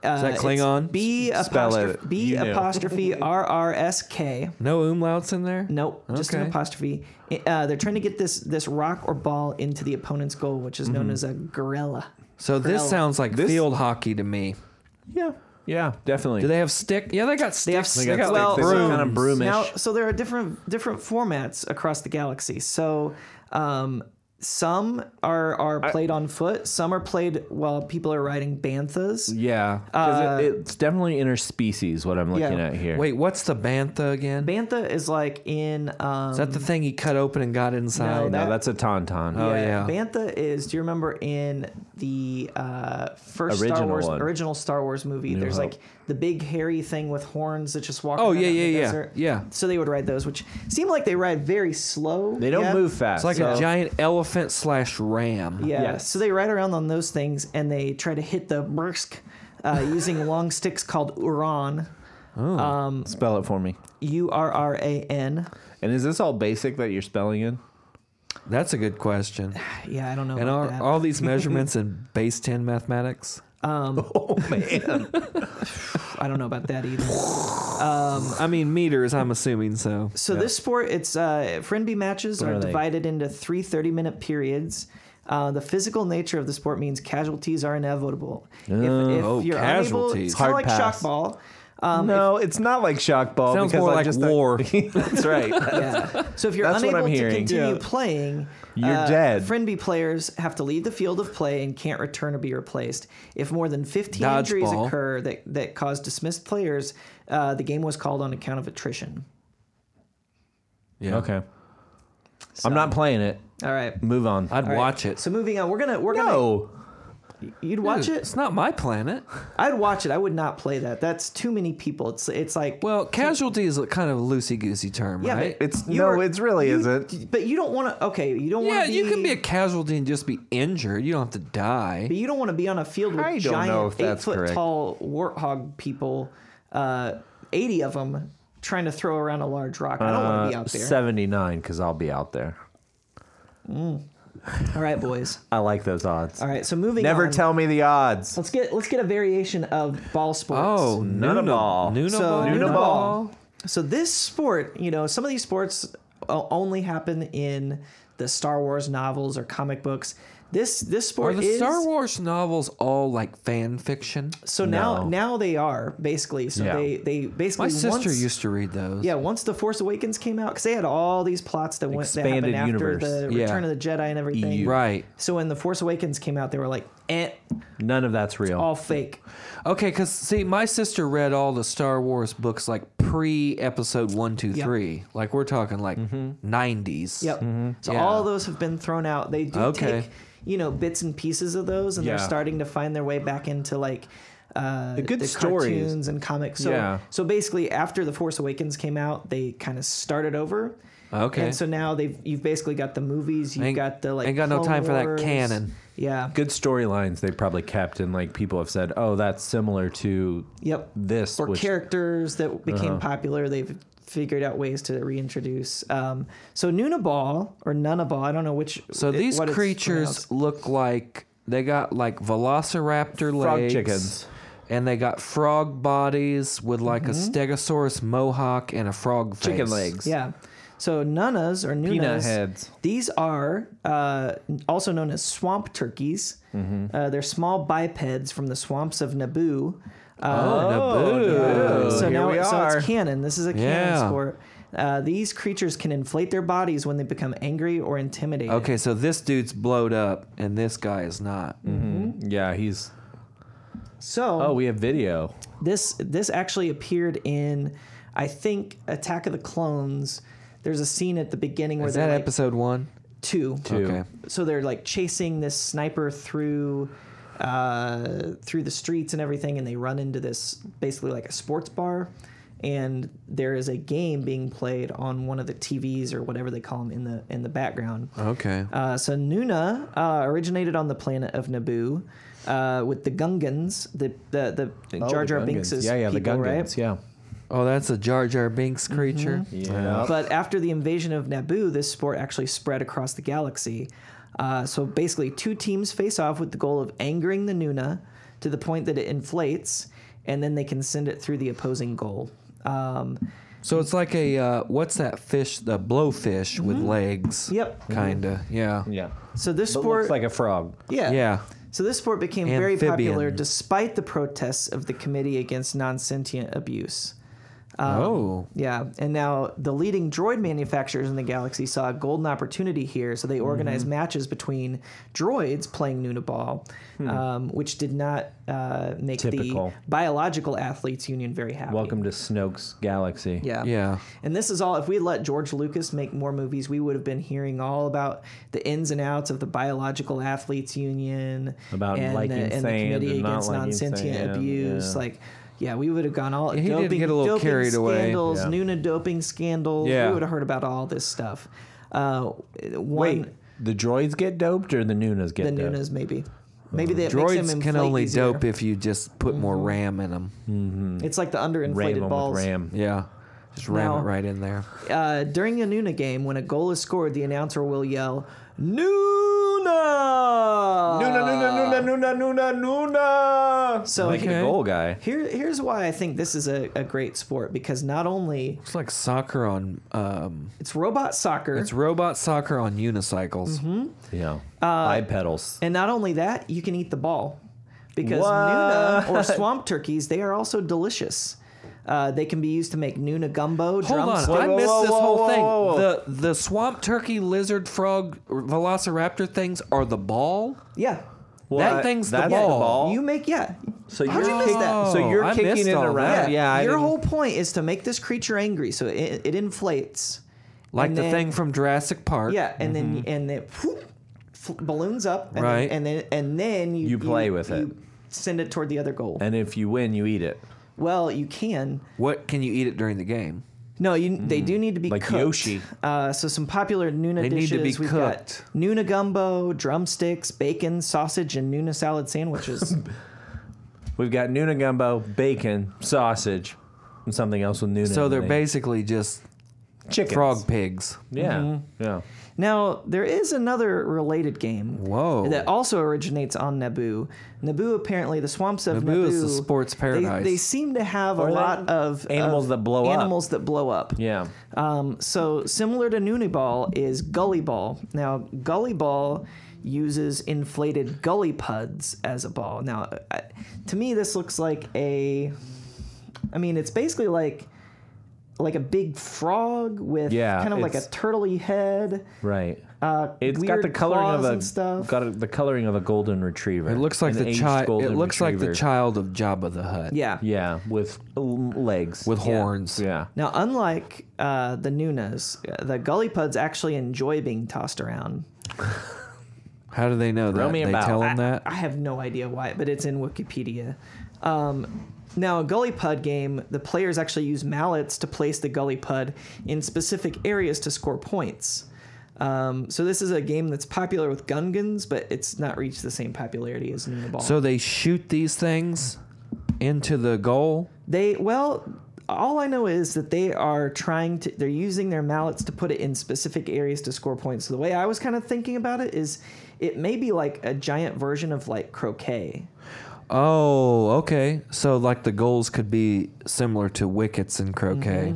[SPEAKER 3] Uh,
[SPEAKER 2] that
[SPEAKER 3] it's
[SPEAKER 2] Klingon?
[SPEAKER 3] B
[SPEAKER 1] Spell it.
[SPEAKER 3] apostrophe B
[SPEAKER 1] You knew.
[SPEAKER 3] apostrophe R R S K.
[SPEAKER 2] no umlauts in there?
[SPEAKER 3] Nope, just an
[SPEAKER 2] Okay.
[SPEAKER 3] apostrophe. Uh, they're trying to get this this rock or ball into the opponent's goal, which is
[SPEAKER 2] Mm-hmm.
[SPEAKER 3] known as a gorilla.
[SPEAKER 2] So this
[SPEAKER 3] Corella.
[SPEAKER 2] sounds like
[SPEAKER 1] This-
[SPEAKER 2] field hockey to me.
[SPEAKER 1] Yeah. Yeah. Definitely.
[SPEAKER 2] Do they have stick? Yeah, they got stick.
[SPEAKER 3] They have
[SPEAKER 1] They got
[SPEAKER 3] They got,
[SPEAKER 1] like
[SPEAKER 3] well,
[SPEAKER 1] this
[SPEAKER 3] brooms.
[SPEAKER 1] kind of broomish.
[SPEAKER 3] Now, so there are different different formats across the galaxy. So um, some are are played on foot. Some are played while people are riding banthas.
[SPEAKER 1] yeah. 'Cause it- it's definitely interspecies. What I'm looking
[SPEAKER 3] Uh, yeah.
[SPEAKER 1] at here.
[SPEAKER 2] Wait, what's the bantha again?
[SPEAKER 3] Bantha is like in. Um,
[SPEAKER 2] Is that the thing he cut open and got inside?
[SPEAKER 3] No,
[SPEAKER 1] No,
[SPEAKER 3] that-
[SPEAKER 1] Oh, that's a tauntaun.
[SPEAKER 2] Oh, yeah.
[SPEAKER 3] Bantha is. Do you remember in the uh, first Star
[SPEAKER 1] Original
[SPEAKER 3] Wars
[SPEAKER 1] one.
[SPEAKER 3] original Star Wars movie? there's
[SPEAKER 1] Hope.
[SPEAKER 3] like the big hairy thing with horns that just walk.
[SPEAKER 2] Oh,
[SPEAKER 3] around
[SPEAKER 2] yeah,
[SPEAKER 3] out in the
[SPEAKER 2] yeah, yeah,
[SPEAKER 3] desert.
[SPEAKER 2] yeah.
[SPEAKER 3] So they would ride those, which seem like they ride very slow.
[SPEAKER 1] They don't
[SPEAKER 3] yeah.
[SPEAKER 1] move fast.
[SPEAKER 2] it's like a
[SPEAKER 1] so-
[SPEAKER 2] giant elephant slash ram.
[SPEAKER 3] Yeah.
[SPEAKER 1] Yes.
[SPEAKER 3] So they ride around on those things and they try to hit the brisk
[SPEAKER 2] <laughs>
[SPEAKER 3] uh, using long sticks called uran. Um,
[SPEAKER 1] Spell it for me.
[SPEAKER 3] U R R A N.
[SPEAKER 1] And is this all basic that you're spelling in?
[SPEAKER 2] That's a good question.
[SPEAKER 3] Yeah, I don't know.
[SPEAKER 2] And
[SPEAKER 3] about
[SPEAKER 2] are
[SPEAKER 3] that.
[SPEAKER 2] all these measurements in base 10 mathematics?
[SPEAKER 1] <laughs> Oh man.
[SPEAKER 3] I don't know about that
[SPEAKER 2] <laughs>
[SPEAKER 3] either.
[SPEAKER 2] I mean, meters, I'm assuming so.
[SPEAKER 3] So this sport, it's uh, frisbee matches
[SPEAKER 1] are
[SPEAKER 3] are
[SPEAKER 1] they?
[SPEAKER 3] divided into three 30 minute periods. Uh, the physical nature of the sport means casualties are inevitable. If, if
[SPEAKER 2] Oh,
[SPEAKER 3] you're unable,
[SPEAKER 2] casualties.
[SPEAKER 3] it's kind
[SPEAKER 1] Hard
[SPEAKER 3] of like
[SPEAKER 1] pass.
[SPEAKER 3] shock ball. Um,
[SPEAKER 1] <laughs> no, it's not like shock ball.
[SPEAKER 2] Sounds
[SPEAKER 1] because
[SPEAKER 2] more like
[SPEAKER 1] just
[SPEAKER 2] war.
[SPEAKER 1] <laughs> that's right.
[SPEAKER 3] yeah. So if you're
[SPEAKER 1] That's what I'm
[SPEAKER 3] unable to
[SPEAKER 1] hearing.
[SPEAKER 3] continue
[SPEAKER 1] Yeah.
[SPEAKER 3] playing, uh,
[SPEAKER 1] You're dead.
[SPEAKER 3] Frisbee players have to leave the field of play and can't return or be replaced. If more than 15 injuries
[SPEAKER 2] Dodgeball.
[SPEAKER 3] occur that, that cause dismissed players, uh, the game was called on account of attrition.
[SPEAKER 2] <laughs> Yeah.
[SPEAKER 1] Okay. I'm not playing it.
[SPEAKER 3] All right.
[SPEAKER 1] Move on.
[SPEAKER 2] I'd
[SPEAKER 3] All right.
[SPEAKER 2] watch it.
[SPEAKER 3] So moving on, we're gonna we're
[SPEAKER 1] no.
[SPEAKER 3] gonna you'd watch
[SPEAKER 2] Dude,
[SPEAKER 3] it.
[SPEAKER 2] It's not my planet.
[SPEAKER 3] I'd watch it. I would not play that. That's too many people. It's it's like
[SPEAKER 2] Well, casualty is a kind of a loosey goosey term,
[SPEAKER 3] Yeah,
[SPEAKER 2] right?
[SPEAKER 3] but-
[SPEAKER 1] It's
[SPEAKER 3] You
[SPEAKER 1] no,
[SPEAKER 3] are-
[SPEAKER 1] it really isn't.
[SPEAKER 3] but you don't want to. Okay, you don't
[SPEAKER 2] yeah,
[SPEAKER 3] want to.
[SPEAKER 2] you can be a casualty and just be injured. You don't have to
[SPEAKER 3] But
[SPEAKER 2] die.
[SPEAKER 3] you don't want to be on a field with
[SPEAKER 1] I don't
[SPEAKER 3] giant
[SPEAKER 1] know if that's
[SPEAKER 3] eight foot
[SPEAKER 1] correct.
[SPEAKER 3] tall warthog people, uh, eighty of them trying to throw around a large rock. I don't want to
[SPEAKER 1] Uh,
[SPEAKER 3] be out there.
[SPEAKER 1] 79 because I'll be out there.
[SPEAKER 3] All right, boys.
[SPEAKER 1] I like those odds.
[SPEAKER 3] All right, so moving.
[SPEAKER 1] Never
[SPEAKER 3] on.
[SPEAKER 1] tell me the odds.
[SPEAKER 3] Let's get let's get a variation of ball sports.
[SPEAKER 2] Oh,
[SPEAKER 1] Nuna ball.
[SPEAKER 2] Nuna
[SPEAKER 3] So,
[SPEAKER 2] ball.
[SPEAKER 3] Nuna
[SPEAKER 1] Nuna
[SPEAKER 3] ball. So this sport, you know, some of these sports o- only happen in the Star Wars novels or comic books. This this
[SPEAKER 2] Are
[SPEAKER 3] sport
[SPEAKER 2] the
[SPEAKER 3] is
[SPEAKER 2] Star Wars novels all like fan fiction?
[SPEAKER 3] so now
[SPEAKER 1] No.
[SPEAKER 3] now they are basically so
[SPEAKER 1] Yeah.
[SPEAKER 3] they they basically
[SPEAKER 2] My sister
[SPEAKER 3] once-
[SPEAKER 2] used to read those.
[SPEAKER 3] yeah once the Force Awakens came out because they had all these plots that went that
[SPEAKER 1] Expanded
[SPEAKER 3] happened after
[SPEAKER 1] universe.
[SPEAKER 3] the
[SPEAKER 2] Yeah. E
[SPEAKER 3] Return of the Jedi and everything.
[SPEAKER 1] EU.
[SPEAKER 2] Right.
[SPEAKER 3] So when the Force Awakens came out, they were like, eh,
[SPEAKER 1] None of that's real.
[SPEAKER 3] all fake.
[SPEAKER 2] Okay, because see, my sister read all the Star Wars books like pre episode one, two, three.
[SPEAKER 3] Yep. Mm-hmm.
[SPEAKER 2] Like we're talking like 90s.
[SPEAKER 3] Yep. So
[SPEAKER 2] Mm-hmm. Yeah.
[SPEAKER 3] all those have been thrown out. They do
[SPEAKER 2] Okay.
[SPEAKER 3] take, you know, bits and pieces of those, and
[SPEAKER 1] Yeah.
[SPEAKER 3] they're starting to find their way back into like uh,
[SPEAKER 1] good
[SPEAKER 3] the
[SPEAKER 1] stories.
[SPEAKER 3] cartoons and comics. So,
[SPEAKER 1] Yeah.
[SPEAKER 3] so basically, after the Force Awakens came out, they kind of started over.
[SPEAKER 2] Okay.
[SPEAKER 3] And so now they've you've basically got the movies, you've
[SPEAKER 2] Ain't-
[SPEAKER 3] got the like.
[SPEAKER 2] ain't got no
[SPEAKER 3] Clone
[SPEAKER 2] time for that
[SPEAKER 3] Wars.
[SPEAKER 2] canon.
[SPEAKER 3] Yeah.
[SPEAKER 1] Good storylines they probably kept, and like people have said, oh, that's similar to
[SPEAKER 3] Yep.
[SPEAKER 1] this.
[SPEAKER 3] or
[SPEAKER 1] which-
[SPEAKER 3] characters that
[SPEAKER 1] Uh-huh.
[SPEAKER 3] became popular. They've figured out ways to reintroduce. Um, so Nunabal or Nunabal, I don't know which.
[SPEAKER 2] So
[SPEAKER 3] it-
[SPEAKER 2] these
[SPEAKER 3] what it's
[SPEAKER 2] creatures
[SPEAKER 3] pronounced.
[SPEAKER 2] look like they got like velociraptor
[SPEAKER 1] Frog
[SPEAKER 2] legs.
[SPEAKER 1] chickens.
[SPEAKER 2] And they got frog bodies with like a stegosaurus mohawk and a frog face.
[SPEAKER 1] Mm-hmm. Chicken legs.
[SPEAKER 3] Yeah. So Nunas or Nunas.
[SPEAKER 1] Peanut heads.
[SPEAKER 3] These are uh, also known as swamp turkeys.
[SPEAKER 1] Mm-hmm.
[SPEAKER 3] Uh, they're small bipeds from the swamps of Naboo. Uh,
[SPEAKER 1] Oh,
[SPEAKER 2] Naboo.
[SPEAKER 3] so
[SPEAKER 1] here
[SPEAKER 3] now
[SPEAKER 1] we
[SPEAKER 3] it- so
[SPEAKER 1] are.
[SPEAKER 3] it's canon. This is a canon
[SPEAKER 2] Yeah.
[SPEAKER 3] sport. Uh, these creatures can inflate their bodies when they become angry or intimidated.
[SPEAKER 2] Okay, so this dude's blowed up and this guy is not.
[SPEAKER 1] Mm-hmm. hmm, Yeah, he's.
[SPEAKER 3] So
[SPEAKER 1] Oh, we have video.
[SPEAKER 3] this this actually appeared in I think Attack of the Clones. There's a scene at the beginning where
[SPEAKER 2] Is
[SPEAKER 3] they're
[SPEAKER 2] that
[SPEAKER 3] like
[SPEAKER 2] episode one?
[SPEAKER 3] two.
[SPEAKER 1] Two.
[SPEAKER 2] Okay.
[SPEAKER 3] So they're like chasing this sniper through uh, through the streets and everything, and they run into this basically like a sports bar. And there is a game being played on one of the TVs or whatever they call them in the in the background.
[SPEAKER 2] Okay.
[SPEAKER 3] Uh, so Nuna uh, originated on the planet of Naboo uh, with the Gungans, the the, the Jar Jar Binks'
[SPEAKER 1] Oh, Yeah, yeah,
[SPEAKER 3] people,
[SPEAKER 1] the
[SPEAKER 3] right?
[SPEAKER 1] Gungans. Yeah.
[SPEAKER 2] Oh, that's a Jar Jar Binks
[SPEAKER 3] Mm-hmm.
[SPEAKER 2] creature.
[SPEAKER 1] Yeah.
[SPEAKER 3] But after the invasion of Naboo, this sport actually spread across the galaxy. Uh, so basically, two teams face off with the goal of angering the Nuna to the point that it inflates, and then they can send it through the opposing goal. Um,
[SPEAKER 2] So it's like a uh, what's that fish? The blowfish with legs.
[SPEAKER 3] Mm-hmm. Yep.
[SPEAKER 2] Kinda. Yeah.
[SPEAKER 1] yeah.
[SPEAKER 3] so this
[SPEAKER 1] But
[SPEAKER 3] sport,
[SPEAKER 1] looks like a frog.
[SPEAKER 3] yeah,
[SPEAKER 2] Yeah.
[SPEAKER 3] So this sport became very
[SPEAKER 2] Amphibian.
[SPEAKER 3] popular despite the protests of the Committee Against Non-Sentient Abuse. Um,
[SPEAKER 2] oh.
[SPEAKER 3] Yeah, and now the leading droid manufacturers in the galaxy saw a golden opportunity here, so they organized matches between droids playing Nunaball, um, which did not uh, make
[SPEAKER 1] Typical.
[SPEAKER 3] the biological athletes union very happy.
[SPEAKER 1] Welcome to Snoke's galaxy.
[SPEAKER 3] Yeah.
[SPEAKER 2] Yeah.
[SPEAKER 3] And this is all. If we had let George Lucas make more movies, we would have been hearing all about the ins and outs of the biological athletes union,
[SPEAKER 1] About
[SPEAKER 3] and
[SPEAKER 1] liking
[SPEAKER 3] the, and the
[SPEAKER 1] sand
[SPEAKER 3] committee
[SPEAKER 1] and not
[SPEAKER 3] against
[SPEAKER 1] liking
[SPEAKER 3] non-sentient
[SPEAKER 1] sand,
[SPEAKER 3] abuse,
[SPEAKER 1] yeah.
[SPEAKER 3] like. Yeah, we would have gone all
[SPEAKER 2] he did
[SPEAKER 3] doping,
[SPEAKER 2] get a little
[SPEAKER 3] doping
[SPEAKER 2] carried away.
[SPEAKER 3] scandals,
[SPEAKER 1] Yeah.
[SPEAKER 3] Nuna doping scandals.
[SPEAKER 2] Yeah.
[SPEAKER 3] We would have heard about all this stuff. Uh, one,
[SPEAKER 1] Wait, the droids get doped or the Nunas
[SPEAKER 3] the
[SPEAKER 1] get doped?
[SPEAKER 3] Nunas maybe, maybe that makes
[SPEAKER 2] Uh, Droids
[SPEAKER 3] them
[SPEAKER 2] can
[SPEAKER 3] inflate
[SPEAKER 2] only
[SPEAKER 3] easier. Mm-hmm.
[SPEAKER 2] dope if you just put more RAM in them.
[SPEAKER 1] Hmm.
[SPEAKER 3] It's like the
[SPEAKER 1] Ram
[SPEAKER 3] underinflated
[SPEAKER 1] them
[SPEAKER 3] balls.
[SPEAKER 1] with Ram.
[SPEAKER 2] Yeah. Just ram it
[SPEAKER 3] Now-
[SPEAKER 2] right in there.
[SPEAKER 3] uh, during a Nuna game, when a goal is scored, the announcer will yell, Nuna!
[SPEAKER 1] Nuna, Nuna, Nuna, Nuna, Nuna, Nuna.
[SPEAKER 3] So
[SPEAKER 1] like
[SPEAKER 2] Okay.
[SPEAKER 1] the goal guy.
[SPEAKER 3] here, here's why I think this is a, a great sport because not only
[SPEAKER 2] It's like soccer on. Um,
[SPEAKER 3] it's robot soccer,
[SPEAKER 2] it's robot soccer on unicycles.
[SPEAKER 3] Mm-hmm.
[SPEAKER 1] Yeah.
[SPEAKER 3] Uh,
[SPEAKER 1] Bipedals.
[SPEAKER 3] and not only that, you can eat the ball because
[SPEAKER 1] What?
[SPEAKER 3] Nuna or swamp turkeys, they are also delicious. Uh, they can be used to make Nuna gumbo,
[SPEAKER 2] Hold
[SPEAKER 3] drum
[SPEAKER 2] on,
[SPEAKER 3] stew-
[SPEAKER 2] I
[SPEAKER 1] Whoa,
[SPEAKER 2] missed
[SPEAKER 1] whoa,
[SPEAKER 2] this
[SPEAKER 1] whoa,
[SPEAKER 2] whole
[SPEAKER 1] whoa,
[SPEAKER 2] thing.
[SPEAKER 1] whoa, whoa.
[SPEAKER 2] The the swamp turkey, lizard, frog, velociraptor things are the ball.
[SPEAKER 3] Yeah.
[SPEAKER 2] that thing's the ball.
[SPEAKER 1] Oh.
[SPEAKER 3] You make, yeah.
[SPEAKER 1] So
[SPEAKER 3] How'd
[SPEAKER 1] you're
[SPEAKER 3] you miss
[SPEAKER 1] kick-
[SPEAKER 3] that?
[SPEAKER 1] so you're
[SPEAKER 2] I
[SPEAKER 1] kicking
[SPEAKER 2] missed
[SPEAKER 1] it
[SPEAKER 2] all
[SPEAKER 1] around.
[SPEAKER 2] that.
[SPEAKER 1] Oh, Yeah, I
[SPEAKER 3] your
[SPEAKER 1] didn't-
[SPEAKER 3] whole point is to make this creature angry, so it, it inflates.
[SPEAKER 2] Like
[SPEAKER 3] And
[SPEAKER 2] the
[SPEAKER 3] then-
[SPEAKER 2] thing from Jurassic Park.
[SPEAKER 3] Yeah, and then and it whoop, f- balloons up, and
[SPEAKER 2] Right.
[SPEAKER 3] Then, and then and then you
[SPEAKER 1] You play with it.
[SPEAKER 3] send it toward the other goal.
[SPEAKER 1] And if you win, you eat it.
[SPEAKER 3] well, you can.
[SPEAKER 2] What can you eat it during the game?
[SPEAKER 3] No, you. They do need to be
[SPEAKER 1] Like
[SPEAKER 3] cooked.
[SPEAKER 1] Yoshi.
[SPEAKER 3] Uh, so some popular Nuna
[SPEAKER 2] They need
[SPEAKER 3] dishes.
[SPEAKER 2] to be
[SPEAKER 3] We've
[SPEAKER 2] cooked.
[SPEAKER 3] got Nuna gumbo, drumsticks, bacon, sausage, and Nuna salad sandwiches.
[SPEAKER 1] We've got Nuna gumbo, bacon, sausage, and something else with Nuna.
[SPEAKER 2] So
[SPEAKER 1] in the
[SPEAKER 2] they're
[SPEAKER 1] name.
[SPEAKER 2] basically just
[SPEAKER 1] chickens.
[SPEAKER 2] frog pigs.
[SPEAKER 1] Yeah.
[SPEAKER 3] Mm-hmm.
[SPEAKER 1] Yeah.
[SPEAKER 3] now there is another related game.
[SPEAKER 2] Whoa.
[SPEAKER 3] That also originates on Naboo. Naboo, apparently, the swamps of
[SPEAKER 2] Naboo
[SPEAKER 3] Naboo.
[SPEAKER 2] is the sports
[SPEAKER 3] they-
[SPEAKER 2] paradise.
[SPEAKER 3] They, seem to have
[SPEAKER 1] Or
[SPEAKER 3] a
[SPEAKER 1] they-
[SPEAKER 3] lot of
[SPEAKER 1] animals
[SPEAKER 3] of
[SPEAKER 1] that blow up.
[SPEAKER 3] Animals that blow up.
[SPEAKER 1] Yeah.
[SPEAKER 3] Um, so similar to Nooney Ball is Gully Ball. Now Gully Ball uses inflated gully puds as a ball. Now, I, to me, this looks like a. I mean, it's basically like like a big frog with
[SPEAKER 1] Yeah,
[SPEAKER 3] kind of like a
[SPEAKER 1] it's-
[SPEAKER 3] turtley head.
[SPEAKER 1] Right.
[SPEAKER 3] Uh,
[SPEAKER 1] It's got
[SPEAKER 3] weird
[SPEAKER 1] the coloring of
[SPEAKER 3] claws
[SPEAKER 1] a
[SPEAKER 3] and stuff.
[SPEAKER 1] got a, the coloring of a golden retriever.
[SPEAKER 2] It looks like
[SPEAKER 1] An
[SPEAKER 2] the
[SPEAKER 1] aged
[SPEAKER 2] child. It
[SPEAKER 1] golden
[SPEAKER 2] looks like the
[SPEAKER 1] retriever.
[SPEAKER 2] child of Jabba the Hutt.
[SPEAKER 3] yeah.
[SPEAKER 1] Yeah, with l- legs.
[SPEAKER 2] with
[SPEAKER 3] Yeah.
[SPEAKER 2] horns.
[SPEAKER 1] yeah.
[SPEAKER 3] Now, unlike uh, the Nunas, uh, the gully puds actually enjoy being tossed around.
[SPEAKER 2] How do they know that?
[SPEAKER 1] me Ah.
[SPEAKER 2] they
[SPEAKER 1] about.
[SPEAKER 2] tell them
[SPEAKER 3] I-
[SPEAKER 2] that.
[SPEAKER 3] I have no idea why, but it's in Wikipedia. Um, now, a gully pud game, the players actually use mallets to place the gully pud in specific areas to score points. Um, so this is a game that's popular with gun guns, but it's not reached the same popularity as Nuna Ball.
[SPEAKER 2] so they shoot these things into the goal.
[SPEAKER 3] They well, all I know is that they are trying to. They're using their mallets to put it in specific areas to score points. So the way I was kind of thinking about it is, it may be like a giant version of like croquet.
[SPEAKER 2] Oh, okay. So like the goals could be similar to wickets in croquet.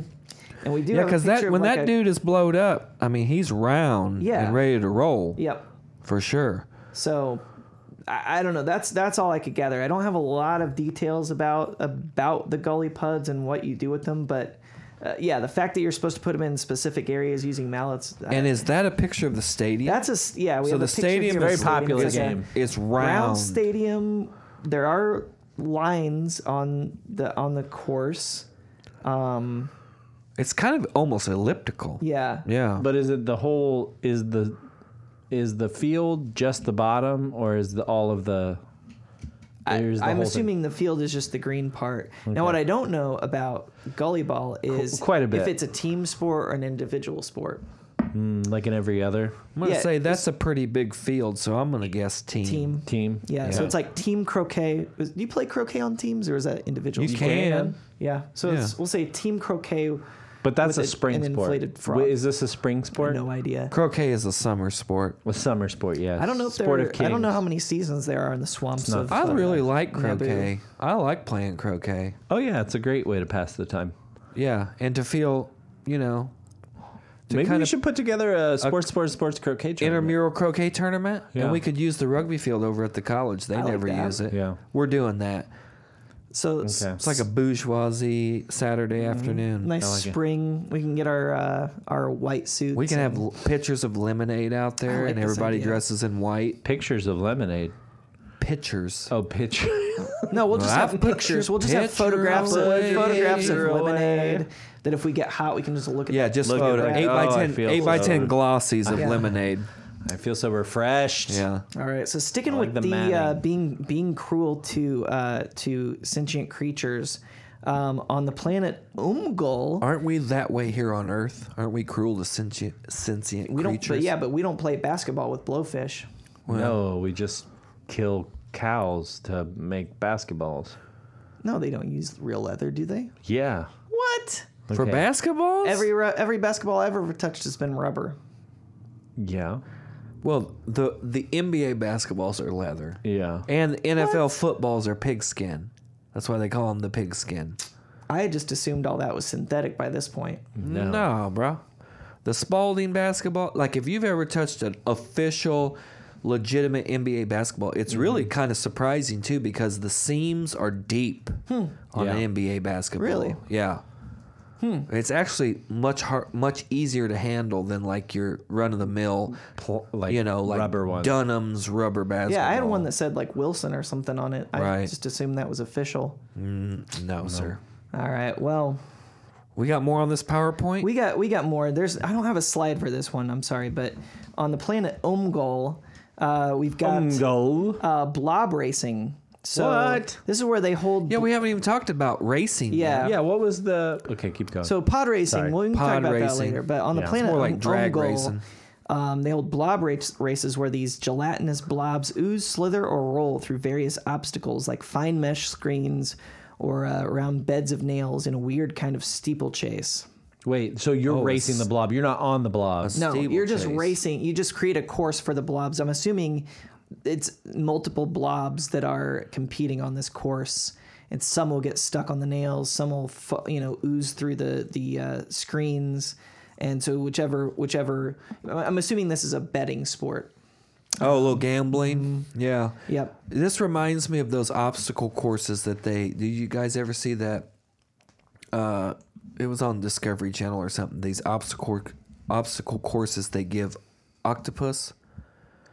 [SPEAKER 3] And we do
[SPEAKER 2] Yeah,
[SPEAKER 3] have a
[SPEAKER 2] because that
[SPEAKER 3] Mm-hmm. picture of,
[SPEAKER 2] when
[SPEAKER 3] like,
[SPEAKER 2] that
[SPEAKER 3] a-
[SPEAKER 2] dude is blowed up, I mean he's round
[SPEAKER 3] Yeah.
[SPEAKER 2] and ready to roll.
[SPEAKER 3] Yep.
[SPEAKER 2] for sure.
[SPEAKER 3] So. I I don't know. That's that's all I could gather. I don't have a lot of details about about the gully puds and what you do with them, but uh, yeah, the fact that you're supposed to put them in specific areas using mallets.
[SPEAKER 2] And
[SPEAKER 3] I,
[SPEAKER 2] is that a picture of the stadium?
[SPEAKER 3] that's a s- yeah. We
[SPEAKER 2] so
[SPEAKER 3] have
[SPEAKER 2] the
[SPEAKER 3] a picture here
[SPEAKER 2] stadium
[SPEAKER 3] of the
[SPEAKER 1] is very popular
[SPEAKER 3] It's like a-
[SPEAKER 1] game.
[SPEAKER 2] it's round.
[SPEAKER 3] round. stadium. There are lines on the on the course. Um,
[SPEAKER 2] It's kind of almost elliptical.
[SPEAKER 3] yeah.
[SPEAKER 2] Yeah.
[SPEAKER 1] But is it the whole? Is the is the field just the bottom, or is the all of the?
[SPEAKER 3] I,
[SPEAKER 1] there's the
[SPEAKER 3] am
[SPEAKER 1] whole thing.
[SPEAKER 3] assuming the field is just the green part. Now, what I don't know about gully ball is
[SPEAKER 1] Qu- quite a
[SPEAKER 3] if
[SPEAKER 1] bit.
[SPEAKER 3] it's a team sport or an individual sport.
[SPEAKER 1] Mm, like in every other
[SPEAKER 2] I'm gonna
[SPEAKER 3] yeah,
[SPEAKER 2] say that's a pretty big field, so I'm gonna guess team.
[SPEAKER 3] Team.
[SPEAKER 1] team.
[SPEAKER 3] Yeah, so it's like team croquet. Is- Do you play croquet on teams or is that individual?
[SPEAKER 2] You
[SPEAKER 3] sport?
[SPEAKER 2] can.
[SPEAKER 3] Yeah. So It's,
[SPEAKER 2] Yeah.
[SPEAKER 3] we'll say team croquet.
[SPEAKER 1] But that's
[SPEAKER 3] with
[SPEAKER 1] a
[SPEAKER 3] a-
[SPEAKER 1] spring
[SPEAKER 3] an
[SPEAKER 1] sport.
[SPEAKER 3] inflated frog.
[SPEAKER 1] Wait, Is this a spring sport?
[SPEAKER 3] No idea.
[SPEAKER 2] Croquet is a summer sport.
[SPEAKER 1] A summer sport, yeah.
[SPEAKER 3] I don't know if
[SPEAKER 1] sport
[SPEAKER 3] there.
[SPEAKER 1] of
[SPEAKER 3] I don't know
[SPEAKER 1] kings.
[SPEAKER 3] how many seasons there are in the swamps.
[SPEAKER 1] not
[SPEAKER 3] Of,
[SPEAKER 2] I
[SPEAKER 3] uh,
[SPEAKER 2] really like
[SPEAKER 3] Naboo.
[SPEAKER 2] croquet. I like playing croquet.
[SPEAKER 1] Oh yeah, it's a great way to pass the time.
[SPEAKER 2] Yeah, and to feel, you know, to
[SPEAKER 1] Maybe
[SPEAKER 2] kind
[SPEAKER 1] we
[SPEAKER 2] of
[SPEAKER 1] should put together a sports, sports, sports croquet tournament.
[SPEAKER 2] intramural croquet tournament,
[SPEAKER 1] Yeah.
[SPEAKER 2] and we could use the rugby field over at the college. They
[SPEAKER 3] like
[SPEAKER 2] never
[SPEAKER 3] that.
[SPEAKER 2] use it.
[SPEAKER 1] Yeah.
[SPEAKER 2] we're doing that.
[SPEAKER 3] So s-
[SPEAKER 1] Okay.
[SPEAKER 2] It's like a bourgeoisie Saturday afternoon.
[SPEAKER 3] Mm-hmm. nice
[SPEAKER 1] like it.
[SPEAKER 3] spring. We can get our uh, our white suits.
[SPEAKER 2] We can have
[SPEAKER 3] and-
[SPEAKER 2] l- pictures of lemonade out there,
[SPEAKER 3] like
[SPEAKER 2] and
[SPEAKER 3] this
[SPEAKER 2] everybody
[SPEAKER 3] idea.
[SPEAKER 2] dresses in white.
[SPEAKER 1] Pictures of lemonade.
[SPEAKER 2] Pictures.
[SPEAKER 1] Oh, picture.
[SPEAKER 3] <laughs> no. We'll just
[SPEAKER 2] Well,
[SPEAKER 3] have
[SPEAKER 2] I've put
[SPEAKER 3] pictures.
[SPEAKER 2] your
[SPEAKER 3] We'll just have
[SPEAKER 2] picture
[SPEAKER 3] photographs of
[SPEAKER 2] away,
[SPEAKER 3] photographs of
[SPEAKER 2] picture away.
[SPEAKER 3] lemonade. That if we get hot, we can just look at.
[SPEAKER 2] Yeah,
[SPEAKER 3] that.
[SPEAKER 2] just
[SPEAKER 1] Look at
[SPEAKER 2] photo
[SPEAKER 1] that.
[SPEAKER 2] eight
[SPEAKER 1] Oh, I
[SPEAKER 2] by ten,
[SPEAKER 1] feel
[SPEAKER 2] eight by
[SPEAKER 1] so-
[SPEAKER 2] ten glossies of
[SPEAKER 3] Yeah.
[SPEAKER 2] lemonade.
[SPEAKER 1] I feel so refreshed.
[SPEAKER 2] Yeah,
[SPEAKER 3] All right. So sticking
[SPEAKER 1] like
[SPEAKER 3] with
[SPEAKER 1] the
[SPEAKER 3] the, uh,
[SPEAKER 1] matting.
[SPEAKER 3] being being cruel to uh, to sentient creatures um, on the planet Umgul.
[SPEAKER 2] aren't we that way here on Earth? Aren't we cruel to sentient, sentient
[SPEAKER 3] we don't.
[SPEAKER 2] creatures?
[SPEAKER 3] But yeah, but we don't play basketball with blowfish.
[SPEAKER 1] No, we just kill cows to make basketballs.
[SPEAKER 3] No, they don't use real leather, do they?
[SPEAKER 1] Yeah.
[SPEAKER 3] What?
[SPEAKER 2] for
[SPEAKER 1] Okay.
[SPEAKER 2] basketballs.
[SPEAKER 3] Every ru- every basketball I've ever touched has been rubber.
[SPEAKER 1] Yeah.
[SPEAKER 2] Well, the the NBA basketballs are leather,
[SPEAKER 1] Yeah.
[SPEAKER 2] and NFL footballs are pigskin. That's why they call them the pigskin.
[SPEAKER 3] I had just assumed all that was synthetic by this point.
[SPEAKER 1] No.
[SPEAKER 2] bro. The Spalding basketball, like if you've ever touched an official, legitimate NBA basketball, it's
[SPEAKER 1] Mm-hmm.
[SPEAKER 2] really kind of surprising too because the seams are deep on
[SPEAKER 1] Yeah.
[SPEAKER 2] an NBA basketball.
[SPEAKER 3] Hmm. Really? Hmm.
[SPEAKER 2] Yeah. It's actually much hard, much easier to handle than like your run of the mill,
[SPEAKER 1] Pl- like
[SPEAKER 2] you know, like
[SPEAKER 1] rubber ones.
[SPEAKER 2] Dunham's rubber basketball.
[SPEAKER 3] Yeah, I had one that said like Wilson or something on it. I
[SPEAKER 2] Right.
[SPEAKER 3] just assumed that was official.
[SPEAKER 2] no, sir.
[SPEAKER 3] All right. Well,
[SPEAKER 2] We got more on this PowerPoint.
[SPEAKER 3] we got we got more. There's I don't have a slide for this one. I'm sorry, but on the planet Omgol, uh, we've got
[SPEAKER 1] Goal.
[SPEAKER 3] uh, blob racing. So
[SPEAKER 1] What?
[SPEAKER 3] this is where they hold.
[SPEAKER 2] yeah, we haven't even talked about racing. yet.
[SPEAKER 3] Yeah.
[SPEAKER 1] Yeah. What was the? Okay, keep going.
[SPEAKER 3] So pod racing,
[SPEAKER 1] Sorry.
[SPEAKER 3] we'll we can talk
[SPEAKER 2] Pod
[SPEAKER 3] about that
[SPEAKER 2] racing.
[SPEAKER 3] later. But on the
[SPEAKER 1] Yeah, it's
[SPEAKER 3] planet,
[SPEAKER 2] more like
[SPEAKER 3] Om-
[SPEAKER 2] drag
[SPEAKER 3] Omgol,
[SPEAKER 2] racing.
[SPEAKER 3] Um, they hold blob race, races where these gelatinous blobs ooze, slither, or roll through various obstacles like fine mesh screens or uh, around beds of nails in a weird kind of steeplechase.
[SPEAKER 1] wait. So you're racing the blob. You're not on the blob.
[SPEAKER 3] No, you're just
[SPEAKER 2] Steeplechase.
[SPEAKER 3] racing. You just create a course for the blobs. I'm assuming it's multiple blobs that are competing on this course. And some will get stuck on the nails. Some will, fu- you know, ooze through the the uh, screens. And so whichever whichever, I'm assuming this is a betting sport.
[SPEAKER 2] Oh, a little gambling.
[SPEAKER 1] Mm-hmm.
[SPEAKER 2] Yeah.
[SPEAKER 3] Yep.
[SPEAKER 2] This reminds me of those obstacle courses that they. Did you guys ever see that? Uh, it was on Discovery Channel or something. These obstacle obstacle courses they give octopus.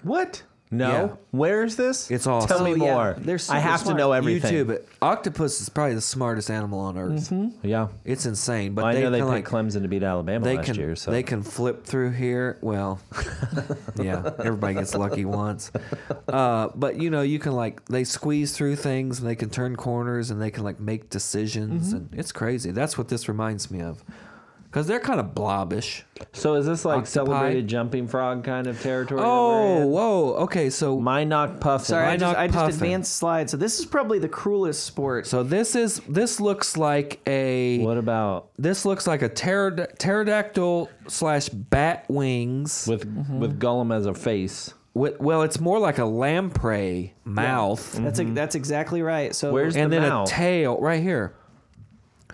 [SPEAKER 1] What? No.
[SPEAKER 2] Yeah.
[SPEAKER 1] Where is this?
[SPEAKER 2] It's awesome.
[SPEAKER 1] Tell me
[SPEAKER 3] Oh, yeah.
[SPEAKER 1] more.
[SPEAKER 3] They're
[SPEAKER 1] I
[SPEAKER 3] super
[SPEAKER 1] have to
[SPEAKER 3] smart.
[SPEAKER 1] know Oh, everything.
[SPEAKER 2] YouTube it. Octopus is probably the smartest animal on earth.
[SPEAKER 1] Yeah.
[SPEAKER 2] It's insane, but
[SPEAKER 1] I
[SPEAKER 2] they
[SPEAKER 1] know they
[SPEAKER 2] can
[SPEAKER 1] picked
[SPEAKER 2] like
[SPEAKER 1] Clemson to beat Alabama
[SPEAKER 2] they
[SPEAKER 1] last
[SPEAKER 2] can
[SPEAKER 1] year. So
[SPEAKER 2] they can flip through here. Well, <laughs> yeah, everybody gets lucky once, uh, but you know you can like they squeeze through things and they can turn corners and they can like make decisions and it's crazy. That's what this reminds me of, because they're kind of blobish.
[SPEAKER 1] so is this like
[SPEAKER 2] Octopi?
[SPEAKER 1] celebrated jumping frog kind of territory? that we're
[SPEAKER 2] Oh,
[SPEAKER 1] in?
[SPEAKER 2] whoa, okay, so
[SPEAKER 1] Minok Puffin.
[SPEAKER 3] Sorry, I
[SPEAKER 2] Why
[SPEAKER 3] just,
[SPEAKER 2] not
[SPEAKER 3] I just
[SPEAKER 2] puffin?
[SPEAKER 3] advanced slide. So this is probably the cruelest sport.
[SPEAKER 1] Mm-hmm.
[SPEAKER 2] so this is this looks like a
[SPEAKER 1] What about
[SPEAKER 2] this looks like a pterod- pterodactyl slash bat wings.
[SPEAKER 1] with with Gollum as a face?
[SPEAKER 2] With, well, it's more like a lamprey mouth.
[SPEAKER 3] that's a, that's exactly right. So
[SPEAKER 1] Where's
[SPEAKER 2] and
[SPEAKER 1] the
[SPEAKER 2] then
[SPEAKER 1] mouth?
[SPEAKER 2] a tail right here.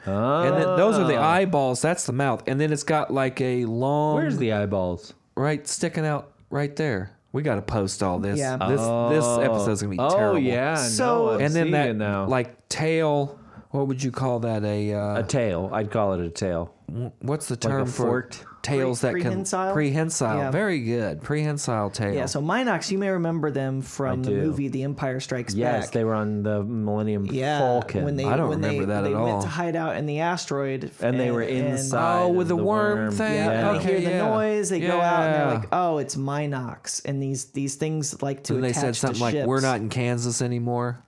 [SPEAKER 1] Oh.
[SPEAKER 2] And then those are the eyeballs. That's the mouth. And then it's got like a long
[SPEAKER 1] Where's the eyeballs?
[SPEAKER 2] right sticking out right there. We got to post all this.
[SPEAKER 3] Yeah.
[SPEAKER 2] This this episode's gonna be
[SPEAKER 1] oh,
[SPEAKER 2] terrible.
[SPEAKER 1] Oh yeah.
[SPEAKER 3] So-
[SPEAKER 1] no, I'm
[SPEAKER 2] And then
[SPEAKER 1] seeing
[SPEAKER 2] that
[SPEAKER 1] it now.
[SPEAKER 2] like tail. What would you call that? A, uh,
[SPEAKER 1] a tail. I'd call it a tail.
[SPEAKER 2] what's the term for
[SPEAKER 1] forked-
[SPEAKER 2] tails that
[SPEAKER 3] Prehensile?
[SPEAKER 2] can prehensile?
[SPEAKER 3] Yeah.
[SPEAKER 2] Very good, prehensile tail.
[SPEAKER 3] yeah, so Minox, you may remember them from the
[SPEAKER 1] do.
[SPEAKER 3] movie The Empire Strikes
[SPEAKER 1] Yes,
[SPEAKER 3] Back.
[SPEAKER 1] they were on the Millennium
[SPEAKER 3] yeah,
[SPEAKER 1] Falcon.
[SPEAKER 3] when they
[SPEAKER 2] I don't
[SPEAKER 3] when
[SPEAKER 2] remember
[SPEAKER 3] they,
[SPEAKER 2] that
[SPEAKER 3] they
[SPEAKER 2] at
[SPEAKER 3] went
[SPEAKER 2] all.
[SPEAKER 3] to hide out in the asteroid,
[SPEAKER 1] And they were inside.
[SPEAKER 2] oh,
[SPEAKER 1] of
[SPEAKER 2] with the,
[SPEAKER 1] the
[SPEAKER 2] worm,
[SPEAKER 1] worm.
[SPEAKER 2] thing.
[SPEAKER 1] Yeah.
[SPEAKER 3] Yeah,
[SPEAKER 2] Okay,
[SPEAKER 3] they hear
[SPEAKER 2] Oh, yeah.
[SPEAKER 3] the noise. They go out and
[SPEAKER 2] Yeah.
[SPEAKER 3] they're like, "Oh, it's Minox," and these these things like to
[SPEAKER 2] And they
[SPEAKER 3] attach
[SPEAKER 2] said something
[SPEAKER 3] to
[SPEAKER 2] like,
[SPEAKER 3] ships.
[SPEAKER 2] "We're not Oh, in Kansas anymore."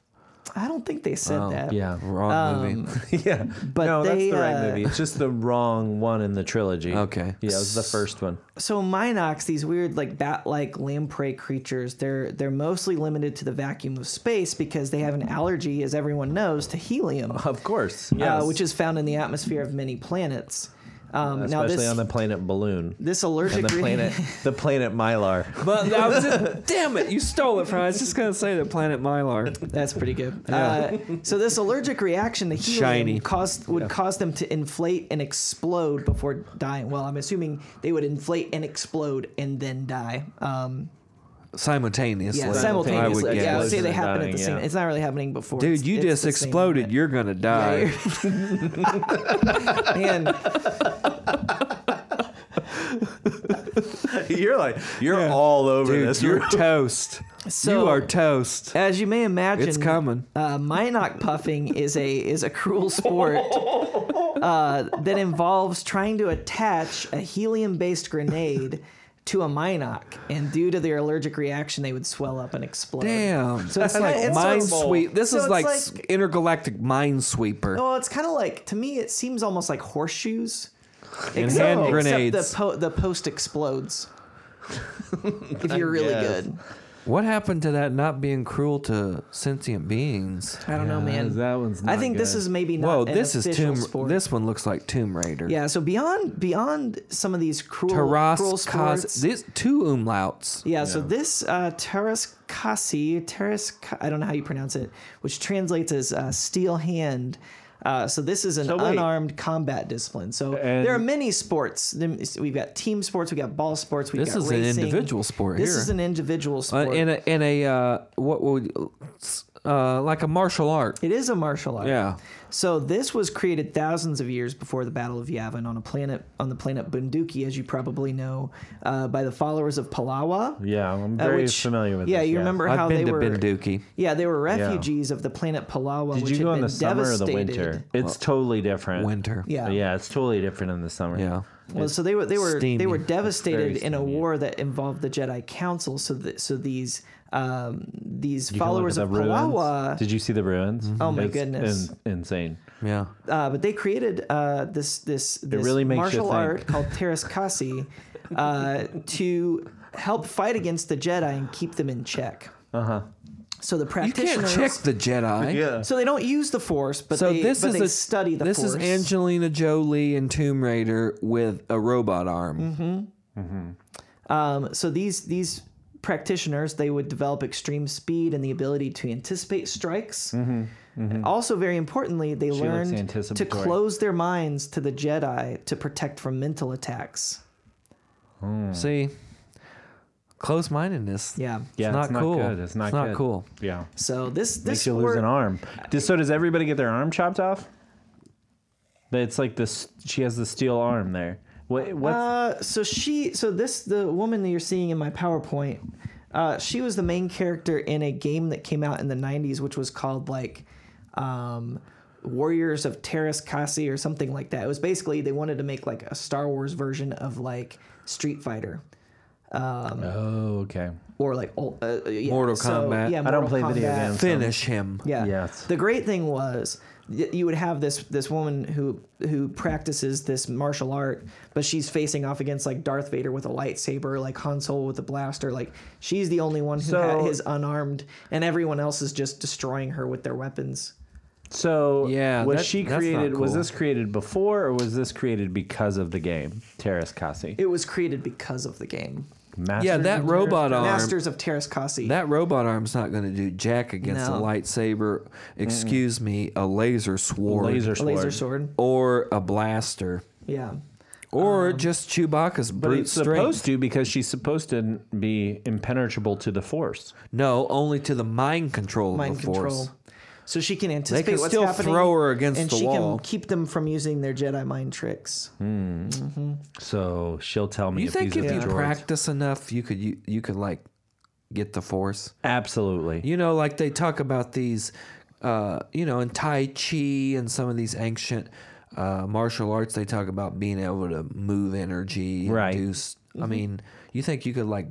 [SPEAKER 3] I don't think they said that.
[SPEAKER 1] yeah.
[SPEAKER 2] Wrong
[SPEAKER 3] Um,
[SPEAKER 2] movie.
[SPEAKER 1] <laughs> yeah.
[SPEAKER 3] But
[SPEAKER 1] no,
[SPEAKER 3] they,
[SPEAKER 1] that's the right
[SPEAKER 3] uh,
[SPEAKER 1] movie. It's just the wrong one in the trilogy.
[SPEAKER 2] Okay.
[SPEAKER 1] Yeah, it was the first one.
[SPEAKER 3] So Minox, these weird like bat-like lamprey creatures, they're they're mostly limited to the vacuum of space because they have an allergy, as everyone knows,
[SPEAKER 2] <laughs>
[SPEAKER 3] to helium,
[SPEAKER 2] Oh,
[SPEAKER 1] Of course. Yeah.
[SPEAKER 3] uh, which is found in the atmosphere of many planets. Um, now
[SPEAKER 1] especially
[SPEAKER 3] this
[SPEAKER 1] on the planet Balloon.
[SPEAKER 2] <laughs>
[SPEAKER 3] this
[SPEAKER 1] and
[SPEAKER 3] allergic
[SPEAKER 1] the
[SPEAKER 3] re- <laughs>
[SPEAKER 1] planet the planet Mylar.
[SPEAKER 2] But I was just, damn it, you stole it from. I was just gonna say that Planet Mylar.
[SPEAKER 3] That's
[SPEAKER 2] <laughs>
[SPEAKER 3] pretty good. Uh, so this allergic reaction to helium
[SPEAKER 2] Shiny.
[SPEAKER 3] caused would cause them to inflate and explode before dying. Well, I'm assuming they would inflate and explode and then die. Um,
[SPEAKER 2] Simultaneously.
[SPEAKER 3] yeah,
[SPEAKER 2] I
[SPEAKER 3] simultaneously.
[SPEAKER 2] would
[SPEAKER 3] yeah, I
[SPEAKER 2] guess.
[SPEAKER 3] would say they
[SPEAKER 1] Explosion and
[SPEAKER 3] happen at
[SPEAKER 1] dying,
[SPEAKER 3] the same.
[SPEAKER 1] yeah.
[SPEAKER 3] It's not really happening before.
[SPEAKER 2] Dude,
[SPEAKER 3] It's-
[SPEAKER 2] you
[SPEAKER 3] it's
[SPEAKER 2] just
[SPEAKER 3] the same
[SPEAKER 2] exploded.
[SPEAKER 3] event.
[SPEAKER 2] You're gonna die.
[SPEAKER 3] <laughs> Man,
[SPEAKER 1] you're like you're all over
[SPEAKER 2] Dude,
[SPEAKER 1] this.
[SPEAKER 2] you're
[SPEAKER 1] You're-
[SPEAKER 2] toast.
[SPEAKER 3] So-
[SPEAKER 2] you are toast.
[SPEAKER 3] as you may imagine,
[SPEAKER 2] It's coming.
[SPEAKER 3] Uh, Minoc puffing is a is a
[SPEAKER 2] <laughs>
[SPEAKER 3] cruel sport uh, that involves trying to attach a helium-based grenade to a Minoc, and due to their allergic reaction, they would swell up and explode.
[SPEAKER 2] Damn.
[SPEAKER 3] So
[SPEAKER 2] that's
[SPEAKER 3] it's
[SPEAKER 2] like
[SPEAKER 3] like- it's
[SPEAKER 2] mine
[SPEAKER 3] so-
[SPEAKER 2] sweep. This
[SPEAKER 3] so
[SPEAKER 2] is
[SPEAKER 3] it's
[SPEAKER 2] like,
[SPEAKER 3] like-
[SPEAKER 2] s- intergalactic minesweeper.
[SPEAKER 3] Well, it's kind of like to me, it seems almost like horseshoes. Except,
[SPEAKER 2] hand
[SPEAKER 3] except
[SPEAKER 2] grenades.
[SPEAKER 3] the, po- the
[SPEAKER 2] <laughs>
[SPEAKER 3] post explodes. if you're really
[SPEAKER 1] guess.
[SPEAKER 3] good,
[SPEAKER 2] What happened to that not being cruel to sentient beings?
[SPEAKER 3] I don't know, man.
[SPEAKER 1] that one's
[SPEAKER 3] I
[SPEAKER 1] not
[SPEAKER 3] think this
[SPEAKER 1] good.
[SPEAKER 3] is maybe not.
[SPEAKER 2] Whoa,
[SPEAKER 3] an
[SPEAKER 2] this is
[SPEAKER 3] official
[SPEAKER 2] Tomb.
[SPEAKER 3] Sport.
[SPEAKER 2] This one looks like Tomb Raider.
[SPEAKER 3] Yeah, so beyond beyond some of these cruel, cruel
[SPEAKER 2] Taras
[SPEAKER 3] sports,
[SPEAKER 2] Kaz. These two umlauts.
[SPEAKER 3] yeah, so this uh, Taras Kasi, Taras, Ka- I don't know how you pronounce it, which translates as uh, steel hand. Uh, so this is an
[SPEAKER 1] So wait.
[SPEAKER 3] unarmed combat discipline. So
[SPEAKER 1] And-
[SPEAKER 3] there are many sports. Them- We've got team sports. We've got ball sports. We've
[SPEAKER 2] This
[SPEAKER 3] got
[SPEAKER 2] is an
[SPEAKER 3] racing.
[SPEAKER 2] individual sport
[SPEAKER 3] This
[SPEAKER 2] here.
[SPEAKER 3] is an individual
[SPEAKER 2] Uh,
[SPEAKER 3] sport.
[SPEAKER 2] in a in a uh, what would uh, like a martial art.
[SPEAKER 3] it is a martial art.
[SPEAKER 2] Yeah.
[SPEAKER 3] So this was created thousands of years before the Battle of Yavin on a planet on the planet Bunduki, as you probably know, uh, by the followers of Palawa.
[SPEAKER 1] Yeah, I'm
[SPEAKER 3] uh,
[SPEAKER 1] very
[SPEAKER 3] which-
[SPEAKER 1] familiar with
[SPEAKER 3] yeah,
[SPEAKER 1] this.
[SPEAKER 3] you remember how
[SPEAKER 2] I've been
[SPEAKER 3] they
[SPEAKER 2] to
[SPEAKER 3] were
[SPEAKER 2] Binduki.
[SPEAKER 3] Yeah, they were refugees of the planet Palawa,
[SPEAKER 1] Did
[SPEAKER 3] which
[SPEAKER 1] you
[SPEAKER 3] had
[SPEAKER 1] go in
[SPEAKER 3] been
[SPEAKER 1] the summer or the
[SPEAKER 3] devastated.
[SPEAKER 1] winter? It's totally different.
[SPEAKER 2] Winter.
[SPEAKER 3] Yeah.
[SPEAKER 1] Yeah, it's totally different in the summer.
[SPEAKER 2] Yeah.
[SPEAKER 3] Well, so they were they were
[SPEAKER 2] steamy.
[SPEAKER 3] they were
[SPEAKER 2] Very
[SPEAKER 3] devastated in a war that involved the Jedi Council. So th- so these um, these
[SPEAKER 1] You can look
[SPEAKER 3] followers
[SPEAKER 1] at
[SPEAKER 3] of
[SPEAKER 1] the ruins.
[SPEAKER 3] Palawa
[SPEAKER 1] Did you see the ruins?
[SPEAKER 3] Oh my
[SPEAKER 1] It's
[SPEAKER 3] goodness.
[SPEAKER 1] in- insane.
[SPEAKER 2] Yeah.
[SPEAKER 3] uh, but they created uh, this this, this
[SPEAKER 1] really makes you
[SPEAKER 3] martial
[SPEAKER 1] think.
[SPEAKER 3] art called Terraskasi uh, to help fight against the Jedi and keep them in check. Uh huh. So the
[SPEAKER 2] You can't
[SPEAKER 3] practitioners.
[SPEAKER 2] check the
[SPEAKER 1] <laughs>
[SPEAKER 2] Jedi.
[SPEAKER 3] so they don't use the Force, but
[SPEAKER 2] So
[SPEAKER 3] they,
[SPEAKER 2] this
[SPEAKER 3] but
[SPEAKER 2] is
[SPEAKER 3] they
[SPEAKER 2] a,
[SPEAKER 3] study the
[SPEAKER 2] this
[SPEAKER 3] Force.
[SPEAKER 2] is Angelina Jolie and Tomb Raider with a robot arm.
[SPEAKER 3] Mm-hmm. Um, so these these practitioners they would develop extreme speed and the ability to anticipate strikes. And also, very importantly, they
[SPEAKER 1] likes
[SPEAKER 3] learned to
[SPEAKER 1] anticipatory.
[SPEAKER 3] close their minds to the Jedi to protect from mental attacks.
[SPEAKER 2] See, close-mindedness.
[SPEAKER 3] Yeah.
[SPEAKER 2] it's not cool.
[SPEAKER 1] good. It's not, good.
[SPEAKER 2] cool.
[SPEAKER 1] Yeah.
[SPEAKER 3] So this this
[SPEAKER 1] Makes you lose
[SPEAKER 3] sport-
[SPEAKER 1] an arm. Does- so does everybody get their arm chopped off? It's like this. She has the steel arm there. What? What's,
[SPEAKER 3] Uh, so she, so this, the woman that you're seeing in my PowerPoint, uh, she was the main character in a game that came out in the '90s, which was called like um, Warriors of Terras Kasi or something like that. It was basically they wanted to make like a Star Wars version of like Street Fighter um,
[SPEAKER 1] oh, okay.
[SPEAKER 3] or like ul- uh, uh, yeah.
[SPEAKER 2] Mortal
[SPEAKER 3] So,
[SPEAKER 2] Kombat.
[SPEAKER 3] Yeah,
[SPEAKER 2] I
[SPEAKER 1] don't
[SPEAKER 3] Mortal
[SPEAKER 1] play video
[SPEAKER 3] Kombat.
[SPEAKER 1] games.
[SPEAKER 2] Finish him.
[SPEAKER 3] Yeah.
[SPEAKER 1] Yes.
[SPEAKER 3] The great thing was y- you would have this this woman who who practices this martial art, but she's facing off against like Darth Vader with a lightsaber, like Han Solo with a blaster. Like she's the only one who
[SPEAKER 1] So-
[SPEAKER 3] ha- is unarmed, and everyone else is just destroying her with their weapons.
[SPEAKER 1] So
[SPEAKER 2] Yeah,
[SPEAKER 1] was
[SPEAKER 2] that-
[SPEAKER 1] she
[SPEAKER 2] that's not
[SPEAKER 1] created? Was
[SPEAKER 2] cool.
[SPEAKER 1] this created before, or was this created because of the game Terrace Kasi?
[SPEAKER 3] It was created because of the game
[SPEAKER 1] Master
[SPEAKER 2] Yeah, that robot arm.
[SPEAKER 3] Masters of Terras Kasi.
[SPEAKER 2] That robot arm's not going to do jack against a
[SPEAKER 3] No.
[SPEAKER 2] lightsaber. Excuse me, a laser sword,
[SPEAKER 1] laser sword.
[SPEAKER 3] laser sword.
[SPEAKER 2] or a blaster,
[SPEAKER 3] Yeah.
[SPEAKER 2] or just Chewbacca's
[SPEAKER 1] Um, But
[SPEAKER 2] brute
[SPEAKER 1] it's supposed
[SPEAKER 2] strength.
[SPEAKER 1] to because she's supposed to n- be impenetrable to the force.
[SPEAKER 2] No, only to the mind control
[SPEAKER 3] mind
[SPEAKER 2] of the force.
[SPEAKER 3] control. So she can anticipate
[SPEAKER 2] can
[SPEAKER 3] what's
[SPEAKER 2] still
[SPEAKER 3] happening.
[SPEAKER 2] throw her against
[SPEAKER 3] and
[SPEAKER 2] the
[SPEAKER 3] she
[SPEAKER 2] wall. Hmm.
[SPEAKER 3] can keep them from using their Jedi mind tricks.
[SPEAKER 1] So she'll tell me
[SPEAKER 2] You
[SPEAKER 1] if
[SPEAKER 2] think
[SPEAKER 1] these
[SPEAKER 2] if
[SPEAKER 1] are
[SPEAKER 2] you
[SPEAKER 1] the droids.
[SPEAKER 2] practice enough, you could you, you could like get the force?
[SPEAKER 1] Absolutely.
[SPEAKER 2] You know, like they talk about these, uh, you know, in Tai Chi and some of these ancient uh, martial arts, they talk about being able to move energy. and
[SPEAKER 1] Right. Mm-hmm.
[SPEAKER 2] do s- I mean, you think you could like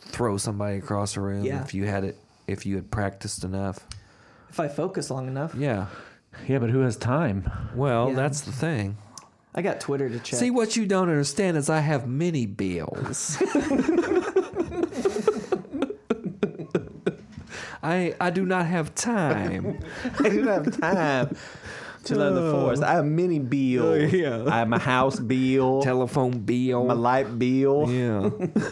[SPEAKER 2] throw somebody across a room
[SPEAKER 3] Yeah.
[SPEAKER 2] if you had it, if you had practiced enough?
[SPEAKER 3] If I focus long enough,
[SPEAKER 2] Yeah.
[SPEAKER 1] Yeah, but who has <laughs> time?
[SPEAKER 2] Well,
[SPEAKER 3] Yeah.
[SPEAKER 2] that's the thing.
[SPEAKER 3] I got Twitter to check.
[SPEAKER 2] See, what you don't understand is I have many bills. <laughs> I I do not have
[SPEAKER 3] <laughs>
[SPEAKER 2] time.
[SPEAKER 1] I didn't have time to learn the force. I have mini bill.
[SPEAKER 2] yeah.
[SPEAKER 1] I have my house <laughs> bill,
[SPEAKER 2] Telephone bill.
[SPEAKER 1] my light bill.
[SPEAKER 3] <laughs>
[SPEAKER 2] Yeah.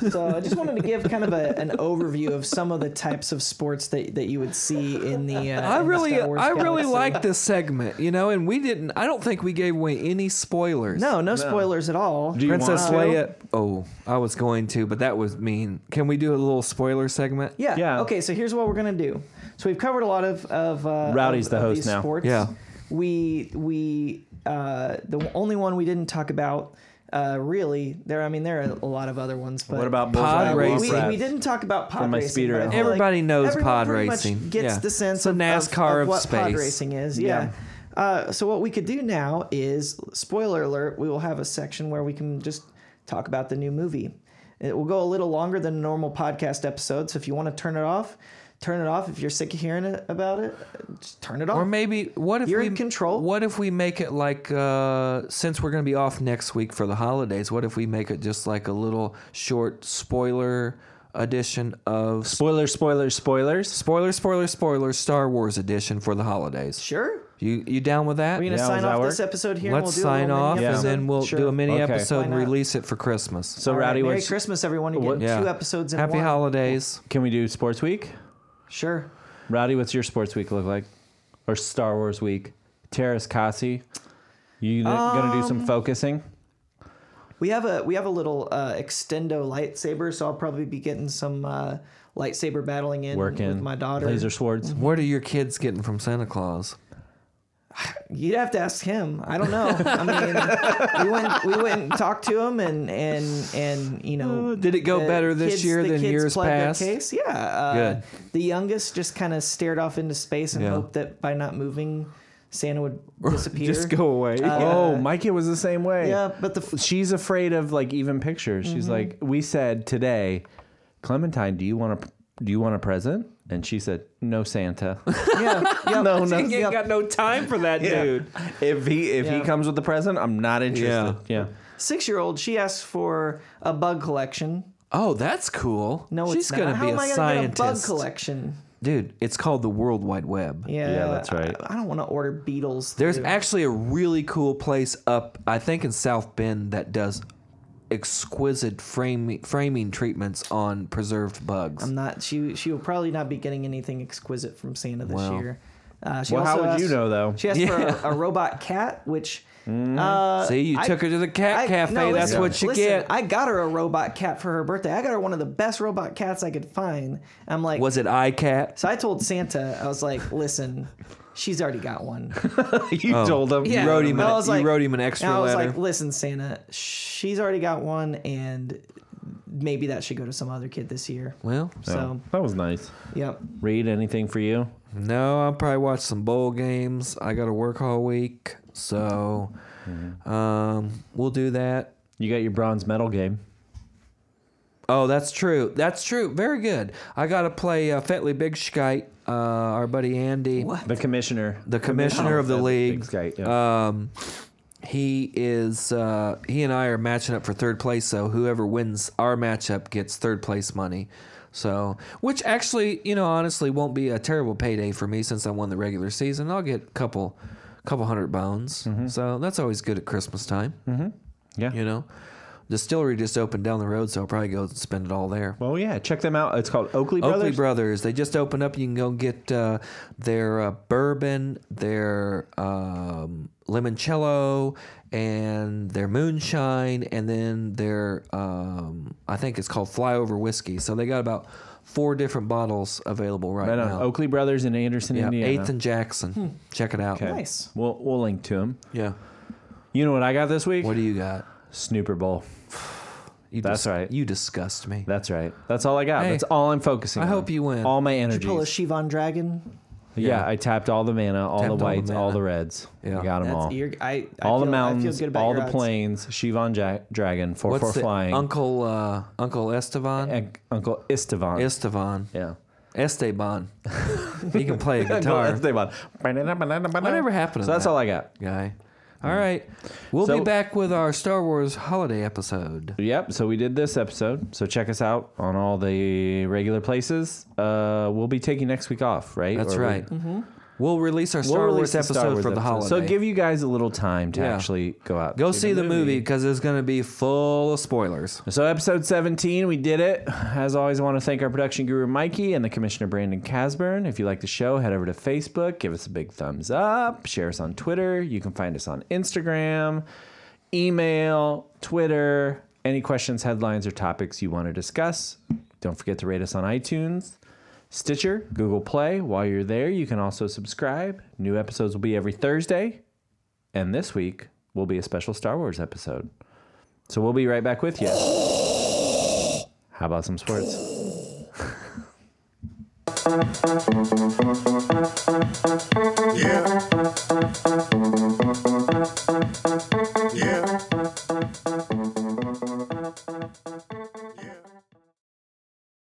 [SPEAKER 3] <laughs> so I just wanted to give kind of a, an overview of some of the types of sports that, that you would see in the. Uh,
[SPEAKER 2] I
[SPEAKER 3] in the
[SPEAKER 2] really
[SPEAKER 3] Star Wars
[SPEAKER 2] I really
[SPEAKER 3] galaxy.
[SPEAKER 2] like this segment, you know, and we didn't I don't think we gave away any spoilers.
[SPEAKER 3] No, no spoilers at all.
[SPEAKER 1] you
[SPEAKER 2] Princess
[SPEAKER 1] want
[SPEAKER 2] Leia. Oh, I was going to, but that was mean. Can we do a little spoiler segment?
[SPEAKER 3] yeah.
[SPEAKER 1] Yeah.
[SPEAKER 3] Okay, so here's what we're gonna do. So we've covered a lot of of. Uh,
[SPEAKER 1] Rowdy's
[SPEAKER 3] of-
[SPEAKER 1] the
[SPEAKER 3] of
[SPEAKER 1] host
[SPEAKER 3] these
[SPEAKER 1] now.
[SPEAKER 3] Sports.
[SPEAKER 2] Yeah.
[SPEAKER 3] We we uh, the only one we didn't talk about. Uh, really, there. I mean, there are a lot of other ones, but
[SPEAKER 1] What
[SPEAKER 2] Pod
[SPEAKER 1] about Bullseye
[SPEAKER 3] we,
[SPEAKER 2] racing?
[SPEAKER 1] Wall
[SPEAKER 3] we
[SPEAKER 1] Trap?
[SPEAKER 3] didn't talk about pod
[SPEAKER 1] For my
[SPEAKER 3] racing.
[SPEAKER 1] speeder
[SPEAKER 3] but I
[SPEAKER 1] at
[SPEAKER 3] feel
[SPEAKER 1] home.
[SPEAKER 2] Everybody knows
[SPEAKER 3] everyone
[SPEAKER 2] pod
[SPEAKER 3] pretty much
[SPEAKER 2] racing.
[SPEAKER 3] gets
[SPEAKER 2] Yeah.
[SPEAKER 3] the sense
[SPEAKER 2] The
[SPEAKER 3] of
[SPEAKER 2] NASCAR
[SPEAKER 3] of,
[SPEAKER 2] of
[SPEAKER 3] what pod
[SPEAKER 2] space.
[SPEAKER 3] racing is. Yeah. Uh, so what we could do now is spoiler alert. We will have a section where we can just talk about the new movie. It will go a little longer than a normal podcast episode. So if you want to turn it off, turn it off. If you're sick of hearing it, about it, just turn it off.
[SPEAKER 2] Or maybe what if
[SPEAKER 3] You're
[SPEAKER 2] we
[SPEAKER 3] in control.
[SPEAKER 2] What if we make it like uh, since we're going to be off next week for the holidays? What if we make it just like a little short spoiler edition of
[SPEAKER 1] Spoilers, spoilers, spoilers.
[SPEAKER 2] spoiler, spoiler, spoiler Star Wars edition for the holidays?
[SPEAKER 3] sure.
[SPEAKER 2] You you down with that?
[SPEAKER 3] We're gonna
[SPEAKER 1] Yeah, does
[SPEAKER 3] sign
[SPEAKER 1] that
[SPEAKER 3] off
[SPEAKER 1] work?
[SPEAKER 3] this episode here.
[SPEAKER 2] Let's
[SPEAKER 3] and we'll do a
[SPEAKER 2] sign
[SPEAKER 3] little mini
[SPEAKER 2] off
[SPEAKER 3] episode.
[SPEAKER 2] and then we'll
[SPEAKER 3] Sure.
[SPEAKER 2] do a mini
[SPEAKER 1] Okay.
[SPEAKER 2] episode and
[SPEAKER 3] Why not?
[SPEAKER 2] release it for Christmas.
[SPEAKER 1] So
[SPEAKER 3] All right,
[SPEAKER 1] Rowdy,
[SPEAKER 3] Merry
[SPEAKER 1] what's,
[SPEAKER 3] Christmas, everyone. You
[SPEAKER 1] what-
[SPEAKER 3] get
[SPEAKER 2] yeah.
[SPEAKER 3] two episodes in
[SPEAKER 2] Happy
[SPEAKER 3] one.
[SPEAKER 2] holidays.
[SPEAKER 1] can we do Sports Week?
[SPEAKER 3] Sure.
[SPEAKER 1] Rowdy, what's your Sports Week look like? Or Star Wars Week? Terrace Kasi, you n- gonna do some
[SPEAKER 3] Um,
[SPEAKER 1] focusing?
[SPEAKER 3] We have a we have a little uh, extendo lightsaber, so I'll probably be getting some uh, lightsaber battling in
[SPEAKER 1] Working
[SPEAKER 3] with my daughter.
[SPEAKER 1] laser swords.
[SPEAKER 3] Mm-hmm.
[SPEAKER 2] What are your kids getting from Santa Claus?
[SPEAKER 3] You'd have to ask him. I don't know. I mean, we went we went and talked to him, and and and you know,
[SPEAKER 2] Oh, Did it go
[SPEAKER 3] the
[SPEAKER 2] better this
[SPEAKER 3] kids-
[SPEAKER 2] year
[SPEAKER 3] the
[SPEAKER 2] than
[SPEAKER 3] kids
[SPEAKER 2] years
[SPEAKER 3] plugged their
[SPEAKER 2] past?
[SPEAKER 3] Case. Yeah. Uh,
[SPEAKER 2] Good.
[SPEAKER 3] The youngest just kind of stared off into space and
[SPEAKER 2] Yeah.
[SPEAKER 3] hoped that by not moving,
[SPEAKER 2] <laughs>
[SPEAKER 3] Santa would disappear.
[SPEAKER 2] away.
[SPEAKER 3] Uh,
[SPEAKER 1] oh, my kid was the same way.
[SPEAKER 3] Yeah,
[SPEAKER 2] <laughs>
[SPEAKER 3] but the f-
[SPEAKER 1] she's afraid of like even pictures.
[SPEAKER 3] Mm-hmm.
[SPEAKER 1] She's like, we said today, Clementine, do you want to do you want a present? And she said, no, Santa.
[SPEAKER 3] <laughs> yeah, <laughs> yeah,
[SPEAKER 1] No, no.
[SPEAKER 3] yeah.
[SPEAKER 2] no time for that,
[SPEAKER 1] if he if he
[SPEAKER 3] Yeah.
[SPEAKER 1] comes with the present, I'm not interested. Yeah.
[SPEAKER 3] Six year old, she asked for a bug collection.
[SPEAKER 2] Oh, that's cool.
[SPEAKER 3] No,
[SPEAKER 2] she's
[SPEAKER 3] it's not.
[SPEAKER 2] gonna
[SPEAKER 3] How
[SPEAKER 2] be
[SPEAKER 3] am
[SPEAKER 2] a
[SPEAKER 3] I gonna
[SPEAKER 2] scientist,
[SPEAKER 3] get a bug collection?
[SPEAKER 2] dude. It's called the World Wide Web.
[SPEAKER 3] Yeah,
[SPEAKER 1] that's right.
[SPEAKER 3] I, I don't want to order beetles.
[SPEAKER 2] There's
[SPEAKER 3] through-
[SPEAKER 2] actually a really cool place up, I think, in South Bend that does exquisite framing framing treatments on preserved bugs.
[SPEAKER 3] I'm not. She she will probably not be getting anything exquisite from Santa this
[SPEAKER 2] Wow.
[SPEAKER 3] year. Uh, she
[SPEAKER 1] Well, how
[SPEAKER 3] also
[SPEAKER 1] would
[SPEAKER 3] asked-
[SPEAKER 1] you know though?
[SPEAKER 3] She asked
[SPEAKER 2] <laughs>
[SPEAKER 3] for a, a robot cat, which. Uh,
[SPEAKER 2] Mm-hmm. See, you
[SPEAKER 3] I-
[SPEAKER 2] took her to the cat
[SPEAKER 3] I-
[SPEAKER 2] cafe.
[SPEAKER 3] no,
[SPEAKER 2] That's
[SPEAKER 3] listen-
[SPEAKER 2] what you
[SPEAKER 3] listen,
[SPEAKER 2] get.
[SPEAKER 3] I got her a robot cat for her birthday. I got her one of the best robot cats I could find. I'm like,
[SPEAKER 2] was it I cat?
[SPEAKER 3] so I told Santa, I was like, listen, she's already got one.
[SPEAKER 1] <laughs> you told him.
[SPEAKER 3] Yeah.
[SPEAKER 1] You wrote him.
[SPEAKER 2] an-
[SPEAKER 3] I
[SPEAKER 1] a-
[SPEAKER 3] was
[SPEAKER 2] you wrote him an extra
[SPEAKER 3] and I was
[SPEAKER 2] letter.
[SPEAKER 3] like, listen, Santa, she's already got one, and maybe that should go to some other kid this year.
[SPEAKER 2] Well,
[SPEAKER 3] So,
[SPEAKER 1] that was nice.
[SPEAKER 3] yep.
[SPEAKER 1] Read anything for you?
[SPEAKER 2] no, I'll probably watch some bowl games. I got to work all week, so um, we'll do that.
[SPEAKER 1] You got your bronze medal game.
[SPEAKER 2] Oh, that's true. That's true. Very good. I got to play uh, Fetley Big Shkite, uh, our buddy Andy.
[SPEAKER 3] What?
[SPEAKER 1] The commissioner.
[SPEAKER 2] The commissioner of the
[SPEAKER 1] Oh,
[SPEAKER 2] league.
[SPEAKER 1] big guy, yeah.
[SPEAKER 2] Um, he is. Uh, he and I are matching up for third place. So whoever wins our matchup gets third place money. So, which actually, you know, honestly, won't be a terrible payday for me since I won the regular season. I'll get a couple, couple hundred bones. So that's always good at Christmas time. Mm-hmm.
[SPEAKER 1] Mm-hmm. Yeah.
[SPEAKER 2] You know, distillery just opened down the road, so I'll probably go and spend it all there.
[SPEAKER 1] well, yeah. Check them out. It's called Oakley Brothers.
[SPEAKER 2] Oakley Brothers. They just opened up. You can go get uh, their uh, bourbon, their um, limoncello, and their moonshine, and then their um, I think it's called Flyover whiskey. So they got about four different bottles available right,
[SPEAKER 1] Right on.
[SPEAKER 2] now.
[SPEAKER 1] Oakley Brothers in Anderson,
[SPEAKER 2] yeah,
[SPEAKER 1] Indiana.
[SPEAKER 2] Eighth and Jackson. Check it out.
[SPEAKER 1] Okay.
[SPEAKER 3] Nice.
[SPEAKER 1] We'll we'll link to them.
[SPEAKER 2] Yeah.
[SPEAKER 1] You know what I got this week?
[SPEAKER 2] What do you got?
[SPEAKER 1] Snooper Bowl.
[SPEAKER 2] You
[SPEAKER 1] That's right.
[SPEAKER 2] You disgust me.
[SPEAKER 1] That's right. That's all I got.
[SPEAKER 2] Hey.
[SPEAKER 1] That's all I'm focusing.
[SPEAKER 2] I
[SPEAKER 1] on.
[SPEAKER 2] hope you win.
[SPEAKER 1] All my
[SPEAKER 3] Did
[SPEAKER 1] energy.
[SPEAKER 3] you pull a Shivan Dragon?
[SPEAKER 1] yeah.
[SPEAKER 2] Yeah.
[SPEAKER 1] I tapped all the mana, all
[SPEAKER 2] Tapped all
[SPEAKER 1] the
[SPEAKER 2] the
[SPEAKER 1] whites, all the,
[SPEAKER 2] mana.
[SPEAKER 1] reds.
[SPEAKER 2] Yeah.
[SPEAKER 1] I got them all.
[SPEAKER 3] your- I, I
[SPEAKER 1] all the
[SPEAKER 3] feel- I feel
[SPEAKER 1] mountains,
[SPEAKER 3] good about
[SPEAKER 1] all
[SPEAKER 3] your
[SPEAKER 1] the
[SPEAKER 3] odds.
[SPEAKER 1] plains. Shivan ja- Dragon, four
[SPEAKER 2] What's
[SPEAKER 1] four
[SPEAKER 2] the-
[SPEAKER 1] flying.
[SPEAKER 2] Uncle uh, Uncle Estevan?
[SPEAKER 1] Unc- Uncle Estevan.
[SPEAKER 2] Estevan.
[SPEAKER 1] yeah.
[SPEAKER 2] Esteban. he can
[SPEAKER 1] <laughs>
[SPEAKER 2] play a guitar.
[SPEAKER 1] Esteban.
[SPEAKER 2] Whatever happened to
[SPEAKER 1] So that's
[SPEAKER 2] that?
[SPEAKER 1] all I got.
[SPEAKER 2] guy. All right. We'll
[SPEAKER 1] So-
[SPEAKER 2] be back with our Star Wars holiday episode.
[SPEAKER 1] Yep. So we did this episode. So check us out on all the regular places. Uh, we'll be taking next week off, right?
[SPEAKER 2] That's
[SPEAKER 1] Or we-
[SPEAKER 2] right. We'll release our
[SPEAKER 1] We'll
[SPEAKER 2] Star
[SPEAKER 1] release
[SPEAKER 2] Wars
[SPEAKER 1] the Star
[SPEAKER 2] episode
[SPEAKER 1] Wars
[SPEAKER 2] for the holiday.
[SPEAKER 1] episode. So give you guys a little time to
[SPEAKER 2] Yeah.
[SPEAKER 1] actually go out.
[SPEAKER 2] Go see the movie because it's going to be full of spoilers.
[SPEAKER 1] So episode 17, we did it. As always, I want to thank our production guru Mikey and the commissioner Brandon Casburn. If you like the show, head over to Facebook, give us a big thumbs up, share us on Twitter. You can find us on Instagram, email, Twitter. Any questions, headlines, or topics you want to discuss, don't forget to rate us on iTunes. Stitcher, Google Play. While you're there, you can also subscribe. New episodes will be every Thursday. And this week will be a special Star Wars episode. So we'll be right back with you. How about some sports?
[SPEAKER 4] Yeah.